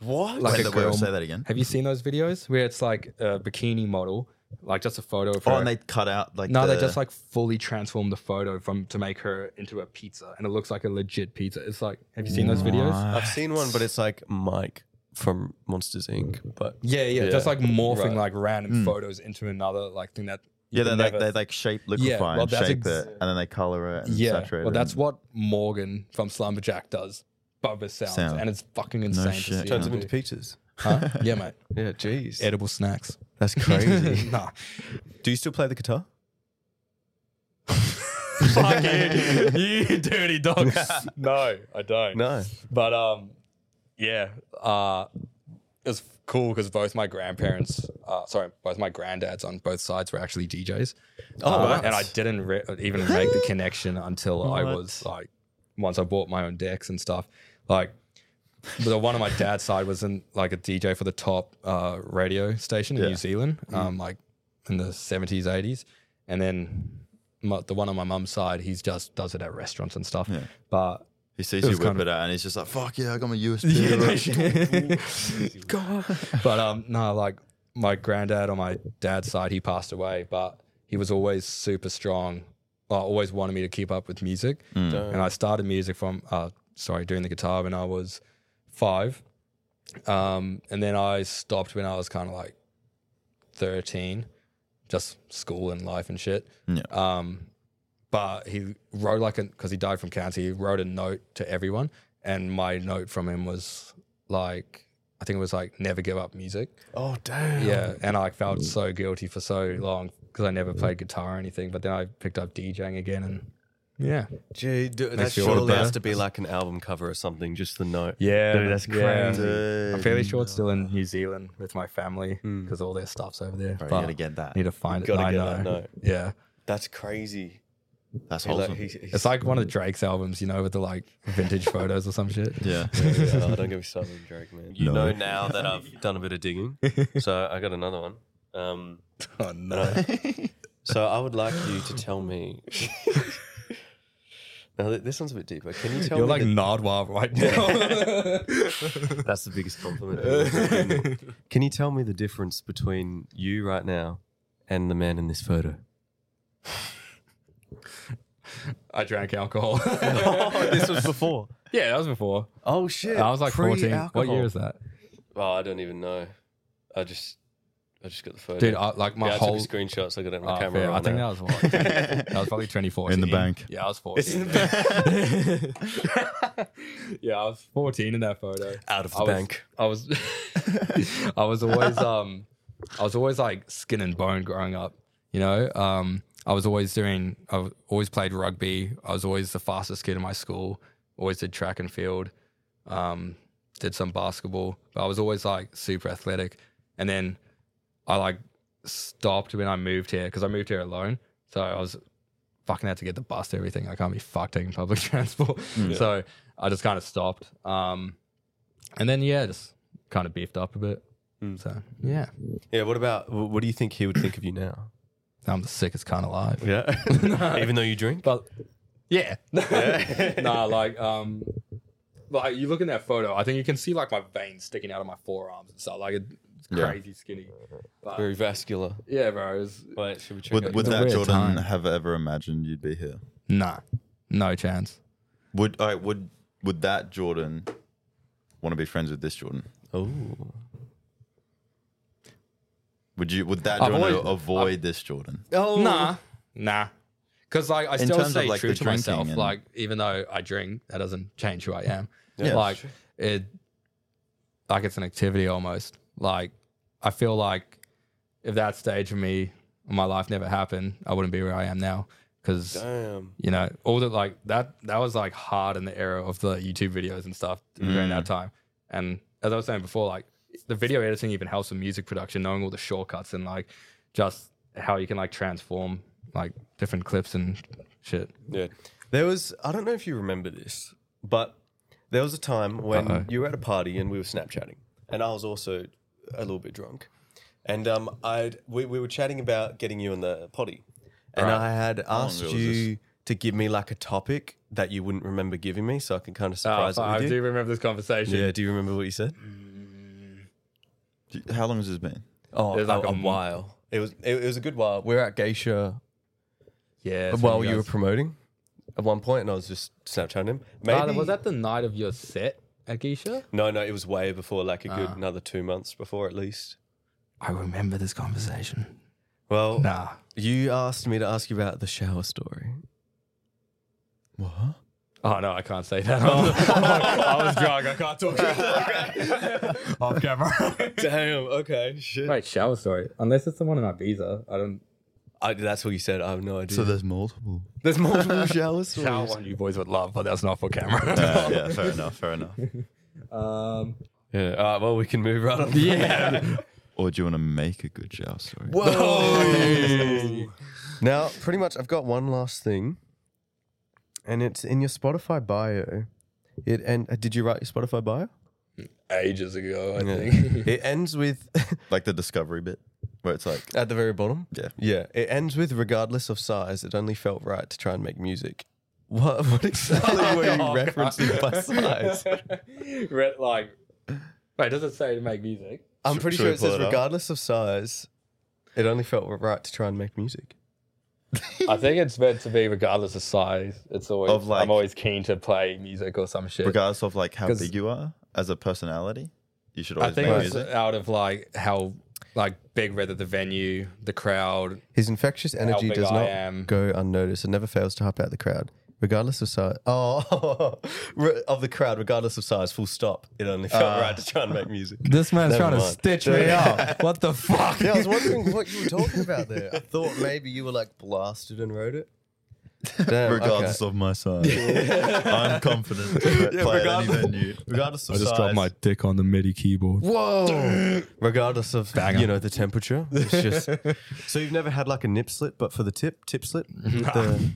Speaker 1: what?"
Speaker 2: Like
Speaker 4: Wait,
Speaker 2: a
Speaker 4: wait,
Speaker 2: girl.
Speaker 4: say that again.
Speaker 2: Have you seen those videos where it's like a bikini model, like just a photo of her?
Speaker 4: Oh, and they cut out like
Speaker 2: no,
Speaker 4: the,
Speaker 2: they just like fully transform the photo from to make her into a pizza, and it looks like a legit pizza. It's like, have you seen those
Speaker 4: Ah,
Speaker 2: videos?
Speaker 1: I've seen one, but it's like Mike from Monsters Inc. But
Speaker 2: Yeah, yeah, just like morphing
Speaker 1: Right.
Speaker 2: like random photos into another like thing that you
Speaker 4: Mm. yeah, they
Speaker 2: could
Speaker 4: like
Speaker 2: never-
Speaker 4: they like shape liquefy
Speaker 2: well,
Speaker 4: and
Speaker 2: that's
Speaker 4: shape
Speaker 2: ex-
Speaker 4: it, and then they color it and
Speaker 2: Yeah,
Speaker 4: saturate it.
Speaker 2: well, that's
Speaker 4: and-
Speaker 2: what Morgan from Slumberjack does. Bubba sounds,
Speaker 4: Sound.
Speaker 2: and it's fucking insane. to
Speaker 4: shit.
Speaker 2: see
Speaker 4: Turns
Speaker 2: him
Speaker 4: them
Speaker 2: do.
Speaker 1: pictures.
Speaker 2: Huh? Yeah, mate.
Speaker 1: Yeah, jeez.
Speaker 2: Edible snacks.
Speaker 1: That's crazy.
Speaker 2: nah.
Speaker 1: Do you still play the guitar?
Speaker 2: Fuck you, you dirty dog. no, I don't.
Speaker 1: No.
Speaker 2: But um, yeah, uh, it's cool because both my grandparents, uh, sorry, both my granddads on both sides were actually DJs. Oh, and I didn't re- even make the connection until I was like, once I bought my own decks and stuff. Like, the one on my dad's side was in like a DJ for the top uh, radio station in New Zealand, um, like in the seventies, eighties, and then. My, the one on my mum's side, he's just does it at restaurants and stuff. But
Speaker 4: he sees
Speaker 2: it
Speaker 4: you
Speaker 2: was
Speaker 4: whip
Speaker 2: kind of-
Speaker 4: it out, and he's just like, "Fuck yeah, I got my USB."
Speaker 2: yeah,
Speaker 4: right?
Speaker 2: no shit. God. But um, no, like my granddad on my dad's side, he passed away, but he was always super strong. Uh, always wanted me to keep up with music, and I started music from uh, sorry, doing the guitar when I was five, um, and then I stopped when I was kind of like thirteen, just school and life and shit.
Speaker 4: Yeah.
Speaker 2: Um, but he wrote like a because he died from cancer. He wrote a note to everyone, and my note from him was like, I think it was like, never give up music.
Speaker 1: Oh damn.
Speaker 2: Yeah, and I felt
Speaker 1: Mm.
Speaker 2: so guilty for so long because I never played guitar or anything. But then I picked up DJing again, and yeah,
Speaker 1: Gee, dude, that
Speaker 2: you feel
Speaker 1: surely
Speaker 2: better.
Speaker 1: has to be like an album cover or something. Just the note.
Speaker 2: yeah,
Speaker 1: Dude, that's crazy.
Speaker 2: I'm fairly sure it's still in New Zealand with my family
Speaker 1: Mm.
Speaker 2: because all their stuff's over there.
Speaker 4: Bro, you
Speaker 2: but
Speaker 4: gotta get that.
Speaker 2: Need to find
Speaker 1: Gotta
Speaker 2: it. I
Speaker 1: get
Speaker 2: know.
Speaker 1: that note.
Speaker 2: Yeah.
Speaker 1: That's crazy.
Speaker 4: That's
Speaker 1: He's like-
Speaker 4: wholesome.
Speaker 1: he- he's-
Speaker 2: It's like one of Drake's albums, you know, with the like vintage photos or some shit.
Speaker 4: yeah.
Speaker 1: Yeah, I don't give a started on Drake, man. You
Speaker 4: No.
Speaker 1: know now that I've done a bit of digging, so I got another one. Um,
Speaker 2: Oh no.
Speaker 1: so I would like you to tell me. now th- this one's a bit deeper. Can you tell
Speaker 2: You're
Speaker 1: me?
Speaker 2: like Nardwar right now.
Speaker 1: the- that's the biggest compliment. I've ever given. Can you tell me the difference between you right now and the man in this photo?
Speaker 2: I drank alcohol.
Speaker 1: oh, this was before.
Speaker 2: yeah, that was before.
Speaker 1: Oh shit!
Speaker 2: I was like 14. What
Speaker 1: Pre-alcohol.
Speaker 2: year is that?
Speaker 1: Oh, I don't even know. I just, I just got the photo.
Speaker 2: Dude, I, like my
Speaker 1: yeah, I
Speaker 2: whole.
Speaker 1: took a screenshot, so I got it on my
Speaker 2: Oh,
Speaker 1: camera.
Speaker 2: fair. I
Speaker 1: right
Speaker 2: think
Speaker 1: now.
Speaker 2: that was what? that was probably 24.
Speaker 4: In the bank.
Speaker 2: Yeah, I was 14. yeah, I was 14 in that photo.
Speaker 1: out of the
Speaker 2: I was,
Speaker 1: bank.
Speaker 2: I was, I was always, um, I was always like skin and bone growing up. You know, um, I was always doing. I have always played rugby. I was always the fastest kid in my school. Always did track and field. Um, did some basketball, but I was always like super athletic. And then I like stopped when I moved here because I moved here alone. So I was fucking had to get the bus to everything. I can't be fucked taking public transport. So I just kind of stopped. Um, and then yeah, just kind of beefed up a bit. So yeah,
Speaker 1: Yeah. What about? wh- What do you think he would think of you now?
Speaker 2: I'm the sickest kind of alive.
Speaker 1: Yeah. Even though you drink.
Speaker 2: But yeah, nah, like um, like you look in that photo, I think you can see like my veins sticking out of my forearms and stuff. Like it's
Speaker 4: Yeah.
Speaker 2: crazy skinny. But
Speaker 1: Very vascular.
Speaker 2: yeah, bro, it was,
Speaker 1: Wait, should we check?
Speaker 4: Would,
Speaker 1: out
Speaker 4: would
Speaker 2: It's a
Speaker 4: that
Speaker 2: weird
Speaker 4: Jordan
Speaker 2: time.
Speaker 4: have ever imagined you'd be here?
Speaker 2: nah, no chance.
Speaker 4: Would all right, would would that Jordan want to be friends with this Jordan?
Speaker 1: oh.
Speaker 4: Would you would that
Speaker 2: I've
Speaker 4: Jordan
Speaker 2: always-
Speaker 4: avoid this Jordan?
Speaker 1: Oh.
Speaker 2: Nah, nah. Because like I still
Speaker 4: terms of,
Speaker 2: stay
Speaker 4: like,
Speaker 2: true
Speaker 4: the
Speaker 2: to myself.
Speaker 4: drinking and-
Speaker 2: Like even though I drink, that doesn't change who I am.
Speaker 4: that's
Speaker 2: like it, like it's an activity almost. Like I feel like if that stage of me in my life never happened, I wouldn't be where I am now. Because
Speaker 1: Damn.
Speaker 2: you know all that like that that was like hard in the era of the YouTube videos and stuff during that time. And as I was saying before, like the video editing even helps with music production, knowing all the shortcuts and like just how you can like transform like different clips and shit.
Speaker 1: Yeah. There was. I don't know if you remember this, but there was a time when
Speaker 2: Uh-oh.
Speaker 1: you were at a party and we were Snapchatting, and I was also a little bit drunk, and um, I we we were chatting about getting you in the potty, and
Speaker 2: Right.
Speaker 1: I had asked
Speaker 4: ago was
Speaker 1: you to give me like a topic that you wouldn't remember giving me, so I can kind of surprise it
Speaker 2: Ah, Oh, I
Speaker 1: with you.
Speaker 2: do remember this conversation.
Speaker 1: Yeah. Do you remember what you said?
Speaker 4: Do you- How long has this been?
Speaker 1: Oh,
Speaker 2: It was like
Speaker 1: a,
Speaker 2: a
Speaker 1: a
Speaker 2: month.
Speaker 1: while. It was it, it was a good while. We were at Geisha
Speaker 2: Yeah. it's
Speaker 1: while
Speaker 2: when
Speaker 1: you were
Speaker 2: guys-
Speaker 1: promoting at one point, and I was just Snapchatting him. Maybe
Speaker 2: Ah, was that the night of your set at Geisha?
Speaker 1: no, no. It was way before, like a good another two months before at least.
Speaker 2: I remember this conversation.
Speaker 1: Well,
Speaker 2: Nah.
Speaker 1: you asked me to ask you about the shower story.
Speaker 2: Oh no, I can't say that. I was drunk. I can't talk. Off camera.
Speaker 1: Damn. Okay. Shit.
Speaker 2: Wait, shower story. Unless it's the one in Ibiza, I don't.
Speaker 1: I, that's what you said. I have no idea.
Speaker 4: there's multiple.
Speaker 1: there's multiple shower stories.
Speaker 2: Shower one you boys would love, but that's not for camera.
Speaker 4: Uh, yeah, fair enough, fair enough.
Speaker 2: um,
Speaker 1: Yeah. All right, well, we can move right on.
Speaker 2: yeah.
Speaker 4: Or do you want to make a good shower story?
Speaker 1: Whoa. now, pretty much, I've got one last thing, and it's in your Spotify bio. It and uh, did you write your Spotify bio?
Speaker 2: Ages ago, I think.
Speaker 1: it ends with
Speaker 4: Like the discovery bit, where it's like,
Speaker 1: at the very bottom.
Speaker 4: Yeah.
Speaker 1: yeah. It ends with regardless of size, it only felt right to try and make music. What, what exactly were you
Speaker 2: Oh,
Speaker 1: referencing by size?
Speaker 2: Red, like, wait, does it say to make music?
Speaker 1: I'm pretty
Speaker 4: should
Speaker 1: sure
Speaker 4: we
Speaker 1: it
Speaker 4: pull
Speaker 1: says
Speaker 4: it up?
Speaker 1: regardless of size, it only felt right to try and make music.
Speaker 2: I think it's meant to be regardless of size. It's always
Speaker 4: Of, like-
Speaker 2: I'm always keen to play music or some shit.
Speaker 4: regardless of like how
Speaker 2: 'Cause-
Speaker 4: big you are as a personality, you should
Speaker 2: I
Speaker 4: always
Speaker 2: think
Speaker 4: make
Speaker 2: it's
Speaker 4: music.
Speaker 2: out of like how like big whether the venue, the crowd.
Speaker 1: His infectious energy
Speaker 2: big
Speaker 1: does
Speaker 2: I
Speaker 1: not
Speaker 2: am.
Speaker 1: go unnoticed and never fails to hype out the crowd. Regardless of size, oh, re- of the crowd, regardless of size, full stop. It only felt right to try and make music.
Speaker 2: This man's
Speaker 1: Never trying to mind. stitch me
Speaker 2: up. What the fuck?
Speaker 1: Yeah, I was wondering what you were talking about there. I thought maybe you were like blasted and wrote it. Damn,
Speaker 4: Regardless of my size, I'm confident to play at any
Speaker 1: regardless-
Speaker 4: venue.
Speaker 1: regardless of size.
Speaker 2: dick on the MIDI keyboard.
Speaker 1: Whoa! Regardless of
Speaker 2: Banger.
Speaker 1: you know the Mm-hmm. temperature, it's just. so you've never had like a nip slip, but for the tip, tip slip. The-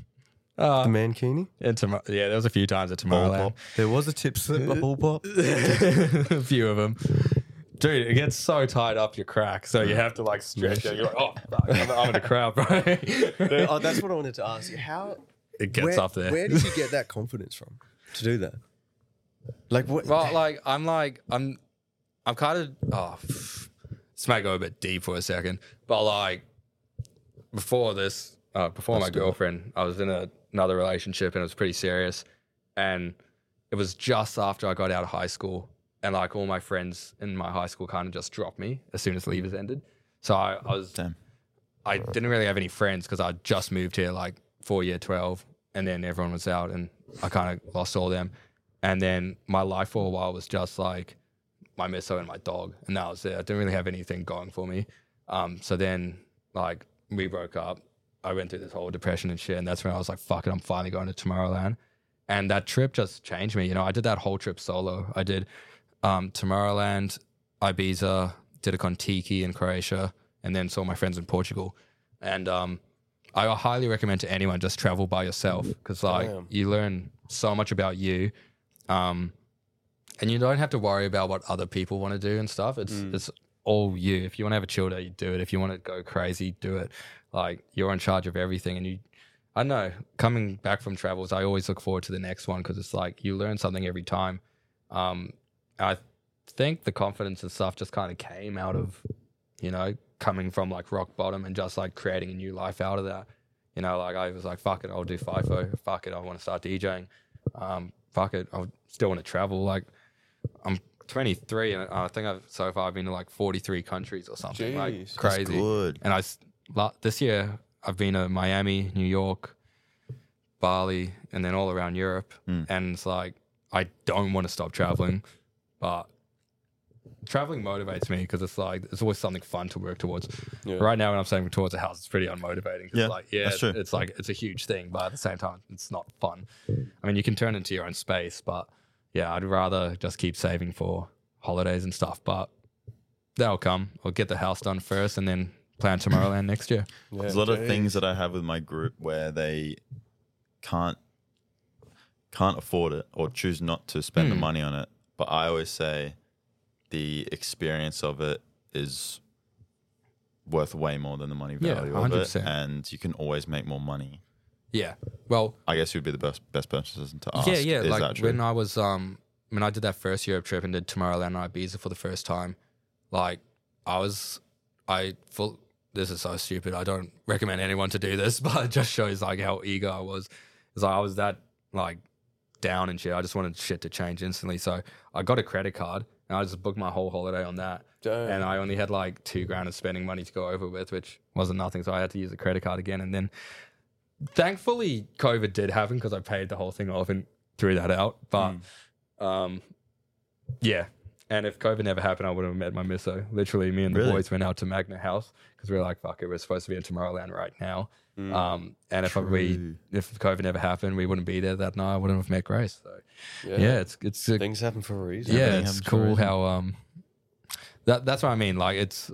Speaker 1: the mankini.
Speaker 2: And tomorrow, yeah, there was a few times at
Speaker 4: Ball
Speaker 2: Tomorrowland.
Speaker 4: pop.
Speaker 1: There was a tip slip, a ball pop.
Speaker 2: a few of them. Dude, it gets so tied up your crack, so you have to like stretch it. You're like, oh, fuck, I'm, I'm in a crowd, bro. it
Speaker 1: Oh, that's what I wanted to ask you. How
Speaker 2: gets
Speaker 1: where,
Speaker 2: up there.
Speaker 1: Where did you get that confidence from to do that? Like what?
Speaker 2: well, like I'm like I'm, I'm kind of oh, this might go a bit deep for a second, but like before this, uh, before my girlfriend, I was in a, another relationship and it was pretty serious, and it was just after I got out of high school, and like all my friends in my high school kind of just dropped me as soon as leavers ended. So I, I was
Speaker 4: Damn.
Speaker 2: I didn't really have any friends because I just moved here like for year 12 and then everyone was out and I kind of lost all them. And then my life for a while was just like my miso and my dog. And that was it. I didn't really have anything going for me. Um, so then like we broke up. I went through this whole depression and shit. And that's when I was like, fuck it, I'm finally going to Tomorrowland. And that trip just changed me. You know, I did that whole trip solo. I did um, Tomorrowland, Ibiza, did a Kontiki in Croatia, and then saw my friends in Portugal. And um, I highly recommend to anyone just travel by yourself because like
Speaker 1: Damn.
Speaker 2: you learn so much about you, um, and you don't have to worry about what other people want to do and stuff. It's it's all you. If you want to have a chill day, you do it. If you want to go crazy, do it. Like you're in charge of everything, and you. I don't know. Coming back from travels, I always look forward to the next one because it's like you learn something every time. Um, I think the confidence and stuff just kind of came out of, you know, coming from like rock bottom and just like creating a new life out of that. You know, like I was like, fuck it, I'll do FIFO. Fuck it, I want to start DJing. Um, fuck it, I still want to travel. Like, I'm 23 and I think I've so far I've been to like 43 countries or something. like
Speaker 1: Jeez, that's
Speaker 2: crazy.
Speaker 4: Good.
Speaker 2: And I s- la- this year I've been to Miami, New York, Bali, and then all around Europe. And it's like I don't want to stop traveling, but traveling motivates me because it's like it's always something fun to work towards. Right now, when I'm saying towards a house, it's pretty unmotivating. 'cause
Speaker 4: Yeah,
Speaker 2: like yeah,
Speaker 4: that's
Speaker 2: it's-
Speaker 4: true.
Speaker 2: it's like it's a huge thing, but at the same time, it's not fun. I mean, you can turn into your own space, but yeah, I'd rather just keep saving for holidays and stuff. But that'll come. I'll get the house done first, and then plan Tomorrowland next year.
Speaker 4: There's a lot of things that I have with my group where they can't can't afford it or choose not to spend
Speaker 2: Hmm.
Speaker 4: the money on it. But I always say the experience of it is worth way more than the money
Speaker 2: Yeah,
Speaker 4: value of it,
Speaker 2: 100%.
Speaker 4: and you can always make more money.
Speaker 2: Yeah. Well,
Speaker 4: I guess you'd be the best best person to ask.
Speaker 2: Yeah, yeah.
Speaker 4: Is
Speaker 2: like
Speaker 4: that true?
Speaker 2: when I was um when I did that first Europe trip and did Tomorrowland and Ibiza for the first time, like I was I full this is so stupid. I don't recommend anyone to do this, but it just shows like how eager I was. It's like I was that like down and shit. I just wanted shit to change instantly. So I got a credit card and I just booked my whole holiday on that.
Speaker 1: Damn.
Speaker 2: And I only had like two grand of spending money to go over with, which wasn't nothing. So I had to use a credit card again. And then thankfully COVID did happen because I paid the whole thing off and threw that out. But
Speaker 4: Hmm.
Speaker 2: um, yeah. And if COVID never happened, I would have met my miso. Literally, me and the
Speaker 4: Really?
Speaker 2: boys went out to Magna House because we were like, "Fuck it, we're supposed to be in Tomorrowland right now." Um, and if we,
Speaker 4: Hmm. True.
Speaker 2: if COVID never happened, we wouldn't be there that night. I wouldn't have met Grace. So yeah, it's it's a,
Speaker 1: Things happen for a reason.
Speaker 2: yeah,
Speaker 4: happening
Speaker 2: it's
Speaker 4: happens for a
Speaker 2: cool
Speaker 4: reason.
Speaker 2: how um that that's what I mean. Like it's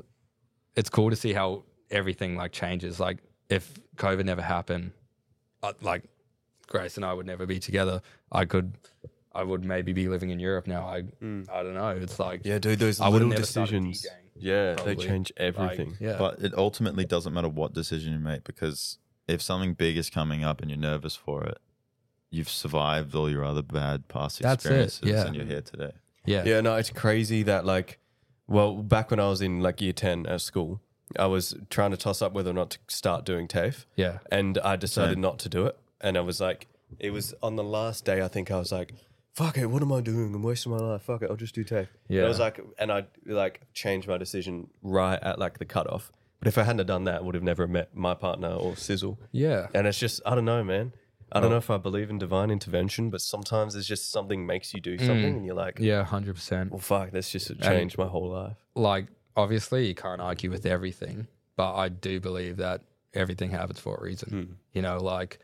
Speaker 2: it's cool to see how everything like changes. Like if COVID never happened, uh, like Grace and I would never be together. I could, I would maybe be living in Europe now. I I don't know. It's like
Speaker 1: Yeah, dude, those
Speaker 2: I would've
Speaker 1: little
Speaker 2: never started
Speaker 1: decisions.
Speaker 2: DJing,
Speaker 1: Yeah,
Speaker 2: probably.
Speaker 1: they change everything.
Speaker 2: Like, yeah,
Speaker 4: But it ultimately doesn't matter what decision you make because if something big is coming up and you're nervous for it, you've survived all your other bad past
Speaker 2: That's it,
Speaker 4: experiences
Speaker 2: yeah.
Speaker 4: and you're here today.
Speaker 2: yeah,
Speaker 1: Yeah, no, it's crazy that like, well, back when I was in like year ten at school, I was trying to toss up whether or not to start doing TAFE.
Speaker 2: Yeah.
Speaker 1: and I decided not to do it, and I was like, it was on the last day. I think I was like, fuck it, what am I doing? I'm wasting my life. Fuck it, I'll just do TAFE. And
Speaker 2: Yeah.
Speaker 1: I was like, and I like changed my decision right at like the cutoff. But if I hadn't have done that, I would have never met my partner or Sizzle.
Speaker 2: yeah.
Speaker 1: And it's just, I don't know, man. I don't know if I believe in divine intervention, but sometimes there's just something makes you do something,
Speaker 2: Mm.
Speaker 1: and you're like,
Speaker 2: Yeah, hundred percent.
Speaker 1: well, fuck, that's just changed my whole life.
Speaker 2: like obviously you can't argue with everything, but I do believe that everything happens for a reason. You know, like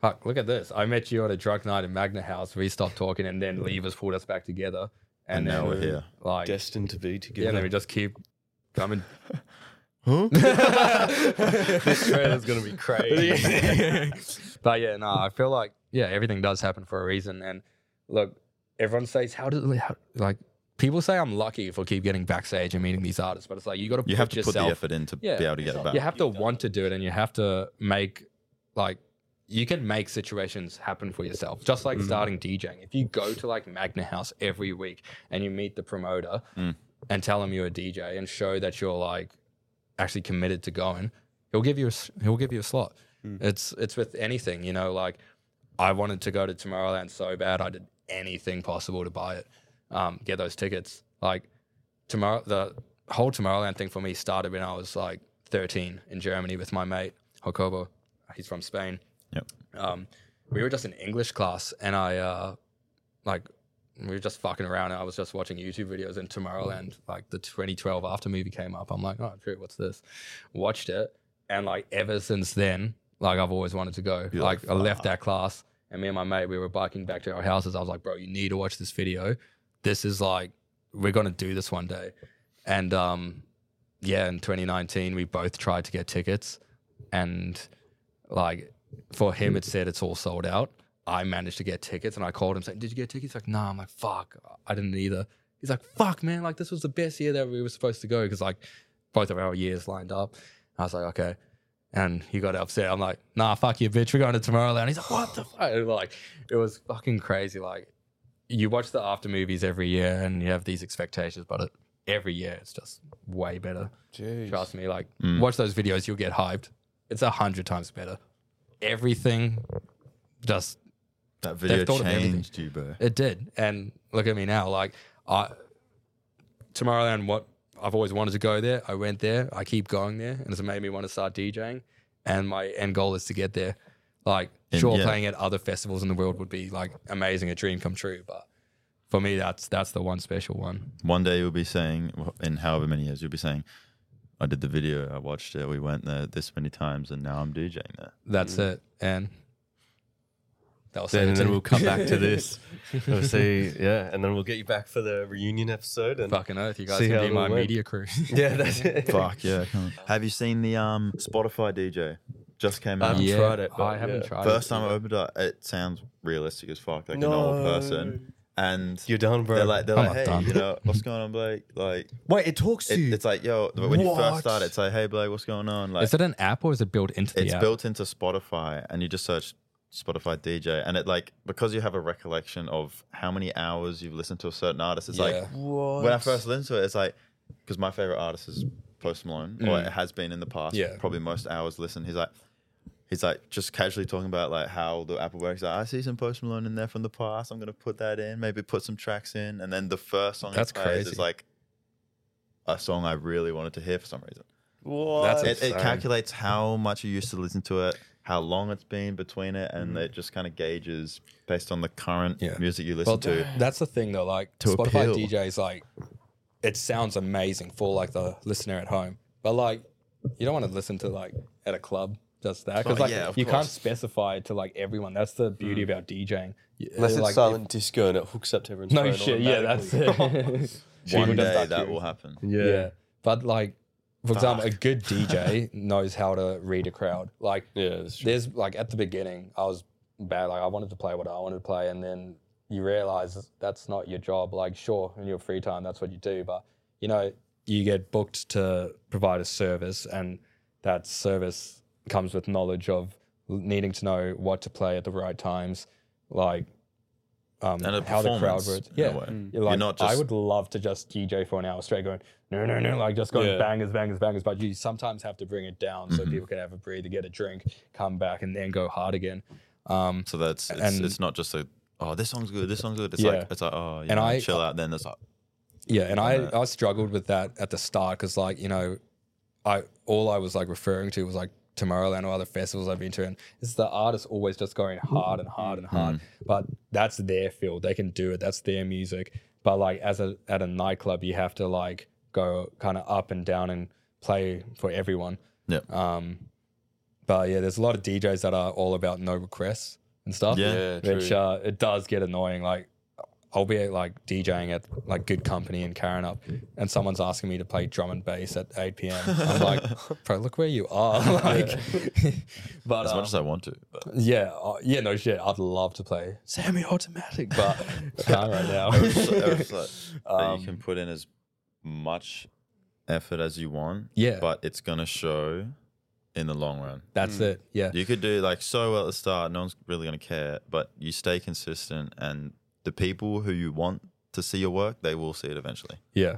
Speaker 2: fuck, look at this. I met you on a drug night in Magna House. We stopped talking, and then Levers pulled us back together, and,
Speaker 4: now
Speaker 2: now
Speaker 4: we're
Speaker 2: we're
Speaker 4: here.
Speaker 2: Like,
Speaker 1: Destined to be
Speaker 2: yeah,
Speaker 1: together.
Speaker 2: and then we just keep coming
Speaker 1: This trailer's gonna be crazy.
Speaker 2: but yeah, no, I feel like yeah, everything does happen for a reason. And look, everyone says how does how, like people say I'm lucky for keep getting backstage and meeting these artists, but it's like you got to
Speaker 4: You
Speaker 2: put
Speaker 4: have to put the
Speaker 2: yourself,
Speaker 4: effort in to
Speaker 2: Yeah.
Speaker 4: be able to get it back.
Speaker 2: you have to want to do it, and you have to make like you can make situations happen for yourself. Just like starting DJing, if you go to like Magna House every week and you meet the promoter
Speaker 4: Mm.
Speaker 2: and tell him you're a DJ and show that you're like actually committed to going, he'll give you a, s- he'll give you a slot. It's it's with anything, you know. Like I wanted to go to Tomorrowland so bad, I did anything possible to buy it, um, get those tickets. Like tomorrow, the whole Tomorrowland thing for me started when I was like 13 in Germany with my mate Jacobo. He's from Spain.
Speaker 4: Yep.
Speaker 2: Um, we were just in English class, and I uh, like we were just fucking around. And I was just watching YouTube videos, and Tomorrowland, like the 2012 after movie came up. I'm like, oh, true, what's this? Watched it, and like ever since then, like I've always wanted to go.
Speaker 4: You're
Speaker 2: like
Speaker 4: like,
Speaker 2: I left
Speaker 4: "Fuck."
Speaker 2: that class, and me and my mate, we were biking back to our houses. I was like, bro, you need to watch this video. This is like, we're gonna do this one day. And um, yeah, in 2019, we both tried to get tickets, and like for him, it said it's all sold out. I managed to get tickets, and I called him saying, "Did you get tickets?" He's like, "Nah." I'm like, "Fuck, I didn't either." He's like, "Fuck, man! Like this was the best year that we were supposed to go because like both of our years lined up." I was like, "Okay." And he got upset. I'm like, nah, fuck you, bitch. We're going to Tomorrowland. He's like, what the fuck? And, Like, it was fucking crazy. Like, you watch the after movies every year and you have these expectations, but it, every year it's just way better. Trust me, like
Speaker 1: Mm.
Speaker 2: watch those videos, you'll get hyped. It's a hundred times better. Everything just
Speaker 4: That video
Speaker 2: They've thought of everything.
Speaker 4: changed you, bro.
Speaker 2: it did. And look at me now. Like I Tomorrowland what I've always wanted to go there. I went there. I keep going there. And it's made me want to start DJing. And my end goal is to get there. Like
Speaker 4: And
Speaker 2: sure
Speaker 4: yeah.
Speaker 2: playing at other festivals in the world would be like amazing, a dream come true. But for me that's that's the one special one.
Speaker 4: One day you'll be saying, well, in however many years, you'll be saying, I did the video, I watched it, we went there this many times, and now I'm DJing there.
Speaker 2: That's it. And that was
Speaker 1: then,
Speaker 2: it.
Speaker 1: then we'll come back to this. We'll see, yeah, and then we'll get you back for the reunion episode. And
Speaker 2: Fucking earth, you guys
Speaker 1: See
Speaker 2: can
Speaker 1: how
Speaker 2: be
Speaker 1: it
Speaker 2: my
Speaker 1: all went.
Speaker 2: media crew.
Speaker 1: yeah, that's it.
Speaker 4: Fuck yeah! Come on. Have you seen the um Spotify DJ? Just came
Speaker 1: I
Speaker 4: out.
Speaker 1: haven't
Speaker 2: Yeah,
Speaker 1: tried it. But
Speaker 2: I haven't
Speaker 1: yeah.
Speaker 2: tried
Speaker 4: First
Speaker 2: it.
Speaker 4: time I opened it, it sounds realistic as fuck, like an old
Speaker 1: No.
Speaker 4: person. And
Speaker 1: You're done, bro.
Speaker 4: they're like, they're
Speaker 2: I'm
Speaker 4: like, hey,
Speaker 2: not done.
Speaker 4: you know, what's going on, Blake? Like,
Speaker 5: Wait, it talks
Speaker 4: it,
Speaker 5: to you.
Speaker 4: it's like, yo, when you first
Speaker 5: What?
Speaker 4: start, it's like, hey, Blake, what's going on? Like,
Speaker 2: Is it an app or is it built into the
Speaker 4: it's
Speaker 2: app?
Speaker 4: built into Spotify, and you just search Spotify DJ, and it like because you have a recollection of how many hours you've listened to a certain artist. It's like
Speaker 2: Yeah.
Speaker 5: what?
Speaker 4: when I first listened to it, it's like because my favorite artist is Post Malone, or it has been in the past.
Speaker 2: Mm. Yeah.
Speaker 4: probably most hours listened. He's like, he's like just casually talking about like how the Apple works. Like, I see some Post Malone in there from the past. I'm gonna put that in, maybe put some tracks in, and then the first song
Speaker 2: That's
Speaker 4: he plays is
Speaker 2: crazy.
Speaker 4: like a song I really wanted to hear for some reason.
Speaker 2: That's
Speaker 4: It, it
Speaker 2: insane.
Speaker 4: calculates how much you used to listen to it, how long it's been between it, and it just kind of gauges based on the current
Speaker 2: Mm. Yeah.
Speaker 4: music you listen to.
Speaker 2: That's the thing though, like
Speaker 4: To
Speaker 2: Spotify
Speaker 4: appeal.
Speaker 2: DJs like it sounds amazing for like the listener at home. But like you don't want to listen to like at a club just that because
Speaker 4: Oh,
Speaker 2: like
Speaker 4: yeah, of
Speaker 2: you can't
Speaker 4: course. Mm.
Speaker 2: specify it to like everyone. That's the beauty about DJing.
Speaker 1: Unless it's
Speaker 2: Like, if-
Speaker 1: silent disco and it hooks up to everyone's
Speaker 2: No
Speaker 1: phone
Speaker 2: shit. Yeah, that's
Speaker 1: automatically.
Speaker 2: it. People
Speaker 4: One
Speaker 2: just
Speaker 4: day
Speaker 2: start
Speaker 4: that
Speaker 2: queuing.
Speaker 4: will happen.
Speaker 1: yeah.
Speaker 2: Yeah. But like, for example, a good DJ knows how to read a crowd. Like,
Speaker 1: Yeah, that's true.
Speaker 2: there's like at the beginning, I was bad. Like, I wanted to play what I wanted to play, and then you realize that's not your job. Like, sure, in your free time, that's what you do, but you know, you get booked to provide a service, and that service comes with knowledge of needing to know what to play at the right times, like um,
Speaker 4: And a
Speaker 2: how the crowd
Speaker 4: performance,
Speaker 2: works.
Speaker 4: in a
Speaker 2: Yeah,
Speaker 4: way. Mm.
Speaker 2: You're like,
Speaker 4: You're not
Speaker 2: I
Speaker 4: just-
Speaker 2: would love to just DJ for an hour straight, going no, no, no, like just going
Speaker 1: Yeah.
Speaker 2: bangers, bangers, bangers. But you sometimes have to bring it down so people can have a breather, get a drink, come back, and then go hard again. Um,
Speaker 4: So that's it's,
Speaker 2: And-
Speaker 4: it's not just a oh this song's good, this song's good. It's
Speaker 2: Yeah.
Speaker 4: like it's like oh yeah,
Speaker 2: And I-
Speaker 4: chill out. Then it's like
Speaker 2: Yeah, and I, I struggled with that at the start because like you know, I all I was like referring to was like Tomorrowland or other festivals I've been to, and it's the artists always just going hard and hard and hard. But that's their field; they can do it. That's their music. But like as a at a nightclub, you have to like go kind of up and down and play for everyone.
Speaker 4: yeah,
Speaker 2: Um, but yeah, there's a lot of DJs that are all about no requests and stuff.
Speaker 4: Yeah.
Speaker 1: Yeah,
Speaker 2: which
Speaker 1: true.
Speaker 2: uh, it does get annoying. Like I'll be like DJing at like good company in Karen up, and someone's asking me to play drum and bass at 8 p.m. I'm like, bro, look where you are. like, but
Speaker 4: as
Speaker 2: um,
Speaker 4: much as I want to. But
Speaker 2: yeah, uh, yeah, no shit. I'd love to play semi-automatic, but can't right now.
Speaker 4: you
Speaker 2: Um,
Speaker 4: can put in as much effort as you want.
Speaker 2: Yeah.
Speaker 4: But it's gonna show in the long run.
Speaker 2: That's it. Yeah,
Speaker 4: You could do like so well at the start, no one's really gonna care, but you stay consistent and the people who you want to see your work, they will see it eventually.
Speaker 2: yeah.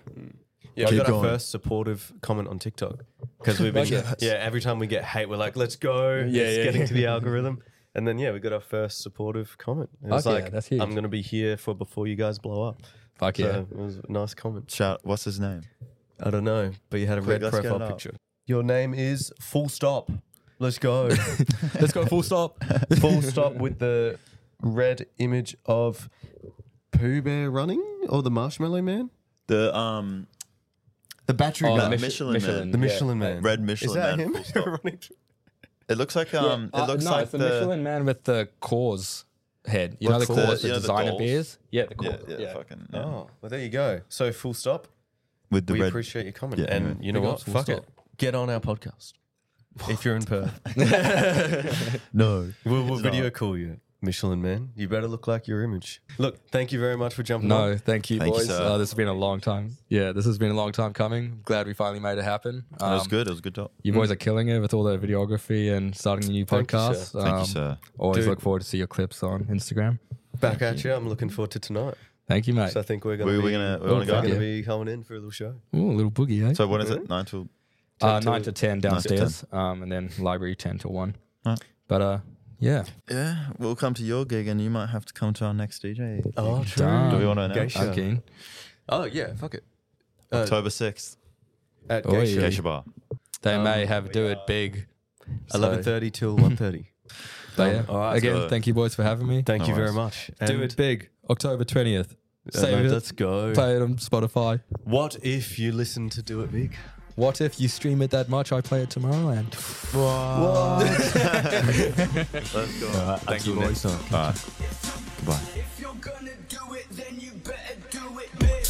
Speaker 1: Yeah, we
Speaker 5: Keep
Speaker 1: got
Speaker 5: going.
Speaker 1: our first supportive comment on TikTok because we've been
Speaker 2: Yes.
Speaker 1: yeah. Every time we get hate, we're like, "Let's go!"
Speaker 2: Yeah,
Speaker 1: Yeah, it's
Speaker 2: yeah,
Speaker 1: getting
Speaker 2: yeah.
Speaker 1: to the algorithm, and then yeah, we got our first supportive comment. It was
Speaker 2: Okay,
Speaker 1: like,
Speaker 2: that's huge.
Speaker 1: "I'm gonna be here for before you guys blow up."
Speaker 2: Fuck
Speaker 1: So
Speaker 2: yeah.
Speaker 1: it was a nice comment.
Speaker 4: Shout what's his name?
Speaker 1: I don't know, but you had a red
Speaker 4: Quick, let's get
Speaker 1: profile
Speaker 4: it up.
Speaker 1: picture. Your name is full stop. Let's go.
Speaker 2: Let's go full stop.
Speaker 1: full stop with the red image of Pooh Bear running or the Marshmallow Man,
Speaker 4: The um
Speaker 1: the battery
Speaker 2: Oh,
Speaker 1: guy,
Speaker 2: Mich-
Speaker 4: Michelin Man.
Speaker 1: the
Speaker 2: yeah.
Speaker 1: Michelin Man.
Speaker 4: Red
Speaker 1: is
Speaker 4: Michelin
Speaker 1: that
Speaker 4: Man.
Speaker 1: him
Speaker 4: full stop.
Speaker 1: running? through-
Speaker 4: It looks like um
Speaker 2: Uh,
Speaker 4: it looks
Speaker 2: no,
Speaker 4: like
Speaker 2: it's the, Michelin man with the Coors head. You
Speaker 4: What's
Speaker 2: know the
Speaker 4: the-
Speaker 2: Coors, the,
Speaker 4: you know the
Speaker 2: designer
Speaker 4: Dolls?
Speaker 2: beers. Yeah, the
Speaker 4: yeah,
Speaker 2: Coors.
Speaker 4: yeah, fucking yeah.
Speaker 1: Oh, well, there you go. So full stop.
Speaker 4: with the
Speaker 1: we
Speaker 4: red
Speaker 1: appreciate your comment.
Speaker 4: Yeah,
Speaker 1: and
Speaker 4: anyway.
Speaker 1: you know
Speaker 2: Big
Speaker 1: what?
Speaker 2: ups, full
Speaker 1: Fuck
Speaker 2: stop.
Speaker 1: it. Get on our podcast. if you're in Perth,
Speaker 4: no.
Speaker 1: we'll, we'll video call you. Michelin man, you better look like your image. Look, thank you very much for jumping
Speaker 2: No,
Speaker 1: on.
Speaker 2: thank you,
Speaker 4: Thank you,
Speaker 2: boys.
Speaker 4: sir.
Speaker 2: uh, this has been a long time. Yeah, this has been a long time coming. Glad we finally made it happen. Um,
Speaker 4: it was good. It was a good talk.
Speaker 2: You boys are killing it with all the videography and starting the new
Speaker 1: Thank you, sir.
Speaker 2: podcast. Um,
Speaker 4: Thank you, sir.
Speaker 2: Always
Speaker 1: Dude.
Speaker 2: look forward to see your clips on Instagram.
Speaker 1: Back at you. I'm looking forward to tonight.
Speaker 2: Thank you, mate.
Speaker 1: So I think we're gonna
Speaker 4: We,
Speaker 1: be,
Speaker 4: we're gonna we
Speaker 2: Oh,
Speaker 4: wanna
Speaker 1: we're
Speaker 4: go.
Speaker 2: fuck
Speaker 1: gonna
Speaker 2: yeah.
Speaker 1: be coming in for a little show.
Speaker 2: Ooh, a little boogie, eh?
Speaker 4: So what is it? Nine till
Speaker 2: uh, nine to ten
Speaker 4: to 10.
Speaker 2: downstairs, um, and then library ten to one.
Speaker 4: Huh.
Speaker 2: But uh, yeah,
Speaker 4: Yeah, we'll come to your gig and you might have to come to our next DJ.
Speaker 1: Oh,
Speaker 2: true. Damn.
Speaker 4: Do we want to announce?
Speaker 1: Geisha. Uh,
Speaker 2: I'm keen.
Speaker 1: Oh yeah, fuck it.
Speaker 4: October 6th,
Speaker 1: At
Speaker 2: Oh,
Speaker 1: Geisha,
Speaker 2: yeah.
Speaker 4: Geisha Bar.
Speaker 2: They
Speaker 4: Um,
Speaker 2: may have do it big. So-
Speaker 1: 11:30 till 1:30.
Speaker 2: But yeah,
Speaker 1: All right,
Speaker 2: again,
Speaker 4: Um, so-
Speaker 2: thank you boys for having me.
Speaker 1: Thank
Speaker 4: No
Speaker 1: you very
Speaker 4: worries.
Speaker 1: much.
Speaker 2: do
Speaker 1: And,
Speaker 2: it big, October twentieth.
Speaker 1: uh,
Speaker 2: Save it.
Speaker 1: Let's go.
Speaker 2: Play it on Spotify.
Speaker 1: What if you listen to Do It Big?
Speaker 2: What if you stream it that much? I play it tomorrow and.
Speaker 4: Let's go. Thank you, boys. All right. Goodbye.
Speaker 7: If you're gonna do it, then you better do it big.